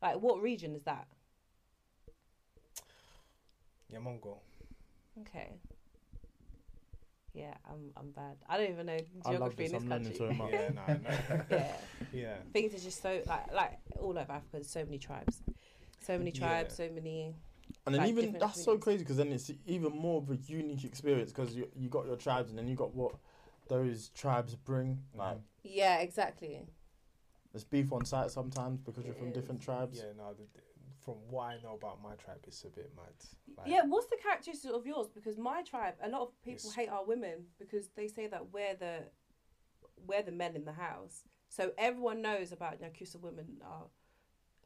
[SPEAKER 4] Like what region is that?
[SPEAKER 1] Yamongo.
[SPEAKER 4] Okay. Yeah, I'm I'm bad. I don't even know
[SPEAKER 2] I love
[SPEAKER 4] geography
[SPEAKER 2] this.
[SPEAKER 4] in this
[SPEAKER 2] I'm learning
[SPEAKER 4] country.
[SPEAKER 2] so much.
[SPEAKER 1] Yeah, nah, nah.
[SPEAKER 4] yeah.
[SPEAKER 1] yeah.
[SPEAKER 4] Things are just so like like all over Africa. There's so many tribes, so many tribes, so many.
[SPEAKER 2] And then
[SPEAKER 4] Like
[SPEAKER 2] even
[SPEAKER 4] different
[SPEAKER 2] that's so
[SPEAKER 4] communities.
[SPEAKER 2] crazy because then it's even more of a unique experience because you you got your tribes and then you got what those tribes bring.
[SPEAKER 1] Mm.
[SPEAKER 2] Like
[SPEAKER 4] Yeah, exactly.
[SPEAKER 2] there's beef on site sometimes because you're from
[SPEAKER 4] It
[SPEAKER 2] different tribes.
[SPEAKER 1] Yeah, no. The, the- from what I know about my tribe, it's a bit mad. Like,
[SPEAKER 4] yeah, what's the characteristics of yours? Because my tribe, a lot of people
[SPEAKER 1] It's-
[SPEAKER 4] hate our women because they say that we're the we're the men in the house. So everyone knows about Nyakusa women are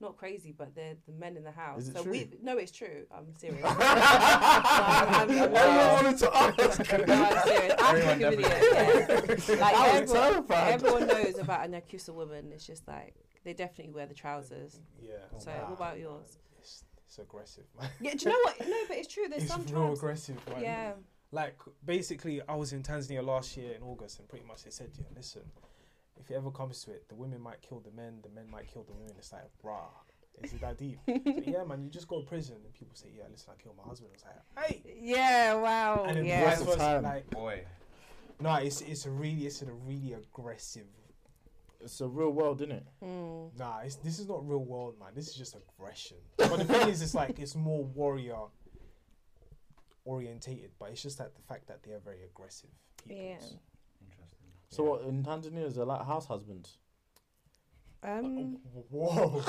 [SPEAKER 4] not crazy, but they're the men in the house.
[SPEAKER 2] Is it
[SPEAKER 4] so
[SPEAKER 2] true?
[SPEAKER 4] we no, it's true. I'm serious. no, I'm, I'm,
[SPEAKER 2] I wanted to ask.
[SPEAKER 4] no, I'm serious. I'm
[SPEAKER 3] Everyone
[SPEAKER 4] joking with you, yeah. Like
[SPEAKER 2] I was
[SPEAKER 4] everyone,
[SPEAKER 2] terrified.
[SPEAKER 4] everyone knows about a Nyakusa woman. It's just like they definitely wear the trousers.
[SPEAKER 1] Yeah.
[SPEAKER 4] So, what about yours?
[SPEAKER 1] Oh, It's, it's aggressive, man.
[SPEAKER 4] Yeah, do you know what? No, but it's true. There's
[SPEAKER 1] It's
[SPEAKER 4] some
[SPEAKER 1] real
[SPEAKER 4] tribes.
[SPEAKER 1] aggressive, man.
[SPEAKER 4] Yeah.
[SPEAKER 1] like basically i was in tanzania last year in august and pretty much they said yeah, listen if it ever comes to it the women might kill the men the men might kill the women it's like rah is it that deep So, yeah man you just go to prison and people say yeah listen i killed my husband it's like hey
[SPEAKER 4] Yeah, wow.
[SPEAKER 1] and then
[SPEAKER 4] Oh, yeah.
[SPEAKER 1] vice versa,
[SPEAKER 2] Time.
[SPEAKER 1] like
[SPEAKER 3] Boy,
[SPEAKER 1] no it's it's a really it's a really aggressive
[SPEAKER 2] It's a real world, isn't it?
[SPEAKER 4] Mm.
[SPEAKER 1] nah it's, this is not real world man this is just aggression but the thing is it's like it's more warrior orientated but it's just like the fact that they are very aggressive people
[SPEAKER 4] Yeah.
[SPEAKER 3] interesting.
[SPEAKER 2] So
[SPEAKER 1] Yeah.
[SPEAKER 2] what in Tanzania is there like house husbands?
[SPEAKER 4] Um,
[SPEAKER 1] Oh, whoa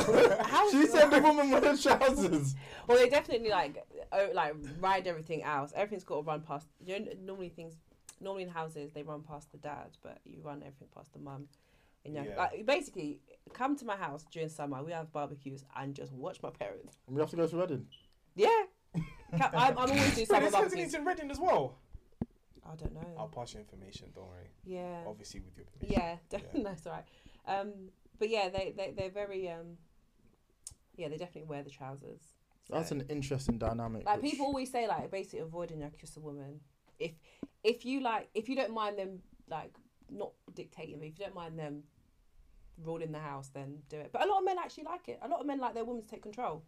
[SPEAKER 4] how's
[SPEAKER 2] She said the woman with the trousers.
[SPEAKER 4] well, they definitely like oh, like ride everything else. Everything's got to run past. You know, normally things, normally in houses they run past the dad, but you run everything past the mum. And yeah,
[SPEAKER 1] Yeah.
[SPEAKER 4] like, basically, come to my house during summer. We have barbecues and just watch my parents.
[SPEAKER 2] We have to go to Reading.
[SPEAKER 4] Yeah, Come- I'm, I'm always
[SPEAKER 1] But
[SPEAKER 4] doing summer
[SPEAKER 1] this has
[SPEAKER 4] barbecues.
[SPEAKER 1] needs in Reading as well.
[SPEAKER 4] I don't know.
[SPEAKER 1] I'll pass you information, don't worry.
[SPEAKER 4] yeah.
[SPEAKER 1] Obviously with your permission.
[SPEAKER 4] Yeah, definitely. That's all right. Um, but yeah, they, they, they're very, um, yeah, they definitely wear the trousers.
[SPEAKER 2] That's an interesting dynamic.
[SPEAKER 4] Like
[SPEAKER 2] which-
[SPEAKER 4] people always say, like basically avoiding your kiss a woman. If if you like, if you don't mind them like not dictating, but if you don't mind them ruling the house, then do it. But a lot of men actually like it. A lot of men like their women to take control,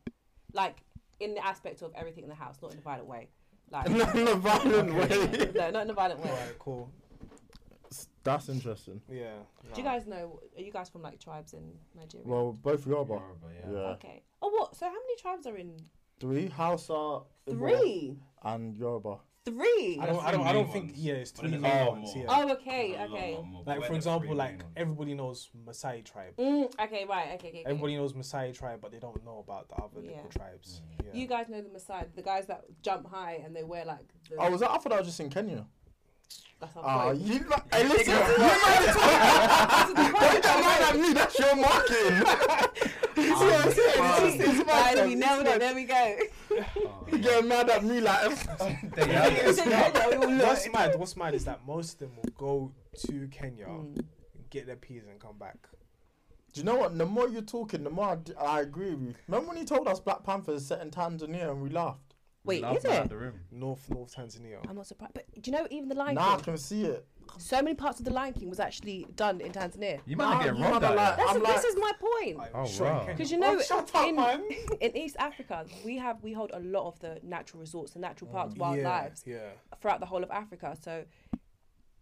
[SPEAKER 4] like in the aspect of everything in the house, not in a violent way. Like no,
[SPEAKER 2] Not in a violent way.
[SPEAKER 4] not in a violent way.
[SPEAKER 1] Alright, cool.
[SPEAKER 2] That's interesting.
[SPEAKER 1] Yeah.
[SPEAKER 4] Do you
[SPEAKER 1] nah.
[SPEAKER 4] guys know? Are you guys from like tribes in Nigeria?
[SPEAKER 2] Well, both Yoruba.
[SPEAKER 3] Yoruba,
[SPEAKER 2] Yeah.
[SPEAKER 3] yeah.
[SPEAKER 4] okay. Oh, what? So how many tribes are in?
[SPEAKER 2] Three Hausa, Igbo,
[SPEAKER 4] Three.
[SPEAKER 2] and Yoruba.
[SPEAKER 4] Three.
[SPEAKER 1] I don't. I don't. I don't think.
[SPEAKER 3] Three main
[SPEAKER 1] Yeah, it's
[SPEAKER 3] But
[SPEAKER 1] three
[SPEAKER 3] then
[SPEAKER 1] main
[SPEAKER 3] there's a lot
[SPEAKER 1] ones.
[SPEAKER 3] more.
[SPEAKER 1] Yeah.
[SPEAKER 4] Oh, okay,
[SPEAKER 3] There's a lot,
[SPEAKER 4] okay.
[SPEAKER 3] lot more, but
[SPEAKER 1] Like
[SPEAKER 3] we're
[SPEAKER 1] for
[SPEAKER 3] the
[SPEAKER 1] example,
[SPEAKER 3] three
[SPEAKER 1] like
[SPEAKER 3] main ones.
[SPEAKER 1] everybody knows Maasai tribe.
[SPEAKER 4] Mm, okay, right. Okay, okay. okay.
[SPEAKER 1] Everybody knows Maasai tribe, but they don't know about the other
[SPEAKER 4] Yeah.
[SPEAKER 1] little tribes.
[SPEAKER 3] Mm.
[SPEAKER 1] Yeah.
[SPEAKER 4] You guys know the Maasai, the guys that jump high and they wear like. The,
[SPEAKER 2] Oh, was that? I thought that was just in Kenya.
[SPEAKER 4] That's our
[SPEAKER 2] Ah,
[SPEAKER 4] point.
[SPEAKER 2] you li- hey, listen, you man is talking. Don't get mad at me. That's your marking. You see what I'm saying? It's just- it's
[SPEAKER 4] Right,
[SPEAKER 2] mad.
[SPEAKER 4] we nailed it. There we go.
[SPEAKER 2] You get mad at me like.
[SPEAKER 3] There you have it.
[SPEAKER 4] It's in Kenya, we all know
[SPEAKER 1] What's
[SPEAKER 4] it.
[SPEAKER 1] mad? What's mad is that most of them will go to Kenya,
[SPEAKER 4] Mm.
[SPEAKER 1] get their peas, and come back.
[SPEAKER 2] Do you know what? The more you're talking, the more I, d- I agree with you. Remember when you told us Black Panther is set in Tanzania and we laughed?
[SPEAKER 4] Wait,
[SPEAKER 3] Laugh
[SPEAKER 4] is
[SPEAKER 3] out
[SPEAKER 4] it?
[SPEAKER 3] of the room.
[SPEAKER 1] North North Tanzania.
[SPEAKER 4] I'm not surprised. But do you know even the Lion
[SPEAKER 2] Now I
[SPEAKER 4] King?
[SPEAKER 2] can see it.
[SPEAKER 4] So many parts of the Lion King was actually done in Tanzania.
[SPEAKER 3] You
[SPEAKER 2] Nah,
[SPEAKER 3] might not
[SPEAKER 2] you
[SPEAKER 3] get
[SPEAKER 2] might
[SPEAKER 3] robbed
[SPEAKER 2] not
[SPEAKER 3] out
[SPEAKER 2] like-
[SPEAKER 3] there.
[SPEAKER 4] That's,
[SPEAKER 2] I'm
[SPEAKER 4] this
[SPEAKER 2] like-
[SPEAKER 4] is my point.
[SPEAKER 1] I'm
[SPEAKER 5] Oh,
[SPEAKER 1] sure in
[SPEAKER 5] wow.
[SPEAKER 1] Kenya.
[SPEAKER 4] Because you know,
[SPEAKER 2] Oh, shut up,
[SPEAKER 4] in,
[SPEAKER 2] man.
[SPEAKER 4] in East Africa, we have we hold a lot of the natural resorts, the natural parks,
[SPEAKER 1] Mm. yeah,
[SPEAKER 4] wildlife
[SPEAKER 1] Yeah.
[SPEAKER 4] throughout the whole of Africa. So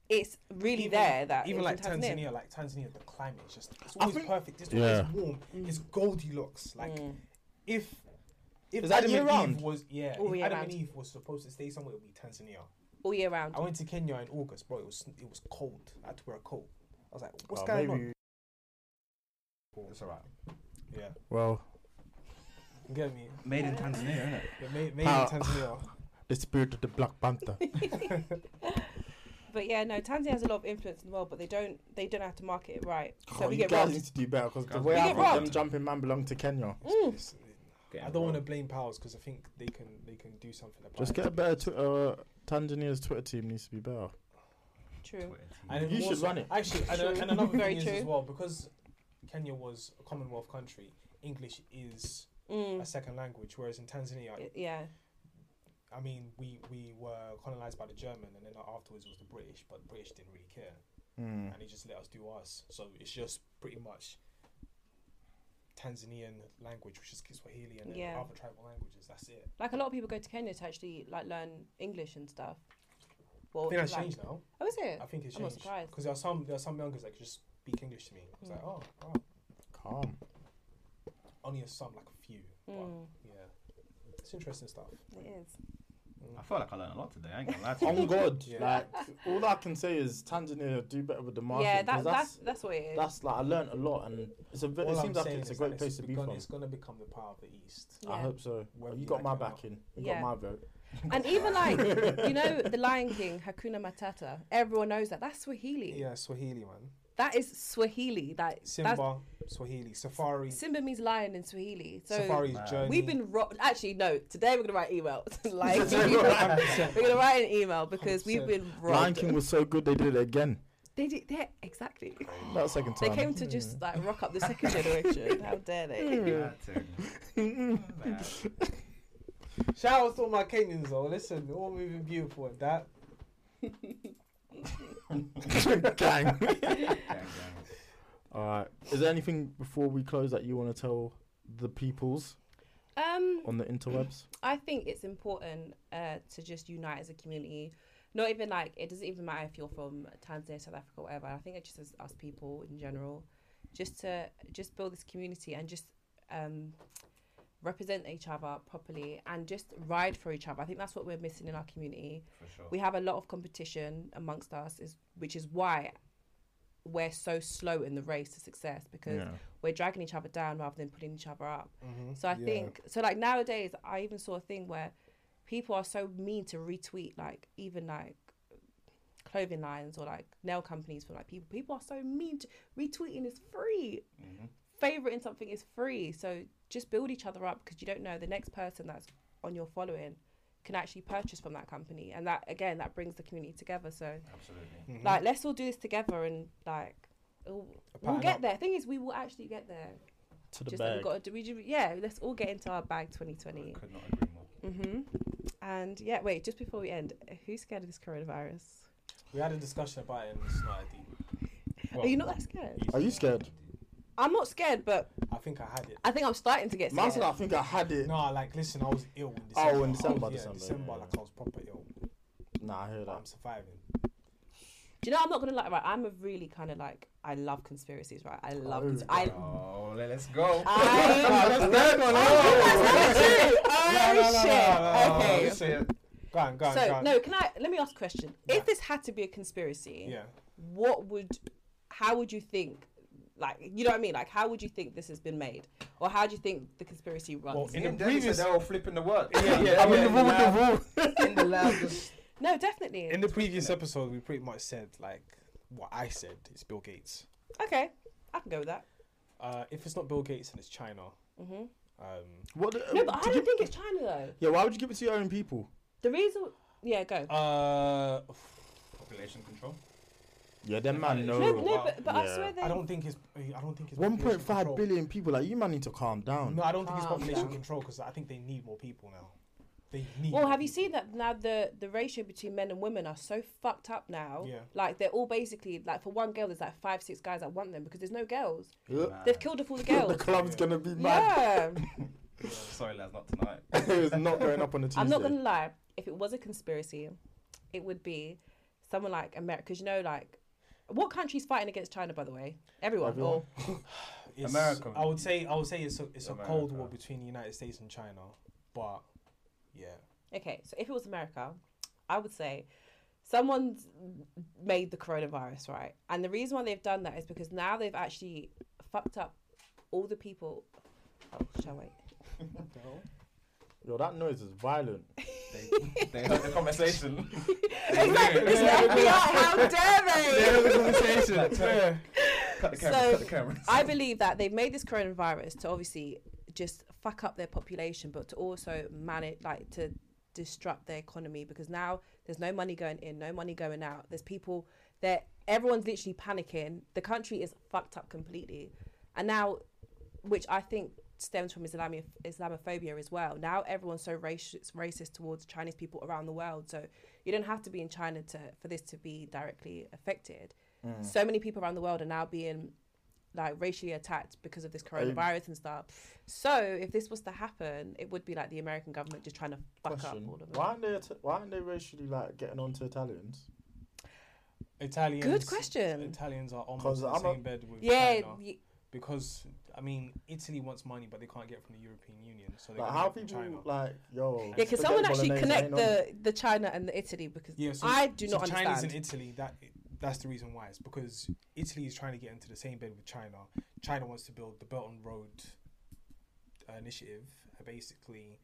[SPEAKER 4] it's really
[SPEAKER 1] Even-
[SPEAKER 4] there that
[SPEAKER 1] even
[SPEAKER 4] it's
[SPEAKER 1] like
[SPEAKER 4] in
[SPEAKER 1] Tanzania. like Tanzania, the climate is just it's
[SPEAKER 2] I
[SPEAKER 1] always
[SPEAKER 2] think-
[SPEAKER 1] perfect. It's
[SPEAKER 5] Yeah.
[SPEAKER 1] always warm. It's Goldilocks. Like
[SPEAKER 4] Mm.
[SPEAKER 1] if if
[SPEAKER 2] Is that
[SPEAKER 1] Adam
[SPEAKER 2] year
[SPEAKER 1] and
[SPEAKER 2] round?
[SPEAKER 1] Eve was yeah,
[SPEAKER 4] All
[SPEAKER 1] if
[SPEAKER 4] year
[SPEAKER 1] Adam
[SPEAKER 4] round. Hmm.
[SPEAKER 1] and Eve was supposed to stay somewhere, it would be Tanzania.
[SPEAKER 4] all year round.
[SPEAKER 1] I went to Kenya in August, bro. It was it was cold. I had to wear a coat. I was like, what's
[SPEAKER 2] Oh,
[SPEAKER 1] going
[SPEAKER 2] maybe-
[SPEAKER 1] on?
[SPEAKER 3] It's alright.
[SPEAKER 1] Yeah,
[SPEAKER 2] Well,
[SPEAKER 1] you get me.
[SPEAKER 3] Made in Tanzania, isn't it?
[SPEAKER 1] Yeah, may- Maybe
[SPEAKER 2] Pow.
[SPEAKER 1] Tanzania.
[SPEAKER 2] the spirit of the Black Panther.
[SPEAKER 4] But yeah, no, Tanzania has a lot of influence in the world, but they don't they don't have to market it right. So
[SPEAKER 2] Oh,
[SPEAKER 4] we
[SPEAKER 2] you
[SPEAKER 4] get
[SPEAKER 2] guys
[SPEAKER 4] robbed.
[SPEAKER 2] need to do better because the
[SPEAKER 3] Guys,
[SPEAKER 2] way
[SPEAKER 4] we
[SPEAKER 2] I
[SPEAKER 4] get
[SPEAKER 2] think them
[SPEAKER 3] robbed.
[SPEAKER 2] jumping man belong to Kenya.
[SPEAKER 4] Mm.
[SPEAKER 1] It's- I don't want to blame Powers because I think they can they can do something about
[SPEAKER 2] Just
[SPEAKER 1] it.
[SPEAKER 2] get a better. Tw- uh, Tanzania's Twitter team needs to be better.
[SPEAKER 4] True.
[SPEAKER 1] And
[SPEAKER 2] You
[SPEAKER 1] also-
[SPEAKER 2] should run it.
[SPEAKER 1] Actually, and,
[SPEAKER 4] True.
[SPEAKER 1] and another
[SPEAKER 4] Very
[SPEAKER 1] thing is as
[SPEAKER 4] true.
[SPEAKER 1] well because Kenya was a Commonwealth country. English is a
[SPEAKER 4] Mm.
[SPEAKER 1] second language, whereas in Tanzania,
[SPEAKER 4] Y- Yeah.
[SPEAKER 1] I mean, we, we were colonized by the German, and then afterwards was the British, but the British didn't really care,
[SPEAKER 2] Mm.
[SPEAKER 1] and they just let us do us. So it's just pretty much Tanzanian language, which is Kiswahili, and then
[SPEAKER 4] Yeah.
[SPEAKER 1] other tribal languages. That's it.
[SPEAKER 4] Like a lot of people go to Kenya to actually like learn English and stuff. Well,
[SPEAKER 1] I think that's
[SPEAKER 4] like-
[SPEAKER 1] changed now.
[SPEAKER 4] Oh, is it?
[SPEAKER 1] I think it's
[SPEAKER 4] I'm not
[SPEAKER 1] changed
[SPEAKER 4] surprised.
[SPEAKER 1] because there are some there are some youngers that can just speak English to me. It's like, oh, wow.
[SPEAKER 2] Calm.
[SPEAKER 1] only a some, like a few.
[SPEAKER 4] Mm,
[SPEAKER 1] But yeah, it's interesting stuff.
[SPEAKER 4] it is.
[SPEAKER 3] I feel like I learned a lot today. I ain't gonna lie to you.
[SPEAKER 2] On God,
[SPEAKER 1] Yeah.
[SPEAKER 2] like all I can say is Tanzania do better with the market.
[SPEAKER 4] yeah,
[SPEAKER 2] 'cause
[SPEAKER 4] that, that's
[SPEAKER 2] that's
[SPEAKER 4] that's what it is.
[SPEAKER 2] that's like I learned a lot, and it's a. ve-
[SPEAKER 1] All
[SPEAKER 2] it
[SPEAKER 1] I'm
[SPEAKER 2] seems like
[SPEAKER 1] saying
[SPEAKER 2] it's a
[SPEAKER 1] is
[SPEAKER 2] great
[SPEAKER 1] that
[SPEAKER 2] place to be
[SPEAKER 1] begun-
[SPEAKER 2] from.
[SPEAKER 1] It's gonna become the power of the East.
[SPEAKER 2] I
[SPEAKER 4] Yeah.
[SPEAKER 2] hope so.
[SPEAKER 1] Whether
[SPEAKER 2] you
[SPEAKER 1] you
[SPEAKER 2] got
[SPEAKER 1] like
[SPEAKER 2] my
[SPEAKER 1] it or not.
[SPEAKER 2] backing. You got
[SPEAKER 4] Yeah.
[SPEAKER 2] my vote.
[SPEAKER 4] and even like you know, the Lion King, Hakuna Matata. Everyone knows that. That's Swahili.
[SPEAKER 1] Yeah, Swahili man.
[SPEAKER 4] That is Swahili. That That's,
[SPEAKER 1] Simba, Swahili, Safari.
[SPEAKER 4] Simba means lion in Swahili. So
[SPEAKER 1] Safari's
[SPEAKER 3] Wow.
[SPEAKER 1] journey.
[SPEAKER 4] We've been robbed. Actually, no. Today we're gonna write email. like we're
[SPEAKER 1] 100%.
[SPEAKER 4] gonna write an email because we've
[SPEAKER 1] 100%.
[SPEAKER 4] been
[SPEAKER 2] Lion
[SPEAKER 4] robbed.
[SPEAKER 2] King was so good they did it again.
[SPEAKER 4] They did. Yeah, exactly.
[SPEAKER 2] That second
[SPEAKER 4] They
[SPEAKER 2] time.
[SPEAKER 4] came to just
[SPEAKER 1] Hmm.
[SPEAKER 4] like rock up the second generation. How dare they?
[SPEAKER 3] Bad thing. Bad.
[SPEAKER 1] Shout out to all my Kenyans though. Listen, they're all moving beautiful and that.
[SPEAKER 2] Hmm. Gang.
[SPEAKER 3] Gang, gang.
[SPEAKER 2] All right. Is there anything before we close that you want to tell the peoples
[SPEAKER 4] Um,
[SPEAKER 2] on the interwebs?
[SPEAKER 4] I think it's important uh, to just unite as a community. Not even like it doesn't even matter if you're from Tanzania, South Africa, whatever. I think it's just as us people in general, just to just build this community and just um, represent each other properly and just ride for each other. I think that's what we're missing in our community.
[SPEAKER 3] For sure.
[SPEAKER 4] We have a lot of competition amongst us, is which is why we're so slow in the race to success because we're dragging each other down rather than putting each other up. So I
[SPEAKER 1] Yeah.
[SPEAKER 4] think so like nowadays I even saw a thing where people are so mean to retweet like even like clothing lines or like nail companies for like people people are so mean to retweeting is free.
[SPEAKER 3] Mhm.
[SPEAKER 4] Favoriting something is free. So just build each other up because you don't know the next person that's on your following can actually purchase from that company and that again that brings the community together. So
[SPEAKER 3] Absolutely.
[SPEAKER 1] Mm-hmm.
[SPEAKER 4] like let's all do this together and like we'll, we'll
[SPEAKER 1] Pattern
[SPEAKER 4] get
[SPEAKER 1] up.
[SPEAKER 4] there. Thing is we will actually get there.
[SPEAKER 2] to the
[SPEAKER 4] just that
[SPEAKER 2] bag.
[SPEAKER 4] we've got to do. We, ju- yeah, let's all get into our bag 2020.
[SPEAKER 3] Could not agree more.
[SPEAKER 4] hmm And yeah, wait, just before we end, who's scared of this coronavirus?
[SPEAKER 1] We had a discussion about it and it's not ideal.
[SPEAKER 4] Are you not that scared?
[SPEAKER 2] Are you scared?
[SPEAKER 4] I'm not scared, but
[SPEAKER 1] I think I had it.
[SPEAKER 4] I think I'm starting to get scared.
[SPEAKER 2] Master, I think I had it.
[SPEAKER 1] No, like listen, I was ill in
[SPEAKER 2] Oh,
[SPEAKER 1] December.
[SPEAKER 2] in
[SPEAKER 1] I
[SPEAKER 2] December,
[SPEAKER 1] was, yeah,
[SPEAKER 2] December,
[SPEAKER 1] December,
[SPEAKER 2] yeah.
[SPEAKER 1] like I was proper ill.
[SPEAKER 2] Nah, I hear
[SPEAKER 1] But I'm
[SPEAKER 2] that.
[SPEAKER 1] surviving.
[SPEAKER 4] Do you know, I'm not going to lie, right? I'm a really kind of like, I love conspiracies, right? I love,
[SPEAKER 2] Oh,
[SPEAKER 4] cons- I,
[SPEAKER 3] Oh, let- let's go.
[SPEAKER 4] I,
[SPEAKER 1] No, no, no, no,
[SPEAKER 4] oh,
[SPEAKER 1] no, no, no,
[SPEAKER 4] shit. Okay.
[SPEAKER 1] listen. Go on, go on, go
[SPEAKER 4] So,
[SPEAKER 1] on.
[SPEAKER 4] no, can I, let me ask a question.
[SPEAKER 1] Yeah.
[SPEAKER 4] If this had to be a conspiracy,
[SPEAKER 1] Yeah.
[SPEAKER 4] what would how would you think like you know what I mean? Like how would you think this has been made? Or how do you think the conspiracy runs?
[SPEAKER 1] Well, in
[SPEAKER 3] In
[SPEAKER 1] the
[SPEAKER 3] the previous,
[SPEAKER 1] previous-
[SPEAKER 3] they're all flipping the work.
[SPEAKER 1] Yeah, yeah,
[SPEAKER 2] I'm
[SPEAKER 1] yeah,
[SPEAKER 2] in the room with
[SPEAKER 1] nah.
[SPEAKER 2] the rule.
[SPEAKER 3] in the lab. Just
[SPEAKER 4] no, definitely.
[SPEAKER 1] In the previous episode, we pretty much said like what I said. It's Bill Gates.
[SPEAKER 4] okay. I can go with that.
[SPEAKER 1] Uh, if it's not Bill Gates and it's China,
[SPEAKER 4] hmm
[SPEAKER 2] Mm-hmm.
[SPEAKER 1] um,
[SPEAKER 2] What?
[SPEAKER 4] No, but I
[SPEAKER 2] did
[SPEAKER 4] don't
[SPEAKER 2] you-
[SPEAKER 4] think it's China though.
[SPEAKER 2] Yeah, why would you give it to your own people?
[SPEAKER 4] The reason yeah, go.
[SPEAKER 1] uh,
[SPEAKER 3] population control.
[SPEAKER 2] Yeah, them man
[SPEAKER 4] no,
[SPEAKER 2] know.
[SPEAKER 4] no,
[SPEAKER 1] wow.
[SPEAKER 4] but, but I
[SPEAKER 2] Oh, Yeah.
[SPEAKER 4] swear they
[SPEAKER 1] I don't think it's. I don't think it's.
[SPEAKER 2] One
[SPEAKER 1] population
[SPEAKER 2] point five
[SPEAKER 1] control.
[SPEAKER 2] billion people. Like you, man, need to calm down.
[SPEAKER 1] No, I don't think it's
[SPEAKER 4] Calm
[SPEAKER 1] population
[SPEAKER 4] down.
[SPEAKER 1] control because I think they need more people now. They need.
[SPEAKER 4] Well,
[SPEAKER 1] more
[SPEAKER 4] have you
[SPEAKER 1] people.
[SPEAKER 4] seen that now the the ratio between men and women are so fucked up now.
[SPEAKER 1] Yeah.
[SPEAKER 4] Like they're all basically like for one girl there's like five, six guys that want them because there's no girls.
[SPEAKER 2] Yeah.
[SPEAKER 4] They've killed off all the
[SPEAKER 2] the
[SPEAKER 4] girls.
[SPEAKER 2] club's gonna be mad.
[SPEAKER 4] yeah.
[SPEAKER 3] Sorry, lads, not tonight.
[SPEAKER 2] it's not going up on the Tuesday.
[SPEAKER 4] I'm not gonna lie. If it was a conspiracy, it would be someone like America. Because you know, like, what country's fighting against China? By the way, everyone.
[SPEAKER 2] Everyone.
[SPEAKER 4] Or,
[SPEAKER 1] It's-
[SPEAKER 3] America.
[SPEAKER 1] I would say. I would say it's a it's a cold
[SPEAKER 3] America.
[SPEAKER 1] war between the United States and China, but yeah.
[SPEAKER 4] okay, so if it was America, I would say someone's made the coronavirus right, and the reason why they've done that is because now they've actually fucked up all the people. Oh, shall wait.
[SPEAKER 2] Yo, that noise is violent.
[SPEAKER 3] They, they heard the conversation.
[SPEAKER 4] Exactly. It's the FBI. How dare they?
[SPEAKER 2] the conversation.
[SPEAKER 3] Like, turn- Cut the cameras.
[SPEAKER 4] So-
[SPEAKER 3] cut the cameras.
[SPEAKER 4] I believe that they've made this coronavirus to obviously just fuck up their population, but to also manage, like, to disrupt their economy because now there's no money going in, no money going out. There's people that everyone's literally panicking. The country is fucked up completely, and now, which I think stems from Islami- Islamophobia as well. Now everyone's so racist, racist towards Chinese people around the world. So you don't have to be in China to for this to be directly affected.
[SPEAKER 1] Mm.
[SPEAKER 4] So many people around the world are now being like racially attacked because of this coronavirus and stuff. So if this was to happen, it would be like the American government just trying to fuck
[SPEAKER 2] Question.
[SPEAKER 4] up all of it.
[SPEAKER 2] Why aren't they? atta- why aren't they racially like getting onto Italians?
[SPEAKER 1] Italians.
[SPEAKER 4] Good question.
[SPEAKER 1] Italians are almost in
[SPEAKER 2] Cause
[SPEAKER 1] the
[SPEAKER 2] I'm a-
[SPEAKER 1] same bed with
[SPEAKER 4] Yeah,
[SPEAKER 1] China
[SPEAKER 4] y-
[SPEAKER 1] because I mean Italy wants money, but they can't get it from the European Union, so they
[SPEAKER 2] Like
[SPEAKER 1] can
[SPEAKER 2] how
[SPEAKER 1] get it
[SPEAKER 2] people
[SPEAKER 1] from China.
[SPEAKER 2] like yo.
[SPEAKER 4] yeah. Can
[SPEAKER 2] spaghetti
[SPEAKER 4] someone actually
[SPEAKER 2] bolognese
[SPEAKER 4] connect
[SPEAKER 2] ain't on it.
[SPEAKER 4] the the China and the Italy because
[SPEAKER 1] Yeah, so-
[SPEAKER 4] I do
[SPEAKER 1] so
[SPEAKER 4] not
[SPEAKER 1] China's in
[SPEAKER 4] understand.
[SPEAKER 1] Italy. That that's the reason why. It's because Italy is trying to get into the same bed with China. China wants to build the Belt and Road uh, initiative. Uh, basically,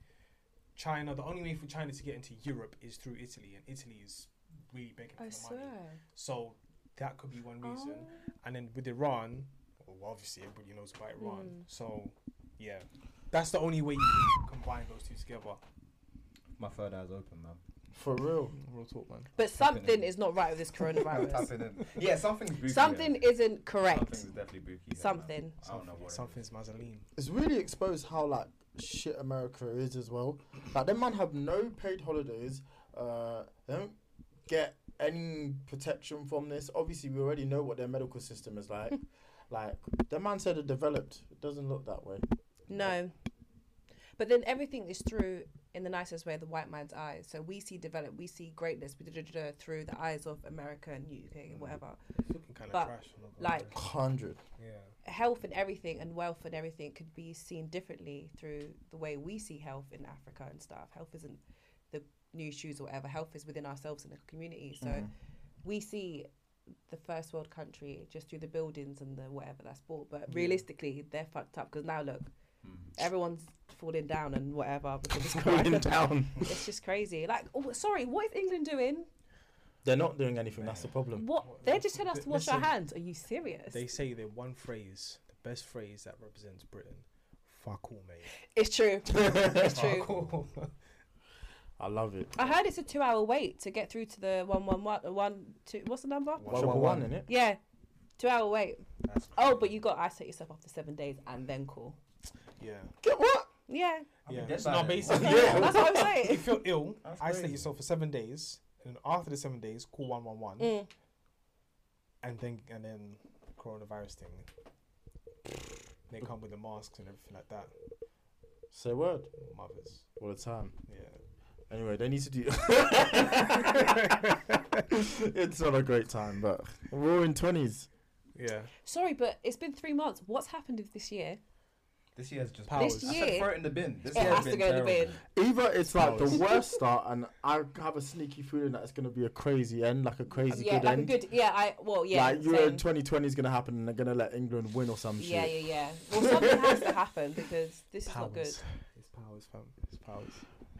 [SPEAKER 1] China. The only way for China to get into Europe is through Italy, and Italy is really begging for
[SPEAKER 4] I
[SPEAKER 1] the money.
[SPEAKER 4] swear. Oh.
[SPEAKER 1] So that could be one reason. And then with Iran, well, obviously everybody knows about Iran.
[SPEAKER 4] Hmm.
[SPEAKER 1] So yeah, that's the only way you can combine those two together.
[SPEAKER 3] My third eye's open, man.
[SPEAKER 2] for real.
[SPEAKER 1] Real talk, man.
[SPEAKER 4] But something
[SPEAKER 3] in.
[SPEAKER 4] is not right with this coronavirus.
[SPEAKER 3] Tapping in. Yeah, something's booky.
[SPEAKER 4] something
[SPEAKER 3] here.
[SPEAKER 4] isn't
[SPEAKER 3] Something's
[SPEAKER 4] correct.
[SPEAKER 3] definitely booky. here,
[SPEAKER 4] Something.
[SPEAKER 3] man. I don't know what. Something.
[SPEAKER 1] Something's Mazaline.
[SPEAKER 2] It's really exposed how like shit America is as well. Like them man have no paid holidays. Uh, they don't get any protection from this. Obviously, we already know what their medical system is like. like the man said, it developed. It doesn't look that way.
[SPEAKER 4] No. But then everything is through in the nicest way the white man's eyes. So we see develop, we see greatness we da- da- da- through the eyes of America and UK and whatever.
[SPEAKER 1] Looking kind
[SPEAKER 4] But,
[SPEAKER 1] of trash. I'm not gonna
[SPEAKER 4] like-
[SPEAKER 1] lie.
[SPEAKER 2] Hundred.
[SPEAKER 1] yeah,
[SPEAKER 4] health and everything and wealth and everything could be seen differently through the way we see health in Africa and stuff. Health isn't the new shoes or whatever. Health is within ourselves and the community. So
[SPEAKER 2] Mm.
[SPEAKER 4] we see the first world country just through the buildings and the whatever that's bought. But realistically, they're fucked up because now look,
[SPEAKER 3] Hmm,
[SPEAKER 4] everyone's falling down and whatever because it's
[SPEAKER 2] Going
[SPEAKER 4] crazy.
[SPEAKER 2] down.
[SPEAKER 4] it's just crazy. Like, oh, sorry, what is England doing?
[SPEAKER 2] They're not doing anything. That's the problem.
[SPEAKER 4] What they're just telling us to wash our
[SPEAKER 1] Listen,
[SPEAKER 4] hands. Are you serious?
[SPEAKER 1] they say the one phrase, the best phrase that represents Britain. Fuck all, mate.
[SPEAKER 4] It's true. it's true.
[SPEAKER 1] Fuck all.
[SPEAKER 2] I love it.
[SPEAKER 4] I heard it's a two hour wait to get through to the one one one one two. What's the number?
[SPEAKER 2] One, one, one, in it.
[SPEAKER 4] Yeah, Two hour wait.
[SPEAKER 1] That's
[SPEAKER 4] Oh, but you got to isolate yourself after seven days and then call.
[SPEAKER 1] yeah,
[SPEAKER 2] Get what?
[SPEAKER 4] Yeah.
[SPEAKER 3] I'll be
[SPEAKER 1] yeah.
[SPEAKER 3] dead by
[SPEAKER 1] no,
[SPEAKER 3] then.
[SPEAKER 1] basically,
[SPEAKER 2] Yeah.
[SPEAKER 4] That's what I'm saying.
[SPEAKER 1] if you're ill,
[SPEAKER 3] That's
[SPEAKER 1] isolate
[SPEAKER 3] crazy.
[SPEAKER 1] yourself for seven days, and then after the seven days, call one one one,
[SPEAKER 4] Mm.
[SPEAKER 1] and then and then coronavirus thing. They come with the masks and everything like that.
[SPEAKER 2] Say word
[SPEAKER 1] Mothers,
[SPEAKER 2] all the time.
[SPEAKER 1] yeah.
[SPEAKER 2] Anyway, they need to do. it's not a great time, but we're all in twenties.
[SPEAKER 1] Yeah.
[SPEAKER 4] Sorry, but it's been three months. What's happened if this year?
[SPEAKER 3] This year's just
[SPEAKER 1] Powers. This
[SPEAKER 3] I said
[SPEAKER 4] year-
[SPEAKER 3] throw it in the bin. This
[SPEAKER 4] It
[SPEAKER 3] year's
[SPEAKER 4] has to
[SPEAKER 3] been
[SPEAKER 4] go in the
[SPEAKER 3] terrible.
[SPEAKER 4] bin.
[SPEAKER 2] Either it's like the
[SPEAKER 1] Powers.
[SPEAKER 2] worst start, and I have a sneaky feeling that it's gonna be a crazy end, like a crazy
[SPEAKER 4] Um, yeah,
[SPEAKER 2] good
[SPEAKER 4] like
[SPEAKER 2] end.
[SPEAKER 4] a good. Yeah, I. Well, yeah.
[SPEAKER 2] like Euro
[SPEAKER 4] same.
[SPEAKER 2] 2020 is gonna happen, and they're gonna let England win or some shit.
[SPEAKER 4] Yeah, yeah, yeah. Well, something has to happen because this is not good.
[SPEAKER 1] It's powers, fam. It's powers.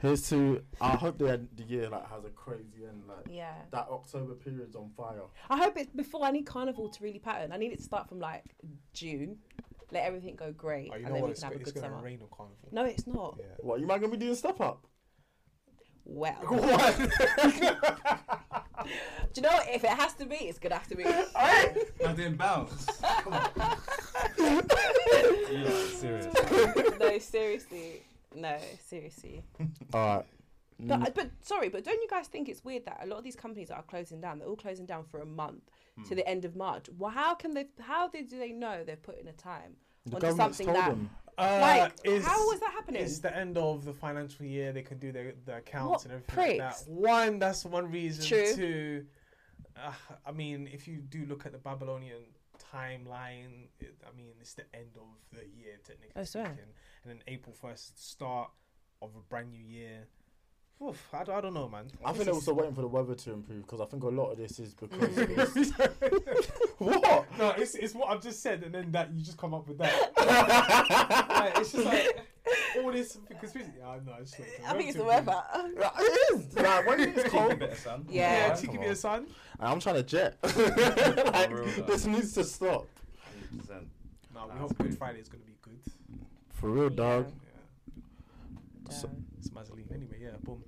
[SPEAKER 2] Here's to. I hope the end the year like has a crazy end. Like
[SPEAKER 4] Yeah.
[SPEAKER 2] that October period's on fire.
[SPEAKER 4] I hope it's before I need carnival to really pattern. I need it to start from like June. Let everything go great,
[SPEAKER 1] Oh, you
[SPEAKER 4] and
[SPEAKER 1] know
[SPEAKER 4] then
[SPEAKER 1] what?
[SPEAKER 4] we
[SPEAKER 1] It's,
[SPEAKER 4] can have a
[SPEAKER 1] it's
[SPEAKER 4] good
[SPEAKER 1] gonna
[SPEAKER 4] summer.
[SPEAKER 1] rain on carnival.
[SPEAKER 4] No, it's not.
[SPEAKER 1] Yeah.
[SPEAKER 2] What you might gonna be doing step up?
[SPEAKER 4] Well,
[SPEAKER 2] What?
[SPEAKER 4] do you know what? if it has to be, it's gonna have to be.
[SPEAKER 3] Now then bounce. Come on. yeah, serious.
[SPEAKER 4] no, seriously, no, seriously.
[SPEAKER 2] All right. Mm,
[SPEAKER 4] But,
[SPEAKER 1] Mm.
[SPEAKER 4] but sorry, but don't you guys think it's weird that a lot of these companies that are closing down, they're all closing down for a month
[SPEAKER 1] Hmm.
[SPEAKER 4] to the end of March. Well, how can they? How they, do they know they've put in a time
[SPEAKER 2] The
[SPEAKER 4] onto
[SPEAKER 2] government's
[SPEAKER 4] something
[SPEAKER 2] told
[SPEAKER 4] that?
[SPEAKER 2] them.
[SPEAKER 1] Uh,
[SPEAKER 4] Like,
[SPEAKER 1] it's-
[SPEAKER 4] how was that happening?
[SPEAKER 1] It's the end of the financial year. They can do their, their accounts
[SPEAKER 4] What
[SPEAKER 1] and everything like
[SPEAKER 4] pricks?
[SPEAKER 1] that. One, that's one reason.
[SPEAKER 4] True.
[SPEAKER 1] Two, uh, I mean, if you do look at the Babylonian timeline, it, I mean, it's the end of the year technically
[SPEAKER 4] I swear.
[SPEAKER 1] speaking, and then April first, start of a brand new year. Oof, I, don't- I don't know, man.
[SPEAKER 2] I think
[SPEAKER 1] This
[SPEAKER 2] they're
[SPEAKER 1] is-
[SPEAKER 2] also waiting for the weather to improve because I think a lot of this is because it's- what?
[SPEAKER 1] no, it's it's what I've just said, and then that you just come up with that. Like, it's just like all this because we, yeah, I know. It's just like,
[SPEAKER 4] I think it's the
[SPEAKER 1] relatively-
[SPEAKER 4] weather.
[SPEAKER 2] Like, it is. Like when it's
[SPEAKER 3] Cold.
[SPEAKER 2] cold,
[SPEAKER 3] bit of sun.
[SPEAKER 4] Yeah.
[SPEAKER 1] Yeah,
[SPEAKER 4] Yeah,
[SPEAKER 1] cheeky
[SPEAKER 2] come
[SPEAKER 1] bit
[SPEAKER 2] on.
[SPEAKER 1] of sun.
[SPEAKER 2] I'm trying to jet.
[SPEAKER 3] real, though.
[SPEAKER 2] like this needs to stop.
[SPEAKER 1] No, we
[SPEAKER 3] 100%. That's
[SPEAKER 1] hope Good
[SPEAKER 3] good.
[SPEAKER 1] Friday is gonna be good.
[SPEAKER 2] For real, dog.
[SPEAKER 1] Yeah,
[SPEAKER 4] Yeah.
[SPEAKER 2] So-
[SPEAKER 1] it's Mazzolini. Anyway, yeah, boom.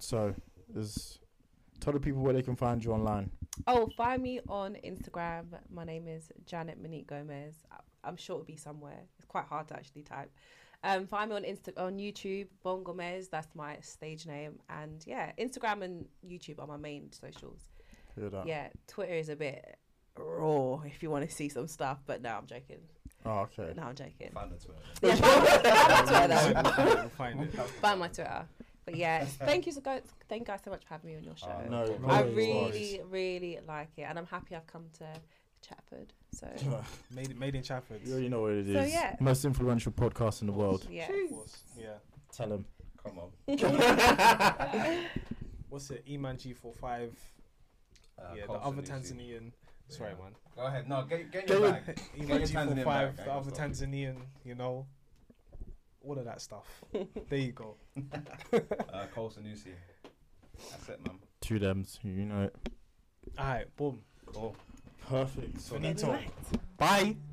[SPEAKER 2] So, is tell the people where they can find you online.
[SPEAKER 4] Oh, find me on Instagram. My name is Janet Monique Gomez. I- I'm sure it'll be somewhere. It's quite hard to actually type. Um, find me on Insta on YouTube, Bon Gomez. That's my stage name. And yeah, Instagram and YouTube are my main socials.
[SPEAKER 2] Hear that?
[SPEAKER 4] Yeah, Twitter is a bit raw if you want to see some stuff. But no, I'm joking.
[SPEAKER 2] Oh, okay.
[SPEAKER 4] No, I'm joking.
[SPEAKER 3] Find it to
[SPEAKER 4] Yeah, find my, find my Twitter.
[SPEAKER 1] We'll find it, we'll find it.
[SPEAKER 3] it.
[SPEAKER 4] Though. Find my Twitter. But yeah, thank you so guys. Thank you guys so much for having me on your show.
[SPEAKER 3] Uh,
[SPEAKER 2] No,
[SPEAKER 3] no
[SPEAKER 4] I
[SPEAKER 2] worries.
[SPEAKER 4] really, really like it, and I'm happy I've come to Chatford. So
[SPEAKER 1] Made it, made in Chafford.
[SPEAKER 2] You already know what it is.
[SPEAKER 4] So, yeah.
[SPEAKER 2] Most influential podcast in the world.
[SPEAKER 4] yeah,
[SPEAKER 1] Of course, yeah.
[SPEAKER 2] Tell them.
[SPEAKER 3] Come on.
[SPEAKER 1] What's it? Eman G45.
[SPEAKER 3] Uh,
[SPEAKER 1] yeah, the
[SPEAKER 3] Colson
[SPEAKER 1] other
[SPEAKER 3] Lucy.
[SPEAKER 1] Tanzanian. Sorry, man.
[SPEAKER 3] Go ahead. No, get, get
[SPEAKER 2] Get
[SPEAKER 3] in your
[SPEAKER 2] your-
[SPEAKER 3] bag. Get your
[SPEAKER 1] Eman G45,
[SPEAKER 3] Tanzanian bag.
[SPEAKER 1] the other Tanzanian, you know. All of that stuff. there you go.
[SPEAKER 3] Uh, Colson Lucy. That's it, man.
[SPEAKER 2] Two dems. You know it.
[SPEAKER 1] All right, boom.
[SPEAKER 3] Cool.
[SPEAKER 2] Perfect.
[SPEAKER 3] So
[SPEAKER 1] Finito.
[SPEAKER 4] Right.
[SPEAKER 2] Bye.
[SPEAKER 3] Oh,